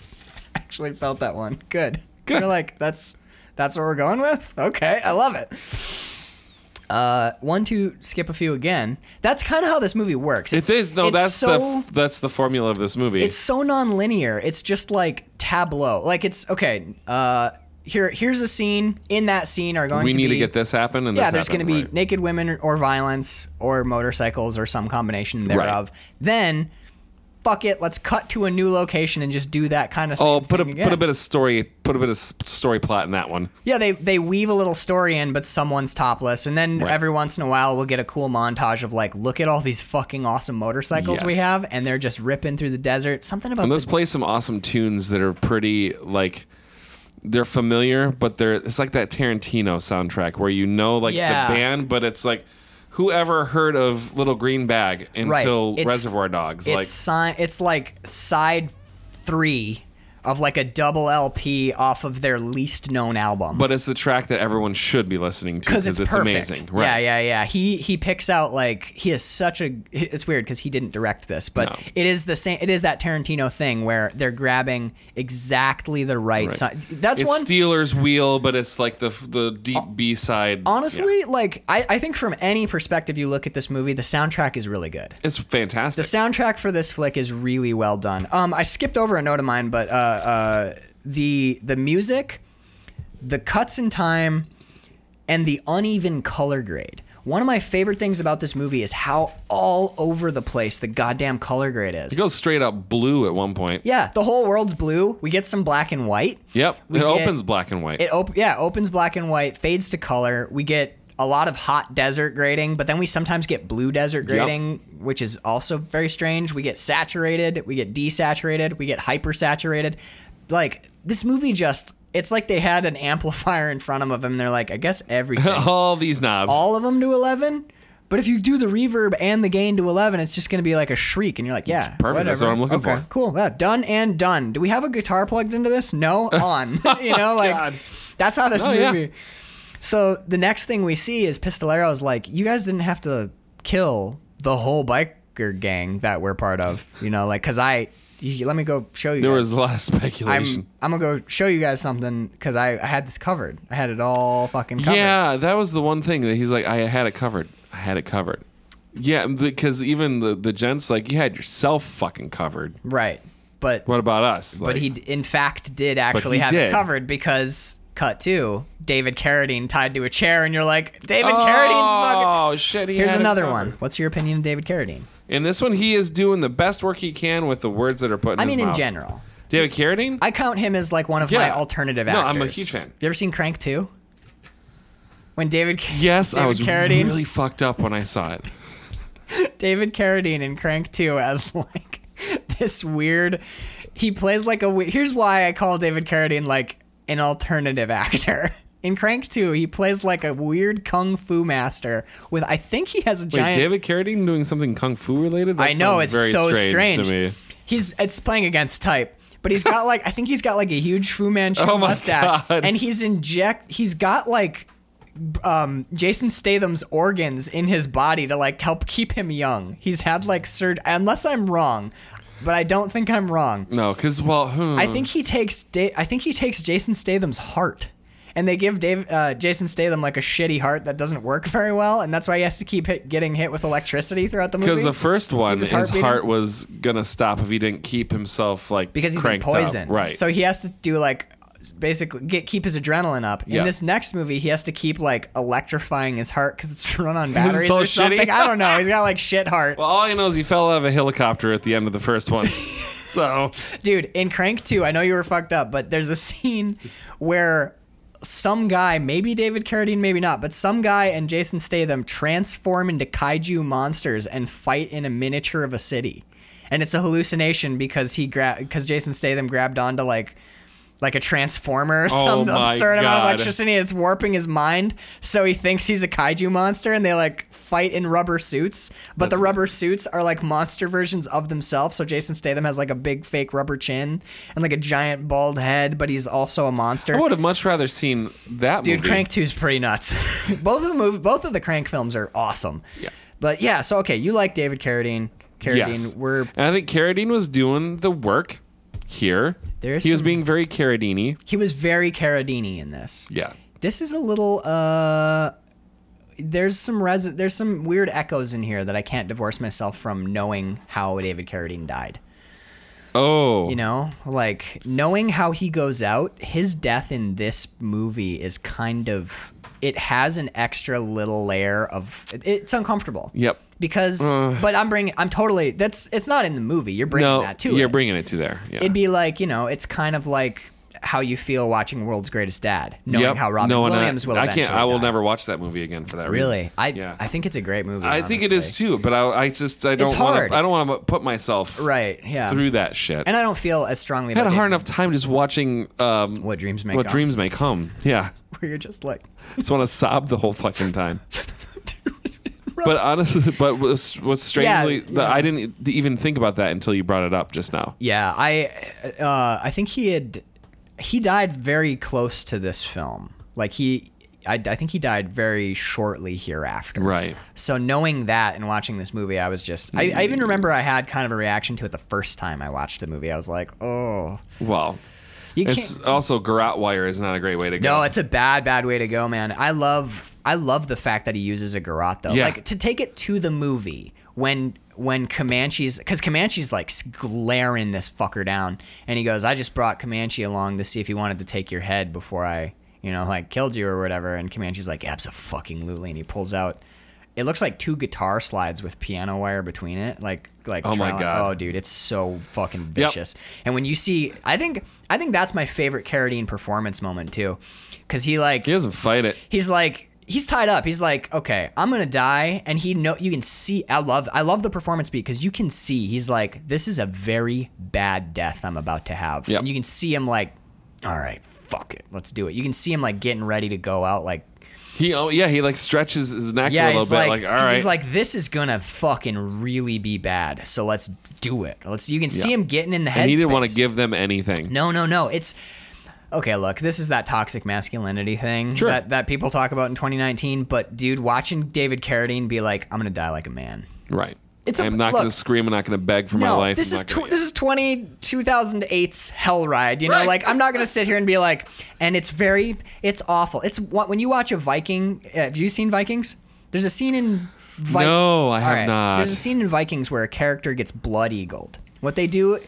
[SPEAKER 2] actually felt that one. Good.
[SPEAKER 4] Good.
[SPEAKER 2] You're like, that's that's what we're going with? Okay, I love it. Uh, one, two, skip a few again. That's kind of how this movie works.
[SPEAKER 4] It is no.
[SPEAKER 2] it's
[SPEAKER 4] that's
[SPEAKER 2] so,
[SPEAKER 4] the that's the formula of this movie.
[SPEAKER 2] it's so non-linear. It's just like tableau. Like it's okay. Uh, here, here's a scene. In that scene are going
[SPEAKER 4] we
[SPEAKER 2] to
[SPEAKER 4] need
[SPEAKER 2] be
[SPEAKER 4] to get this happen. And
[SPEAKER 2] yeah,
[SPEAKER 4] this
[SPEAKER 2] there's
[SPEAKER 4] happen,
[SPEAKER 2] going to be
[SPEAKER 4] right.
[SPEAKER 2] naked women or- or violence or motorcycles or some combination thereof. Then, fuck it, let's cut to a new location and just do that kind of
[SPEAKER 4] Oh,
[SPEAKER 2] stuff.
[SPEAKER 4] put a put a bit of story, put a bit of s- story plot in that one.
[SPEAKER 2] Yeah, they they weave a little story in, but someone's topless, and then
[SPEAKER 4] Right.
[SPEAKER 2] every once in a while we'll get a cool montage of like, look at all these fucking awesome motorcycles we
[SPEAKER 4] Yes.
[SPEAKER 2] have, and they're just ripping through the desert. Something about
[SPEAKER 4] And
[SPEAKER 2] the
[SPEAKER 4] those play some awesome tunes that are pretty like they're familiar, but they're it's like that Tarantino soundtrack where you know like
[SPEAKER 2] Yeah.
[SPEAKER 4] the band, but it's like whoever heard of Little Green Bag until
[SPEAKER 2] It's-
[SPEAKER 4] Reservoir Dogs,
[SPEAKER 2] it's
[SPEAKER 4] like
[SPEAKER 2] si- it's like side three of like a double LP off of their least known album.
[SPEAKER 4] but it's the track that everyone should be listening to
[SPEAKER 2] because it's, perfect.
[SPEAKER 4] amazing, right?
[SPEAKER 2] Yeah, yeah, yeah. He he picks out like he is such a. It's weird because he didn't direct this, but
[SPEAKER 4] No.
[SPEAKER 2] it is the same. It is that Tarantino thing where they're grabbing exactly the right,
[SPEAKER 4] Right.
[SPEAKER 2] side. That's
[SPEAKER 4] It's
[SPEAKER 2] one.
[SPEAKER 4] Steeler's Wheel, but it's like the the deep B side.
[SPEAKER 2] honestly, like I, I think from any perspective you look at this movie, the soundtrack is really good.
[SPEAKER 4] it's fantastic.
[SPEAKER 2] The soundtrack for this flick is really well done. Um, I skipped over a note of mine, but uh, uh, the the music, the cuts in time, and the uneven color grade. One of my favorite things about this movie is how all over the place the goddamn color grade is.
[SPEAKER 4] it goes straight up blue at one point.
[SPEAKER 2] Yeah, the whole world's blue. We get some black and white.
[SPEAKER 4] Yep,
[SPEAKER 2] We
[SPEAKER 4] it
[SPEAKER 2] get-
[SPEAKER 4] opens black and white.
[SPEAKER 2] It op- yeah, opens black and white, fades to color. We get a lot of hot desert grading, but then we sometimes get blue desert grading, which is also very strange. We get saturated, we get desaturated, we get hypersaturated. Like this movie just it's like they had an amplifier in front of them and they're like, I guess everything
[SPEAKER 4] All these knobs.
[SPEAKER 2] all of them to 11. But if you do the reverb and the gain to 11, it's just going to be like a shriek and you're like, yeah,
[SPEAKER 4] perfect. That's
[SPEAKER 2] whatever.
[SPEAKER 4] what I'm looking
[SPEAKER 2] okay,
[SPEAKER 4] for.
[SPEAKER 2] Cool. Yeah, done and done. Do we have a guitar plugged into this? No, on. you know, like
[SPEAKER 4] God.
[SPEAKER 2] that's how this
[SPEAKER 4] Oh, yeah.
[SPEAKER 2] movie. So the next thing we see is Pistolero is like, you guys didn't have to kill the whole biker gang that we're part of, you know, like cuz I you, let me go show you
[SPEAKER 4] there
[SPEAKER 2] guys.
[SPEAKER 4] was a lot of speculation.
[SPEAKER 2] I'm I'm going to go show you guys something cuz I, I had this covered. I had it all fucking covered.
[SPEAKER 4] Yeah, that was the one thing that he's like, I had it covered. I had it covered. Yeah, because even the the gents like, you had yourself fucking covered.
[SPEAKER 2] Right. But
[SPEAKER 4] What about us?
[SPEAKER 2] But
[SPEAKER 4] Like,
[SPEAKER 2] he, d- in fact, did actually
[SPEAKER 4] he
[SPEAKER 2] have it
[SPEAKER 4] did.
[SPEAKER 2] covered because cut two, David Carradine tied to a chair, and you're like, David Carradine's fucking.
[SPEAKER 4] Oh shit! He
[SPEAKER 2] Here's
[SPEAKER 4] had it
[SPEAKER 2] another
[SPEAKER 4] covered.
[SPEAKER 2] one. What's your opinion of David Carradine?
[SPEAKER 4] In this one, he is doing the best work he can with the words that are put. In
[SPEAKER 2] I
[SPEAKER 4] his
[SPEAKER 2] mean, in
[SPEAKER 4] mouth.
[SPEAKER 2] general,
[SPEAKER 4] David Carradine.
[SPEAKER 2] I count him as like one of my
[SPEAKER 4] Yeah.
[SPEAKER 2] alternative
[SPEAKER 4] No,
[SPEAKER 2] actors.
[SPEAKER 4] I'm a huge fan.
[SPEAKER 2] You ever seen Crank Two? When David Ca-
[SPEAKER 4] yes,
[SPEAKER 2] David
[SPEAKER 4] I was
[SPEAKER 2] Carradine,
[SPEAKER 4] really fucked up when I saw it.
[SPEAKER 2] David Carradine in Crank Two as like this weird. He plays like a. we- Here's why I call David Carradine like an alternative actor. In Crank Two, he plays like a weird kung fu master with. I think he has a
[SPEAKER 4] Wait,
[SPEAKER 2] giant.
[SPEAKER 4] David Carradine doing something kung fu related? That
[SPEAKER 2] I know
[SPEAKER 4] sounds
[SPEAKER 2] it's
[SPEAKER 4] very
[SPEAKER 2] so
[SPEAKER 4] strange,
[SPEAKER 2] strange.
[SPEAKER 4] to me.
[SPEAKER 2] He's it's playing against type. but he's got like I think he's got like a huge Fu Manchu
[SPEAKER 4] Oh my
[SPEAKER 2] mustache,
[SPEAKER 4] God.
[SPEAKER 2] and he's inject. He's got like um Jason Statham's organs in his body to like help keep him young. He's had like surgery, unless I'm wrong, but I don't think I'm wrong.
[SPEAKER 4] No, because well, hmm.
[SPEAKER 2] I think he takes da- I think he takes Jason Statham's heart. And they give Dave, uh, Jason Statham like a shitty heart that doesn't work very well, and that's why he has to keep hit, getting hit with electricity throughout the movie.
[SPEAKER 4] Because the first one,
[SPEAKER 2] his
[SPEAKER 4] his
[SPEAKER 2] heart
[SPEAKER 4] heart,
[SPEAKER 2] beating?
[SPEAKER 4] was gonna stop if he didn't keep himself like
[SPEAKER 2] because he's been
[SPEAKER 4] cranked up.
[SPEAKER 2] poisoned,
[SPEAKER 4] right?
[SPEAKER 2] So he has to do like basically get keep his adrenaline up.
[SPEAKER 4] Yeah.
[SPEAKER 2] In this next movie, he has to keep like electrifying his heart because it's run on batteries
[SPEAKER 4] so
[SPEAKER 2] or something.
[SPEAKER 4] shitty.
[SPEAKER 2] I don't know. He's got like shit heart,
[SPEAKER 4] well, all I know is he fell out of a helicopter at the end of the first one. so
[SPEAKER 2] dude. In Crank Two, I know you were fucked up, but there's a scene where. Some guy, maybe David Carradine, maybe not, but some guy and Jason Statham transform into kaiju monsters and fight in a miniature of a city, and it's a hallucination because he grabbed because Jason Statham grabbed onto like like a transformer or some
[SPEAKER 4] Oh my
[SPEAKER 2] absurd amount of
[SPEAKER 4] God.
[SPEAKER 2] electricity and it's warping his mind so he thinks he's a kaiju monster and they like fight in rubber suits but the rubber suits are like monster versions of themselves so jason statham has like a big fake rubber chin and like a giant bald head but he's also a monster
[SPEAKER 4] I would have much rather seen that
[SPEAKER 2] dude
[SPEAKER 4] movie.
[SPEAKER 2] crank 2 is pretty nuts both of the move both of the crank films are awesome
[SPEAKER 4] Yeah.
[SPEAKER 2] but yeah so okay you like david carradine carradine
[SPEAKER 4] Yes,
[SPEAKER 2] we're
[SPEAKER 4] and I think Carradine was doing the work here.
[SPEAKER 2] There's
[SPEAKER 4] he was
[SPEAKER 2] some-
[SPEAKER 4] being very Carradiney.
[SPEAKER 2] he was very carradine in this
[SPEAKER 4] Yeah.
[SPEAKER 2] This is a little uh there's some res there's some weird echoes in here that I can't divorce myself from knowing how David Carradine died.
[SPEAKER 4] Oh,
[SPEAKER 2] You know, like knowing how he goes out, his death in this movie is kind of it has an extra little layer of it- it's uncomfortable.
[SPEAKER 4] Yep.
[SPEAKER 2] Because but I'm bringing I'm totally that's it's not in the movie. You're bringing
[SPEAKER 4] Uh. No,
[SPEAKER 2] that to
[SPEAKER 4] you're
[SPEAKER 2] it.
[SPEAKER 4] bringing it to there. Yeah.
[SPEAKER 2] It'd be like, you know, it's kind of like how you feel watching World's Greatest Dad, knowing
[SPEAKER 4] Yep.
[SPEAKER 2] how Robin
[SPEAKER 4] No, and I-
[SPEAKER 2] Williams will
[SPEAKER 4] I
[SPEAKER 2] eventually
[SPEAKER 4] can't. I will
[SPEAKER 2] die.
[SPEAKER 4] never watch that movie again for that reason.
[SPEAKER 2] Really, I
[SPEAKER 4] Yeah.
[SPEAKER 2] I think it's a great movie.
[SPEAKER 4] I think it is
[SPEAKER 2] honestly.
[SPEAKER 4] too, but I, I just I don't want
[SPEAKER 2] hard.
[SPEAKER 4] to. I don't want to put myself
[SPEAKER 2] Right. Yeah.
[SPEAKER 4] through that shit.
[SPEAKER 2] And I don't feel as strongly.
[SPEAKER 4] I had
[SPEAKER 2] about
[SPEAKER 4] a hard
[SPEAKER 2] David
[SPEAKER 4] enough time just watching um,
[SPEAKER 2] What Dreams May
[SPEAKER 4] What
[SPEAKER 2] Come.
[SPEAKER 4] dreams may come. Yeah,
[SPEAKER 2] Where you're just like,
[SPEAKER 4] just want to sob the whole fucking time. but honestly, but what's, what's strangely, the- I didn't e, even think about that until you brought it up just now.
[SPEAKER 2] yeah. I uh, I think he had he died very close to this film. Like he, I, I think he died very shortly hereafter.
[SPEAKER 4] Right.
[SPEAKER 2] So knowing that and watching this movie, I was just I, I even remember I had kind of a reaction to it the first time I watched the movie. I was like, oh,
[SPEAKER 4] Well,
[SPEAKER 2] you can't.
[SPEAKER 4] it's also garrote wire is not a great way to go.
[SPEAKER 2] No, it's a bad, bad way to go, man. I love I love the fact that he uses a garrote though.
[SPEAKER 4] Yeah.
[SPEAKER 2] Like to take it to the movie when when Comanche's because Comanche's like s- glaring this fucker down, and he goes, "I just brought Comanche along to see if he wanted to take your head before I, you know, like killed you or whatever." And Comanche's like, "Absolutely," and he pulls out. It looks like two guitar slides with piano wire between it, like like
[SPEAKER 4] Oh my
[SPEAKER 2] trailing-
[SPEAKER 4] God.
[SPEAKER 2] oh dude, it's so fucking vicious. And when you see, I think I think that's my favorite Carradine performance moment too, because he like
[SPEAKER 4] he doesn't fight it.
[SPEAKER 2] he's like he's tied up. He's like, okay, I'm gonna die, and he know you can see. I love I love the performance beat because you can see he's like this is a very bad death I'm about to have.
[SPEAKER 4] Yep.
[SPEAKER 2] And you can see him like, all right, fuck it, let's do it. You can see him like getting ready to go out like
[SPEAKER 4] He oh yeah he like stretches his neck a
[SPEAKER 2] yeah,
[SPEAKER 4] little
[SPEAKER 2] he's
[SPEAKER 4] bit
[SPEAKER 2] like,
[SPEAKER 4] like all
[SPEAKER 2] 'cause
[SPEAKER 4] right
[SPEAKER 2] he's like, this is gonna fucking really be bad. So let's do it. Let's. You can see
[SPEAKER 4] Yeah.
[SPEAKER 2] him getting in the head.
[SPEAKER 4] and he didn't want to give them anything.
[SPEAKER 2] No, no, no. It's okay. Look, this is that toxic masculinity thing
[SPEAKER 4] Sure.
[SPEAKER 2] that that people talk about in 2019. But dude, watching David Carradine be like, "I'm gonna die like a man."
[SPEAKER 4] Right.
[SPEAKER 2] It's a-
[SPEAKER 4] I'm not going
[SPEAKER 2] look.
[SPEAKER 4] to scream. I'm not going to beg for my
[SPEAKER 2] No,
[SPEAKER 4] life.
[SPEAKER 2] this
[SPEAKER 4] I'm
[SPEAKER 2] is
[SPEAKER 4] not gonna-
[SPEAKER 2] tw- this is 20 2008's Hell Ride. You know,
[SPEAKER 4] Right.
[SPEAKER 2] like I'm not gonna sit here and be like, and it's very, it's awful. It's what when you watch a Viking. uh, Have you seen Vikings? There's a scene in. Vi-
[SPEAKER 4] No, I
[SPEAKER 2] All
[SPEAKER 4] have not.
[SPEAKER 2] There's a scene in Vikings where a character gets blood eagled. What they do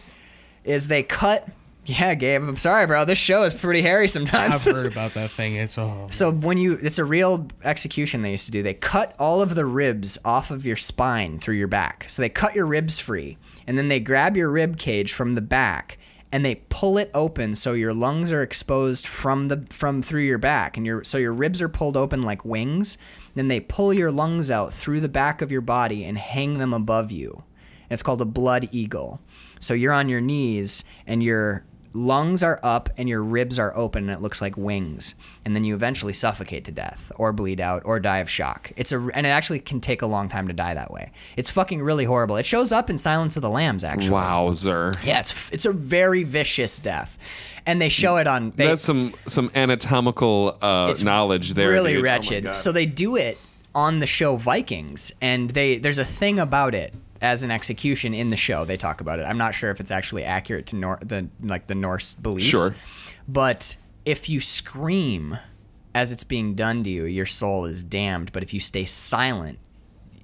[SPEAKER 2] is they cut. Yeah, Gabe. I'm sorry, bro. This show is pretty hairy
[SPEAKER 3] I've
[SPEAKER 2] sometimes.
[SPEAKER 3] heard about that thing. It's oh,
[SPEAKER 2] So when you, it's a real execution they used to do. They cut all of the ribs off of your spine through your back. So they cut your ribs free, and then they grab your rib cage from the back and they pull it open so your lungs are exposed from the from through your back and your so your ribs are pulled open like wings then they pull your lungs out through the back of your body and hang them above you it's called a blood eagle. So you're on your knees and your lungs are up and your ribs are open and it looks like wings and then you eventually suffocate to death or bleed out or die of shock it's a and it actually can take a long time to die that way it's fucking really horrible it shows up in silence of the lambs actually
[SPEAKER 4] Wowzer.
[SPEAKER 2] yeah it's it's a very vicious death and they show it on they,
[SPEAKER 4] That's some some anatomical uh,
[SPEAKER 2] it's
[SPEAKER 4] knowledge there.
[SPEAKER 2] Really
[SPEAKER 4] dude. Oh my
[SPEAKER 2] wretched.
[SPEAKER 4] God.
[SPEAKER 2] so they do it on the show Vikings, and they there's a thing about it as an execution in the show. They talk about it. I'm not sure if it's actually accurate to Nor- the like the Norse beliefs.
[SPEAKER 4] Sure.
[SPEAKER 2] but if you scream as it's being done to you, your soul is damned. But if you stay silent,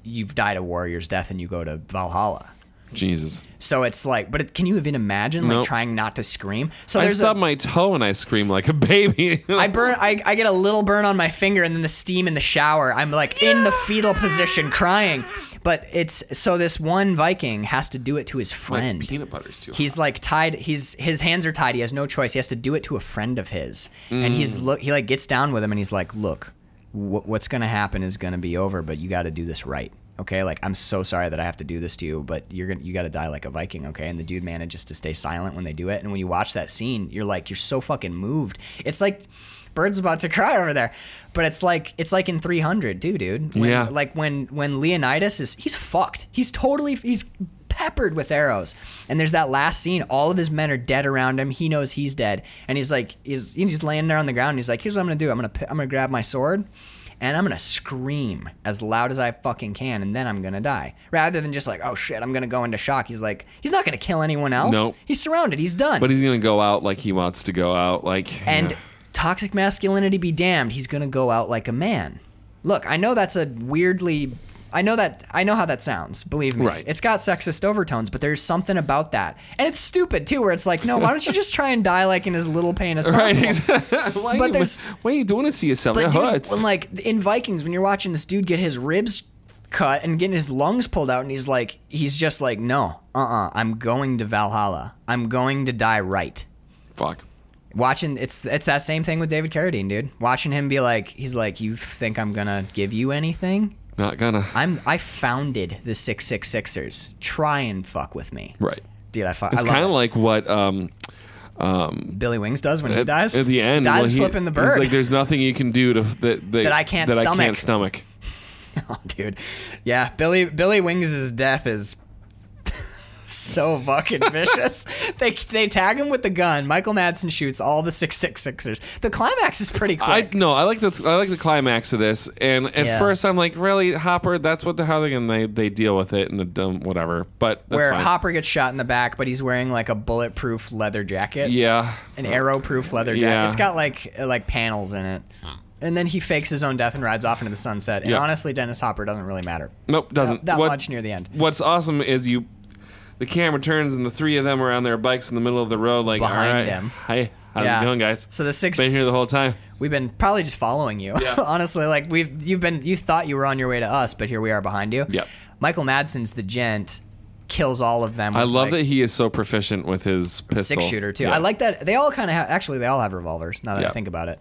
[SPEAKER 2] you've died a warrior's death, and you go to Valhalla.
[SPEAKER 4] Jesus.
[SPEAKER 2] So it's like, but it, can you even imagine like
[SPEAKER 4] Nope.
[SPEAKER 2] trying not to scream? So
[SPEAKER 4] I
[SPEAKER 2] there's a,
[SPEAKER 4] stub my toe and I scream like a baby.
[SPEAKER 2] I burn. I, I get a little burn on my finger, and then the steam in the shower. I'm like in the fetal position, crying. But it's so this one Viking has to do it to his friend.
[SPEAKER 4] peanut butter's too
[SPEAKER 2] He's like tied. He's his hands are tied. He has no choice. He has to do it to a friend of his, and he's
[SPEAKER 4] Mm.
[SPEAKER 2] look. He like gets down with him, and he's like, "Look, wh- what's gonna happen is gonna be over, but you got to do this right." Okay, like I'm so sorry that I have to do this to you, but you're gonna you gotta die like a Viking, okay? And the dude manages to stay silent when they do it. And when you watch that scene, you're like, you're so fucking moved. It's like Bird's about to cry over there. But it's like it's like in 300 too, dude. When,
[SPEAKER 4] Yeah.
[SPEAKER 2] Like when when Leonidas is he's fucked. He's totally he's peppered with arrows. And there's that last scene. All of his men are dead around him. He knows he's dead, and he's like he's he's laying there on the ground. And he's like, here's what I'm gonna do. I'm gonna pi- I'm gonna grab my sword. And I'm gonna scream as loud as I fucking can, and then I'm gonna die. Rather than just like, oh shit, I'm gonna go into shock. He's like, he's not gonna kill anyone else.
[SPEAKER 4] Nope.
[SPEAKER 2] He's surrounded. He's done.
[SPEAKER 4] But he's gonna go out like he wants to go out. Like
[SPEAKER 2] And
[SPEAKER 4] yeah.
[SPEAKER 2] toxic masculinity be damned, he's gonna go out like a man. Look, I know that's a weirdly I know that I know how that sounds, believe me.
[SPEAKER 4] Right.
[SPEAKER 2] It's got sexist overtones, but there's something about that. And it's stupid too, where it's like, no, why don't you just try and die like in as little pain as
[SPEAKER 4] Right.
[SPEAKER 2] possible?
[SPEAKER 4] why,
[SPEAKER 2] But
[SPEAKER 4] are you,
[SPEAKER 2] there's-
[SPEAKER 4] why are you doing this to yourself?
[SPEAKER 2] But
[SPEAKER 4] that
[SPEAKER 2] dude,
[SPEAKER 4] hurts.
[SPEAKER 2] when like in Vikings, when you're watching this dude get his ribs cut and getting his lungs pulled out, and he's like, he's just like, no, uh-uh, I'm going to Valhalla. I'm going to die right.
[SPEAKER 4] Fuck.
[SPEAKER 2] watching it's it's that same thing with David Carradine, dude. Watching him be like, he's like, you think I'm gonna give you anything?
[SPEAKER 4] Not gonna.
[SPEAKER 2] I'm I founded the six six sixers. Try and fuck with me,
[SPEAKER 4] right.
[SPEAKER 2] dude. I fu-
[SPEAKER 4] It's
[SPEAKER 2] I love
[SPEAKER 4] kind of like what um,
[SPEAKER 2] it. Billy Wings does when he
[SPEAKER 4] at,
[SPEAKER 2] dies
[SPEAKER 4] at the end.
[SPEAKER 2] He dies
[SPEAKER 4] well, he-
[SPEAKER 2] flipping the
[SPEAKER 4] he's
[SPEAKER 2] bird,
[SPEAKER 4] like there's nothing you can do to that that,
[SPEAKER 2] That I can't
[SPEAKER 4] that I
[SPEAKER 2] stomach.
[SPEAKER 4] can't stomach.
[SPEAKER 2] Oh, dude. Yeah, Billy Billy Wings' death is. So fucking vicious. they they tag him with the gun. Michael Madsen shoots all the six six sixers. The climax is pretty quick.
[SPEAKER 4] I no, I like the I like the climax of this, and at
[SPEAKER 2] Yeah.
[SPEAKER 4] first I'm like, really, Hopper? That's what the how they're gonna they, they deal with it and the dumb whatever. But that's
[SPEAKER 2] where
[SPEAKER 4] fine.
[SPEAKER 2] Hopper gets shot in the back, but he's wearing like a bulletproof leather jacket.
[SPEAKER 4] yeah,
[SPEAKER 2] an arrow-proof leather jacket.
[SPEAKER 4] Yeah.
[SPEAKER 2] It's got like uh, like panels in it. And then he fakes his own death and rides off into the sunset. And
[SPEAKER 4] Yeah.
[SPEAKER 2] honestly, Dennis Hopper doesn't really matter.
[SPEAKER 4] nope, doesn't
[SPEAKER 2] that
[SPEAKER 4] What-
[SPEAKER 2] much near the end.
[SPEAKER 4] What's awesome is you, the camera turns and the three of them are on their bikes in the middle of the road, like
[SPEAKER 2] Behind
[SPEAKER 4] all right,
[SPEAKER 2] them.
[SPEAKER 4] Hi, how's
[SPEAKER 2] Yeah.
[SPEAKER 4] it going, guys?
[SPEAKER 2] So the six-
[SPEAKER 4] been here the whole time.
[SPEAKER 2] We've been probably just following you.
[SPEAKER 4] Yeah.
[SPEAKER 2] honestly, like we've you've been you thought you were on your way to us, but here we are behind you.
[SPEAKER 4] Yep.
[SPEAKER 2] Michael Madsen's the gent, kills all of them.
[SPEAKER 4] I
[SPEAKER 2] with,
[SPEAKER 4] love
[SPEAKER 2] like,
[SPEAKER 4] that he is so proficient with his pistol.
[SPEAKER 2] six shooter too.
[SPEAKER 4] Yeah.
[SPEAKER 2] I like that they all kind of have, actually they all have revolvers. Now that I
[SPEAKER 4] Yeah.
[SPEAKER 2] think about it,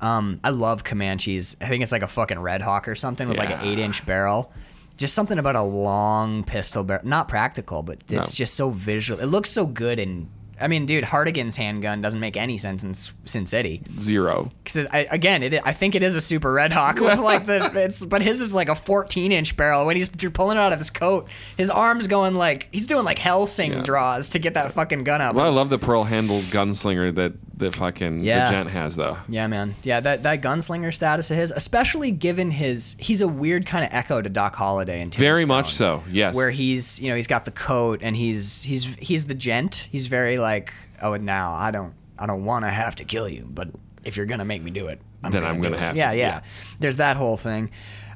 [SPEAKER 2] um, I love Comanches. I think it's like a fucking Red Hawk or something with like an
[SPEAKER 4] Yeah.
[SPEAKER 2] eight inch barrel. Just something about a long pistol barrel. Not practical, but it's just so visual. It looks so good and. I mean, dude, Hardigan's handgun doesn't make any sense in S- Sin City
[SPEAKER 4] zero.
[SPEAKER 2] because again, it I think it is a super Red Hawk with like the it's, but his is like a 14 inch barrel. When he's pulling it out of his coat, his arms going like he's doing like Helsing
[SPEAKER 4] Yeah.
[SPEAKER 2] draws to get that fucking gun up.
[SPEAKER 4] Well, I love the pearl handled gunslinger that that fucking
[SPEAKER 2] Yeah.
[SPEAKER 4] the gent has though.
[SPEAKER 2] Yeah, man. Yeah, that, that gunslinger status of his, especially given his, he's a weird kind of echo to Doc Holliday and
[SPEAKER 4] Very much so. Yes.
[SPEAKER 2] Where he's, you know, he's got the coat and he's he's he's the gent. He's very like, oh, and now I don't I don't want to have to kill you, but if you're gonna make me do it, I'm
[SPEAKER 4] Then
[SPEAKER 2] gonna
[SPEAKER 4] I'm
[SPEAKER 2] do
[SPEAKER 4] gonna
[SPEAKER 2] it.
[SPEAKER 4] have
[SPEAKER 2] yeah,
[SPEAKER 4] to,
[SPEAKER 2] Yeah,
[SPEAKER 4] yeah.
[SPEAKER 2] There's that whole thing.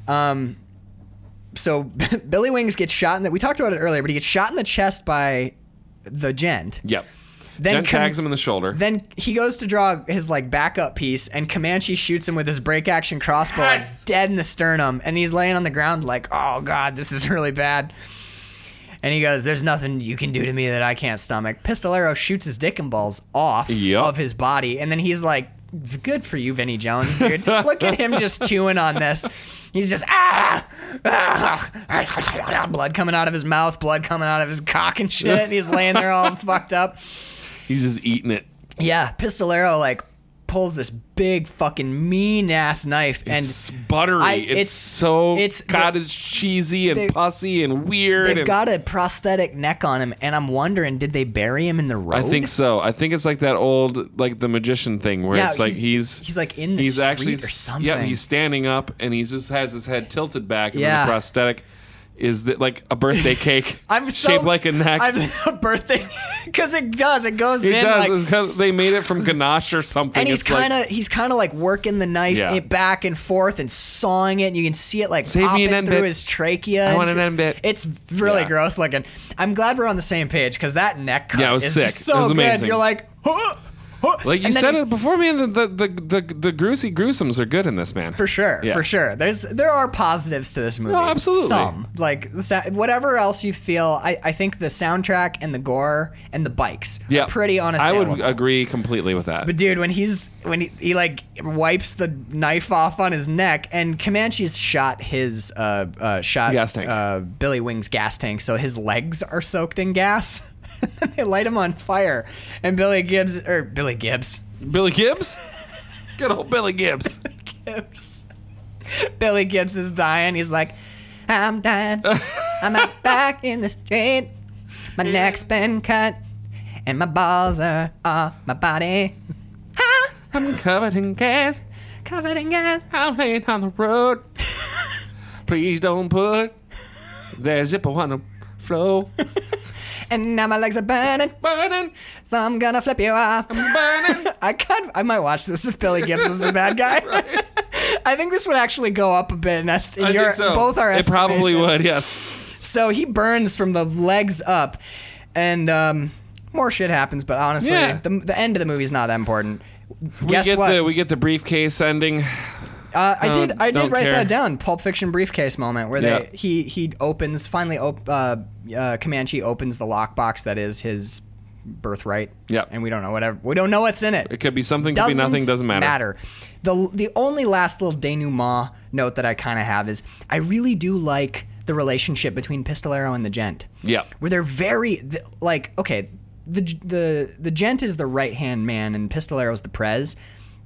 [SPEAKER 2] Um, so Billy Wings gets shot in the. We talked about it earlier, but he gets shot in the chest by the gent.
[SPEAKER 4] Yep.
[SPEAKER 2] Then
[SPEAKER 4] gent
[SPEAKER 2] con-
[SPEAKER 4] tags him in the shoulder.
[SPEAKER 2] Then he goes to draw his like backup piece, and Comanche shoots him with his break action crossbow, and dead in the sternum, and he's laying on the ground like, "Oh God, this is really bad." And he goes, "There's nothing you can do to me that I can't stomach." Pistolero shoots his dick and balls off
[SPEAKER 4] Yup.
[SPEAKER 2] of his body, and then he's like, "Good for you, Vinny Jones, dude. Look at him just chewing on this. He's just ah, ah, blood coming out of his mouth, blood coming out of his cock and shit, and he's laying there all fucked up."
[SPEAKER 4] He's just eating it.
[SPEAKER 2] Yeah, Pistolero like pulls this big fucking mean ass knife and
[SPEAKER 4] It's buttery.
[SPEAKER 2] I-
[SPEAKER 4] it's,
[SPEAKER 2] it's-
[SPEAKER 4] so
[SPEAKER 2] it's-
[SPEAKER 4] God is cheesy and
[SPEAKER 2] they-
[SPEAKER 4] pussy and weird.
[SPEAKER 2] they've
[SPEAKER 4] and-
[SPEAKER 2] got a prosthetic neck on him and I'm wondering did they bury him in the
[SPEAKER 4] I
[SPEAKER 2] road?
[SPEAKER 4] think so. I think it's like that old like the magician thing where
[SPEAKER 2] Yeah,
[SPEAKER 4] it's like he's
[SPEAKER 2] he's- he's, like, in the street or something.
[SPEAKER 4] Yeah, he's standing up and he just has his head tilted back and
[SPEAKER 2] Yeah.
[SPEAKER 4] then the prosthetic is the, like a birthday cake
[SPEAKER 2] I'm so,
[SPEAKER 4] shaped like a neck.
[SPEAKER 2] I'm a birthday because it does. It goes
[SPEAKER 4] it
[SPEAKER 2] in
[SPEAKER 4] does.
[SPEAKER 2] like
[SPEAKER 4] it's 'cause they made it from ganache or something.
[SPEAKER 2] and he's
[SPEAKER 4] It's like,
[SPEAKER 2] kind of he's kind of like working the knife
[SPEAKER 4] Yeah.
[SPEAKER 2] it back and forth and sawing it. and You can see it like
[SPEAKER 4] Save me
[SPEAKER 2] popping
[SPEAKER 4] an end
[SPEAKER 2] through
[SPEAKER 4] bit.
[SPEAKER 2] his trachea.
[SPEAKER 4] I
[SPEAKER 2] and
[SPEAKER 4] want an
[SPEAKER 2] shit.
[SPEAKER 4] end bit.
[SPEAKER 2] It's really
[SPEAKER 4] Yeah.
[SPEAKER 2] gross looking. I'm glad we're on the same page because that neck cut
[SPEAKER 4] Yeah, it was
[SPEAKER 2] is
[SPEAKER 4] sick.
[SPEAKER 2] just
[SPEAKER 4] It
[SPEAKER 2] so
[SPEAKER 4] was
[SPEAKER 2] good.
[SPEAKER 4] amazing.
[SPEAKER 2] You're like, huh, huh.
[SPEAKER 4] like you
[SPEAKER 2] And then
[SPEAKER 4] said
[SPEAKER 2] he-
[SPEAKER 4] it before, man. The the the the, the gruesy gruesomes are good in this man.
[SPEAKER 2] For sure,
[SPEAKER 4] Yeah.
[SPEAKER 2] for sure. There's there are positives to this movie.
[SPEAKER 4] No, absolutely.
[SPEAKER 2] Some like the sa- whatever else you feel. I, I think the soundtrack and the gore and the bikes
[SPEAKER 4] Yeah,
[SPEAKER 2] are pretty
[SPEAKER 4] I
[SPEAKER 2] unassailable.
[SPEAKER 4] would agree completely with that.
[SPEAKER 2] But dude, when he's when he, he like wipes the knife off on his neck, and Comanche's shot his uh, uh shot
[SPEAKER 4] Gas tank.
[SPEAKER 2] uh Billy Wing's gas tank, so his legs are soaked in gas. they light him on fire, and Billy Gibbs or Billy Gibbs,
[SPEAKER 4] Billy Gibbs, good old Billy Gibbs.
[SPEAKER 2] Gibbs, Billy Gibbs is dying. He's like, I'm dying. I'm out back in the street. My neck's been cut, and my balls are off my body,
[SPEAKER 4] I'm covered in gas.
[SPEAKER 2] covered in gas.
[SPEAKER 4] I'm laying on the road. Please don't put that zipper on the floor.
[SPEAKER 2] And now my legs are burning.
[SPEAKER 4] Burning,
[SPEAKER 2] So I'm gonna flip you off.
[SPEAKER 4] Um, burning.
[SPEAKER 2] I could. I might watch this if Billy Gibbs was the bad guy. I think this would actually go up a bit in, est- in
[SPEAKER 4] I
[SPEAKER 2] your
[SPEAKER 4] think so.
[SPEAKER 2] both our
[SPEAKER 4] It probably
[SPEAKER 2] estimations.
[SPEAKER 4] would, yes.
[SPEAKER 2] So he burns from the legs up, and um, more shit happens. But honestly,
[SPEAKER 4] Yeah.
[SPEAKER 2] the, the end of the movie is not that important.
[SPEAKER 4] we
[SPEAKER 2] Guess
[SPEAKER 4] get
[SPEAKER 2] what?
[SPEAKER 4] the we get the briefcase ending.
[SPEAKER 2] Uh, I did. I did
[SPEAKER 4] don't
[SPEAKER 2] write
[SPEAKER 4] care.
[SPEAKER 2] that down. Pulp Fiction briefcase moment where they
[SPEAKER 4] Yeah.
[SPEAKER 2] he he opens finally. Op, uh, uh, Comanche opens the lockbox that is his birthright.
[SPEAKER 4] Yeah.
[SPEAKER 2] and we don't know whatever. We don't know what's in it.
[SPEAKER 4] It could be something, could be nothing, doesn't matter.
[SPEAKER 2] The the only last little denouement note that I kind of have is I really do like the relationship between Pistolero and the gent.
[SPEAKER 4] Yeah.
[SPEAKER 2] Where they're very th- like okay, the the the gent is the right-hand man and Pistolero's the prez,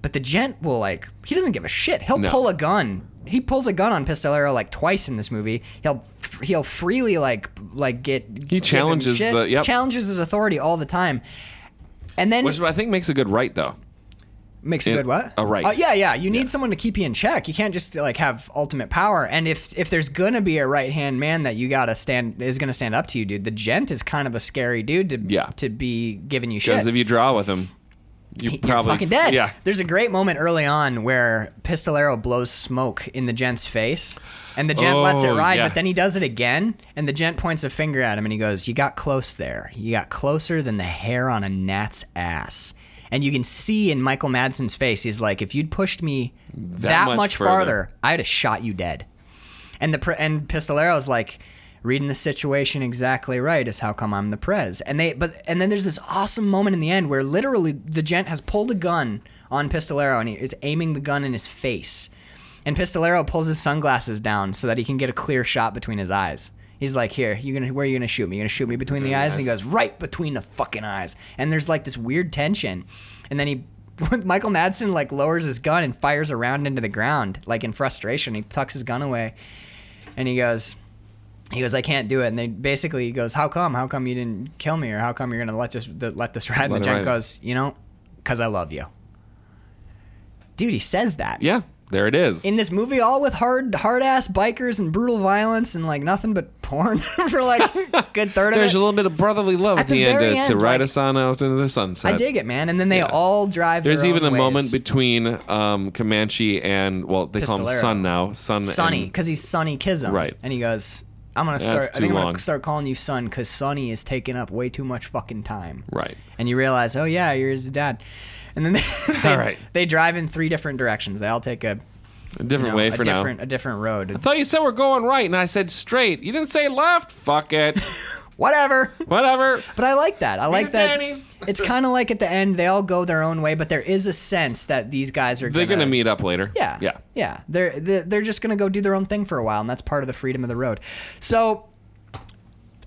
[SPEAKER 2] but the gent will like he doesn't give a shit. He'll
[SPEAKER 4] No.
[SPEAKER 2] pull a gun. He pulls a gun on Pistolero like twice in this movie. He'll he'll freely like like get give him
[SPEAKER 4] challenges
[SPEAKER 2] shit,
[SPEAKER 4] the- yep.
[SPEAKER 2] challenges his authority all the time. And then
[SPEAKER 4] Which I think makes a good right though.
[SPEAKER 2] Makes a
[SPEAKER 4] In-
[SPEAKER 2] good what?
[SPEAKER 4] a right.
[SPEAKER 2] Uh, yeah, yeah. You need someone to keep you in check. You can't just like have ultimate power. And if if there's gonna be a right hand man that you gotta stand is gonna stand up to you, dude. The gent is kind of a scary dude to
[SPEAKER 4] Yeah.
[SPEAKER 2] to be giving you shit.
[SPEAKER 4] Because if you draw with him, you
[SPEAKER 2] You're
[SPEAKER 4] probably
[SPEAKER 2] fucking dead.
[SPEAKER 4] Yeah.
[SPEAKER 2] There's a great moment early on where Pistolero blows smoke in the gent's face, and the gent lets it
[SPEAKER 4] Oh,
[SPEAKER 2] ride,
[SPEAKER 4] yeah.
[SPEAKER 2] but then he does it again, and the gent points a finger at him and he goes, "You got close there. You got closer than the hair on a gnat's ass." And you can see in Michael Madsen's face, he's like, "If you'd pushed me that, much,
[SPEAKER 4] much
[SPEAKER 2] farther,
[SPEAKER 4] further.
[SPEAKER 2] I'd have shot you dead." And the pre- and Pistolero's like reading the situation exactly right is how come I'm the prez. And they but and then there's this awesome moment in the end where literally the gent has pulled a gun on Pistolero and he is aiming the gun in his face. And Pistolero pulls his sunglasses down so that he can get a clear shot between his eyes. He's like, "Here, you gonna where are you gonna shoot me? You gonna shoot me between the eyes?" And he goes, "Right between the fucking eyes." And there's like this weird tension, and then he, Michael Madsen like lowers his gun and fires around into the ground, like in frustration. He tucks his gun away, and he goes, he goes, I can't do it. And they basically he goes, How come? How come you didn't kill me? Or how come you're gonna let just th- let this ride? And
[SPEAKER 4] Let
[SPEAKER 2] the
[SPEAKER 4] it
[SPEAKER 2] gent
[SPEAKER 4] ride.
[SPEAKER 2] goes, You know, because I love you. Dude, he says that
[SPEAKER 4] Yeah. There it is.
[SPEAKER 2] in this movie, all with hard hard ass bikers and brutal violence and like nothing but porn for like a good third of
[SPEAKER 4] There's
[SPEAKER 2] it.
[SPEAKER 4] a little bit of brotherly love at,
[SPEAKER 2] the
[SPEAKER 4] the, end,
[SPEAKER 2] very
[SPEAKER 4] to, to
[SPEAKER 2] end,
[SPEAKER 4] ride
[SPEAKER 2] like-
[SPEAKER 4] us on out into the sunset.
[SPEAKER 2] I dig it, man. And then they all drive.
[SPEAKER 4] There's
[SPEAKER 2] their
[SPEAKER 4] even a
[SPEAKER 2] own ways.
[SPEAKER 4] moment between um, Comanche and well, they call him
[SPEAKER 2] Pistolero.
[SPEAKER 4] Sun now. Sun.
[SPEAKER 2] Sonny,
[SPEAKER 4] and-
[SPEAKER 2] because he's Sonny Kism.
[SPEAKER 4] Right.
[SPEAKER 2] And he goes, I'm gonna start. I
[SPEAKER 4] too
[SPEAKER 2] think I'm
[SPEAKER 4] long.
[SPEAKER 2] gonna start calling you Son because Sonny is taking up way too much fucking time.
[SPEAKER 4] Right.
[SPEAKER 2] and you realize, oh yeah, you're his dad. And then they, they,
[SPEAKER 4] All right.
[SPEAKER 2] they drive in three different directions. They all take a,
[SPEAKER 4] A
[SPEAKER 2] you
[SPEAKER 4] different
[SPEAKER 2] know,
[SPEAKER 4] way
[SPEAKER 2] a
[SPEAKER 4] for
[SPEAKER 2] different
[SPEAKER 4] now.
[SPEAKER 2] a different road.
[SPEAKER 4] So you said we're going right, and I said straight. You didn't say left. Fuck it.
[SPEAKER 2] Whatever.
[SPEAKER 4] Whatever.
[SPEAKER 2] But I like that. I like
[SPEAKER 4] and
[SPEAKER 2] that.
[SPEAKER 4] Danny's.
[SPEAKER 2] It's kind of like at the end, they all go their own way, but there is a sense that these guys are
[SPEAKER 4] They're gonna meet up later.
[SPEAKER 2] Yeah.
[SPEAKER 4] Yeah.
[SPEAKER 2] Yeah. They're they're they're just gonna go do their own thing for a while, and that's part of the freedom of the road. So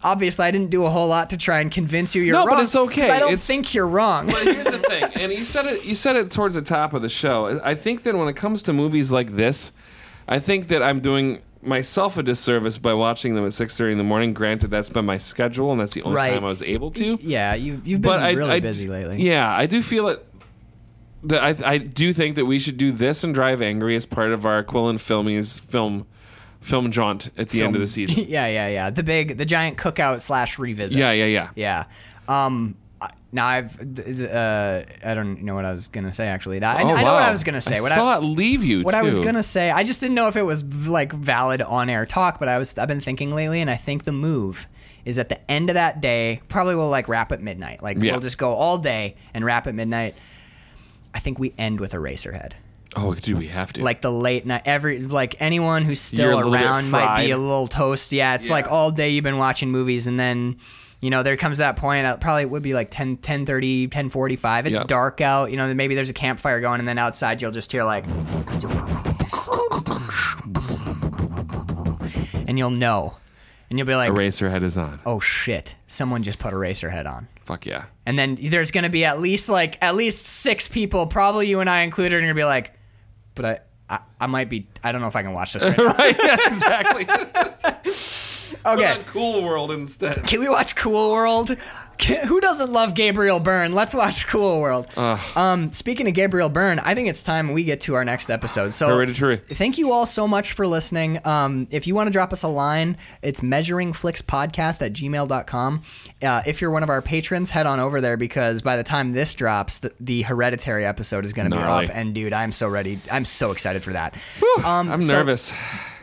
[SPEAKER 2] obviously, I didn't do a whole lot to try and convince you you're
[SPEAKER 4] No,
[SPEAKER 2] wrong.
[SPEAKER 4] but it's okay.
[SPEAKER 2] 'cause I don't
[SPEAKER 4] It's-
[SPEAKER 2] think you're wrong.
[SPEAKER 4] But here's the thing, and you said it. You said it towards the top of the show. I think that when it comes to movies like this, I think that I'm doing myself a disservice by watching them at 6:30 in the morning. Granted, that's been my schedule, and that's the only
[SPEAKER 2] Right.
[SPEAKER 4] time I was able to.
[SPEAKER 2] yeah, you you've been
[SPEAKER 4] But I
[SPEAKER 2] really
[SPEAKER 4] I-
[SPEAKER 2] busy lately.
[SPEAKER 4] Yeah, I do feel it. That I I do think that we should do this and Drive Angry as part of our Quill and Filmies film film jaunt at the end of the season.
[SPEAKER 2] yeah, yeah, yeah. The big, the giant cookout slash revisit.
[SPEAKER 4] yeah, yeah, yeah.
[SPEAKER 2] yeah. Um, I- now I've, d- d- uh, I don't know what I was gonna say actually. I, I know what I was gonna say.
[SPEAKER 4] Oh, I
[SPEAKER 2] What I-
[SPEAKER 4] saw it leave you.
[SPEAKER 2] What I was
[SPEAKER 4] too.
[SPEAKER 2] gonna say, I just didn't know if it was v- like valid on air talk, but I was I've been thinking lately, and I think the move is at the end of that day. Probably we'll like wrap at midnight. Like
[SPEAKER 4] Yeah.
[SPEAKER 2] we'll just go all day and wrap at midnight. I think we end with a Eraserhead.
[SPEAKER 4] Oh, do we have to?
[SPEAKER 2] Like the late night, every like anyone who's
[SPEAKER 4] You're a
[SPEAKER 2] still
[SPEAKER 4] little bit
[SPEAKER 2] around might be
[SPEAKER 4] fried.
[SPEAKER 2] a little toast. Yeah, it's like
[SPEAKER 4] Yeah.
[SPEAKER 2] all day you've been watching movies, and then you know there comes that point. uh, Probably it would be like 10, 10.30, 10.45. It's
[SPEAKER 4] Yep.
[SPEAKER 2] dark out. You know maybe there's a campfire going, and then outside you'll just hear like. and you'll know. And you'll be like,
[SPEAKER 4] Eraserhead is on.
[SPEAKER 2] oh shit, someone just put a racer head on.
[SPEAKER 4] Fuck yeah.
[SPEAKER 2] And then there's going to be at least like, at least six people, probably you and I included, and you're going to be like, but I. I, I might be. I don't know if I can watch this right now.
[SPEAKER 4] right, yeah, exactly.
[SPEAKER 2] Okay.
[SPEAKER 4] Cool World instead.
[SPEAKER 2] Can we watch Cool World? Can, who doesn't love Gabriel Byrne? Let's watch Cool World. Um, speaking of Gabriel Byrne, I think it's time we get to our next episode. So,
[SPEAKER 4] Hereditary.
[SPEAKER 2] thank you all so much for listening. Um, if you want to drop us a line, it's measuringflixpodcast at gmail.com. Uh, if you're one of our patrons, head on over there because by the time this drops, the, the Hereditary episode is going to be
[SPEAKER 4] Gnarly.
[SPEAKER 2] up. And, dude, I'm so ready. I'm so excited for that. Um,
[SPEAKER 4] I'm
[SPEAKER 2] so-
[SPEAKER 4] nervous.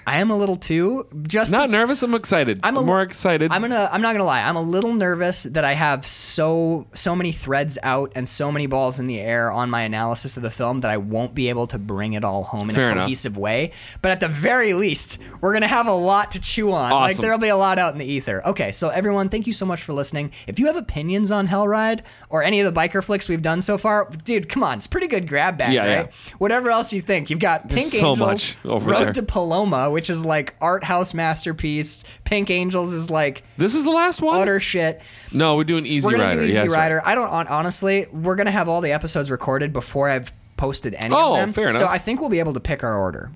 [SPEAKER 2] I am a little too. Just
[SPEAKER 4] Not
[SPEAKER 2] as-
[SPEAKER 4] nervous. I'm excited. I'm
[SPEAKER 2] a
[SPEAKER 4] more
[SPEAKER 2] li-
[SPEAKER 4] excited.
[SPEAKER 2] I'm gonna. I'm not gonna lie. I'm a little nervous that I have so so many threads out and so many balls in the air on my analysis of the film that I won't be able to bring it all home in
[SPEAKER 4] Fair
[SPEAKER 2] a
[SPEAKER 4] enough.
[SPEAKER 2] cohesive way. But at the very least, we're gonna have a lot to chew on. Like
[SPEAKER 4] Awesome.
[SPEAKER 2] there'll be a lot out in the ether. Okay, so everyone, thank you so much for listening. If you have opinions on Hell Ride or any of the biker flicks we've done so far, dude, come on, it's a pretty good grab bag,
[SPEAKER 4] Yeah,
[SPEAKER 2] right? Whatever else you think, you've got Pink
[SPEAKER 4] so
[SPEAKER 2] Angels,
[SPEAKER 4] much over
[SPEAKER 2] Road
[SPEAKER 4] there.
[SPEAKER 2] to Paloma, which is like art house masterpiece. Pink Angels is like
[SPEAKER 4] this is the last one.
[SPEAKER 2] utter shit.
[SPEAKER 4] No, we're doing Easy
[SPEAKER 2] We're gonna
[SPEAKER 4] Rider.
[SPEAKER 2] do Easy
[SPEAKER 4] Yeah, that's right.
[SPEAKER 2] Rider. I don't hon- honestly. We're gonna have all the episodes recorded before I've posted any
[SPEAKER 4] Oh,
[SPEAKER 2] of them.
[SPEAKER 4] fair
[SPEAKER 2] So
[SPEAKER 4] enough.
[SPEAKER 2] I think we'll be able to pick our order.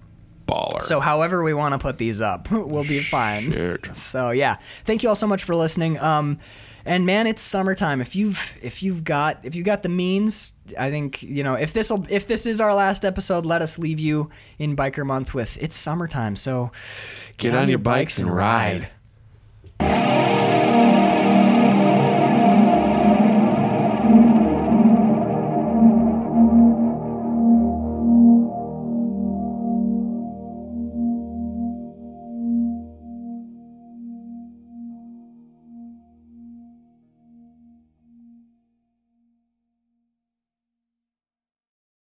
[SPEAKER 4] Baller.
[SPEAKER 2] So however we want to put these up, we'll be fine.
[SPEAKER 4] Shit.
[SPEAKER 2] So yeah, thank you all so much for listening. Um, and man, it's summertime. If you've if you've got if you got the means, I think you know if this will if this is our last episode, let us leave you in Biker Month with it's summertime. So
[SPEAKER 4] Get on your bikes and ride.
[SPEAKER 2] ride.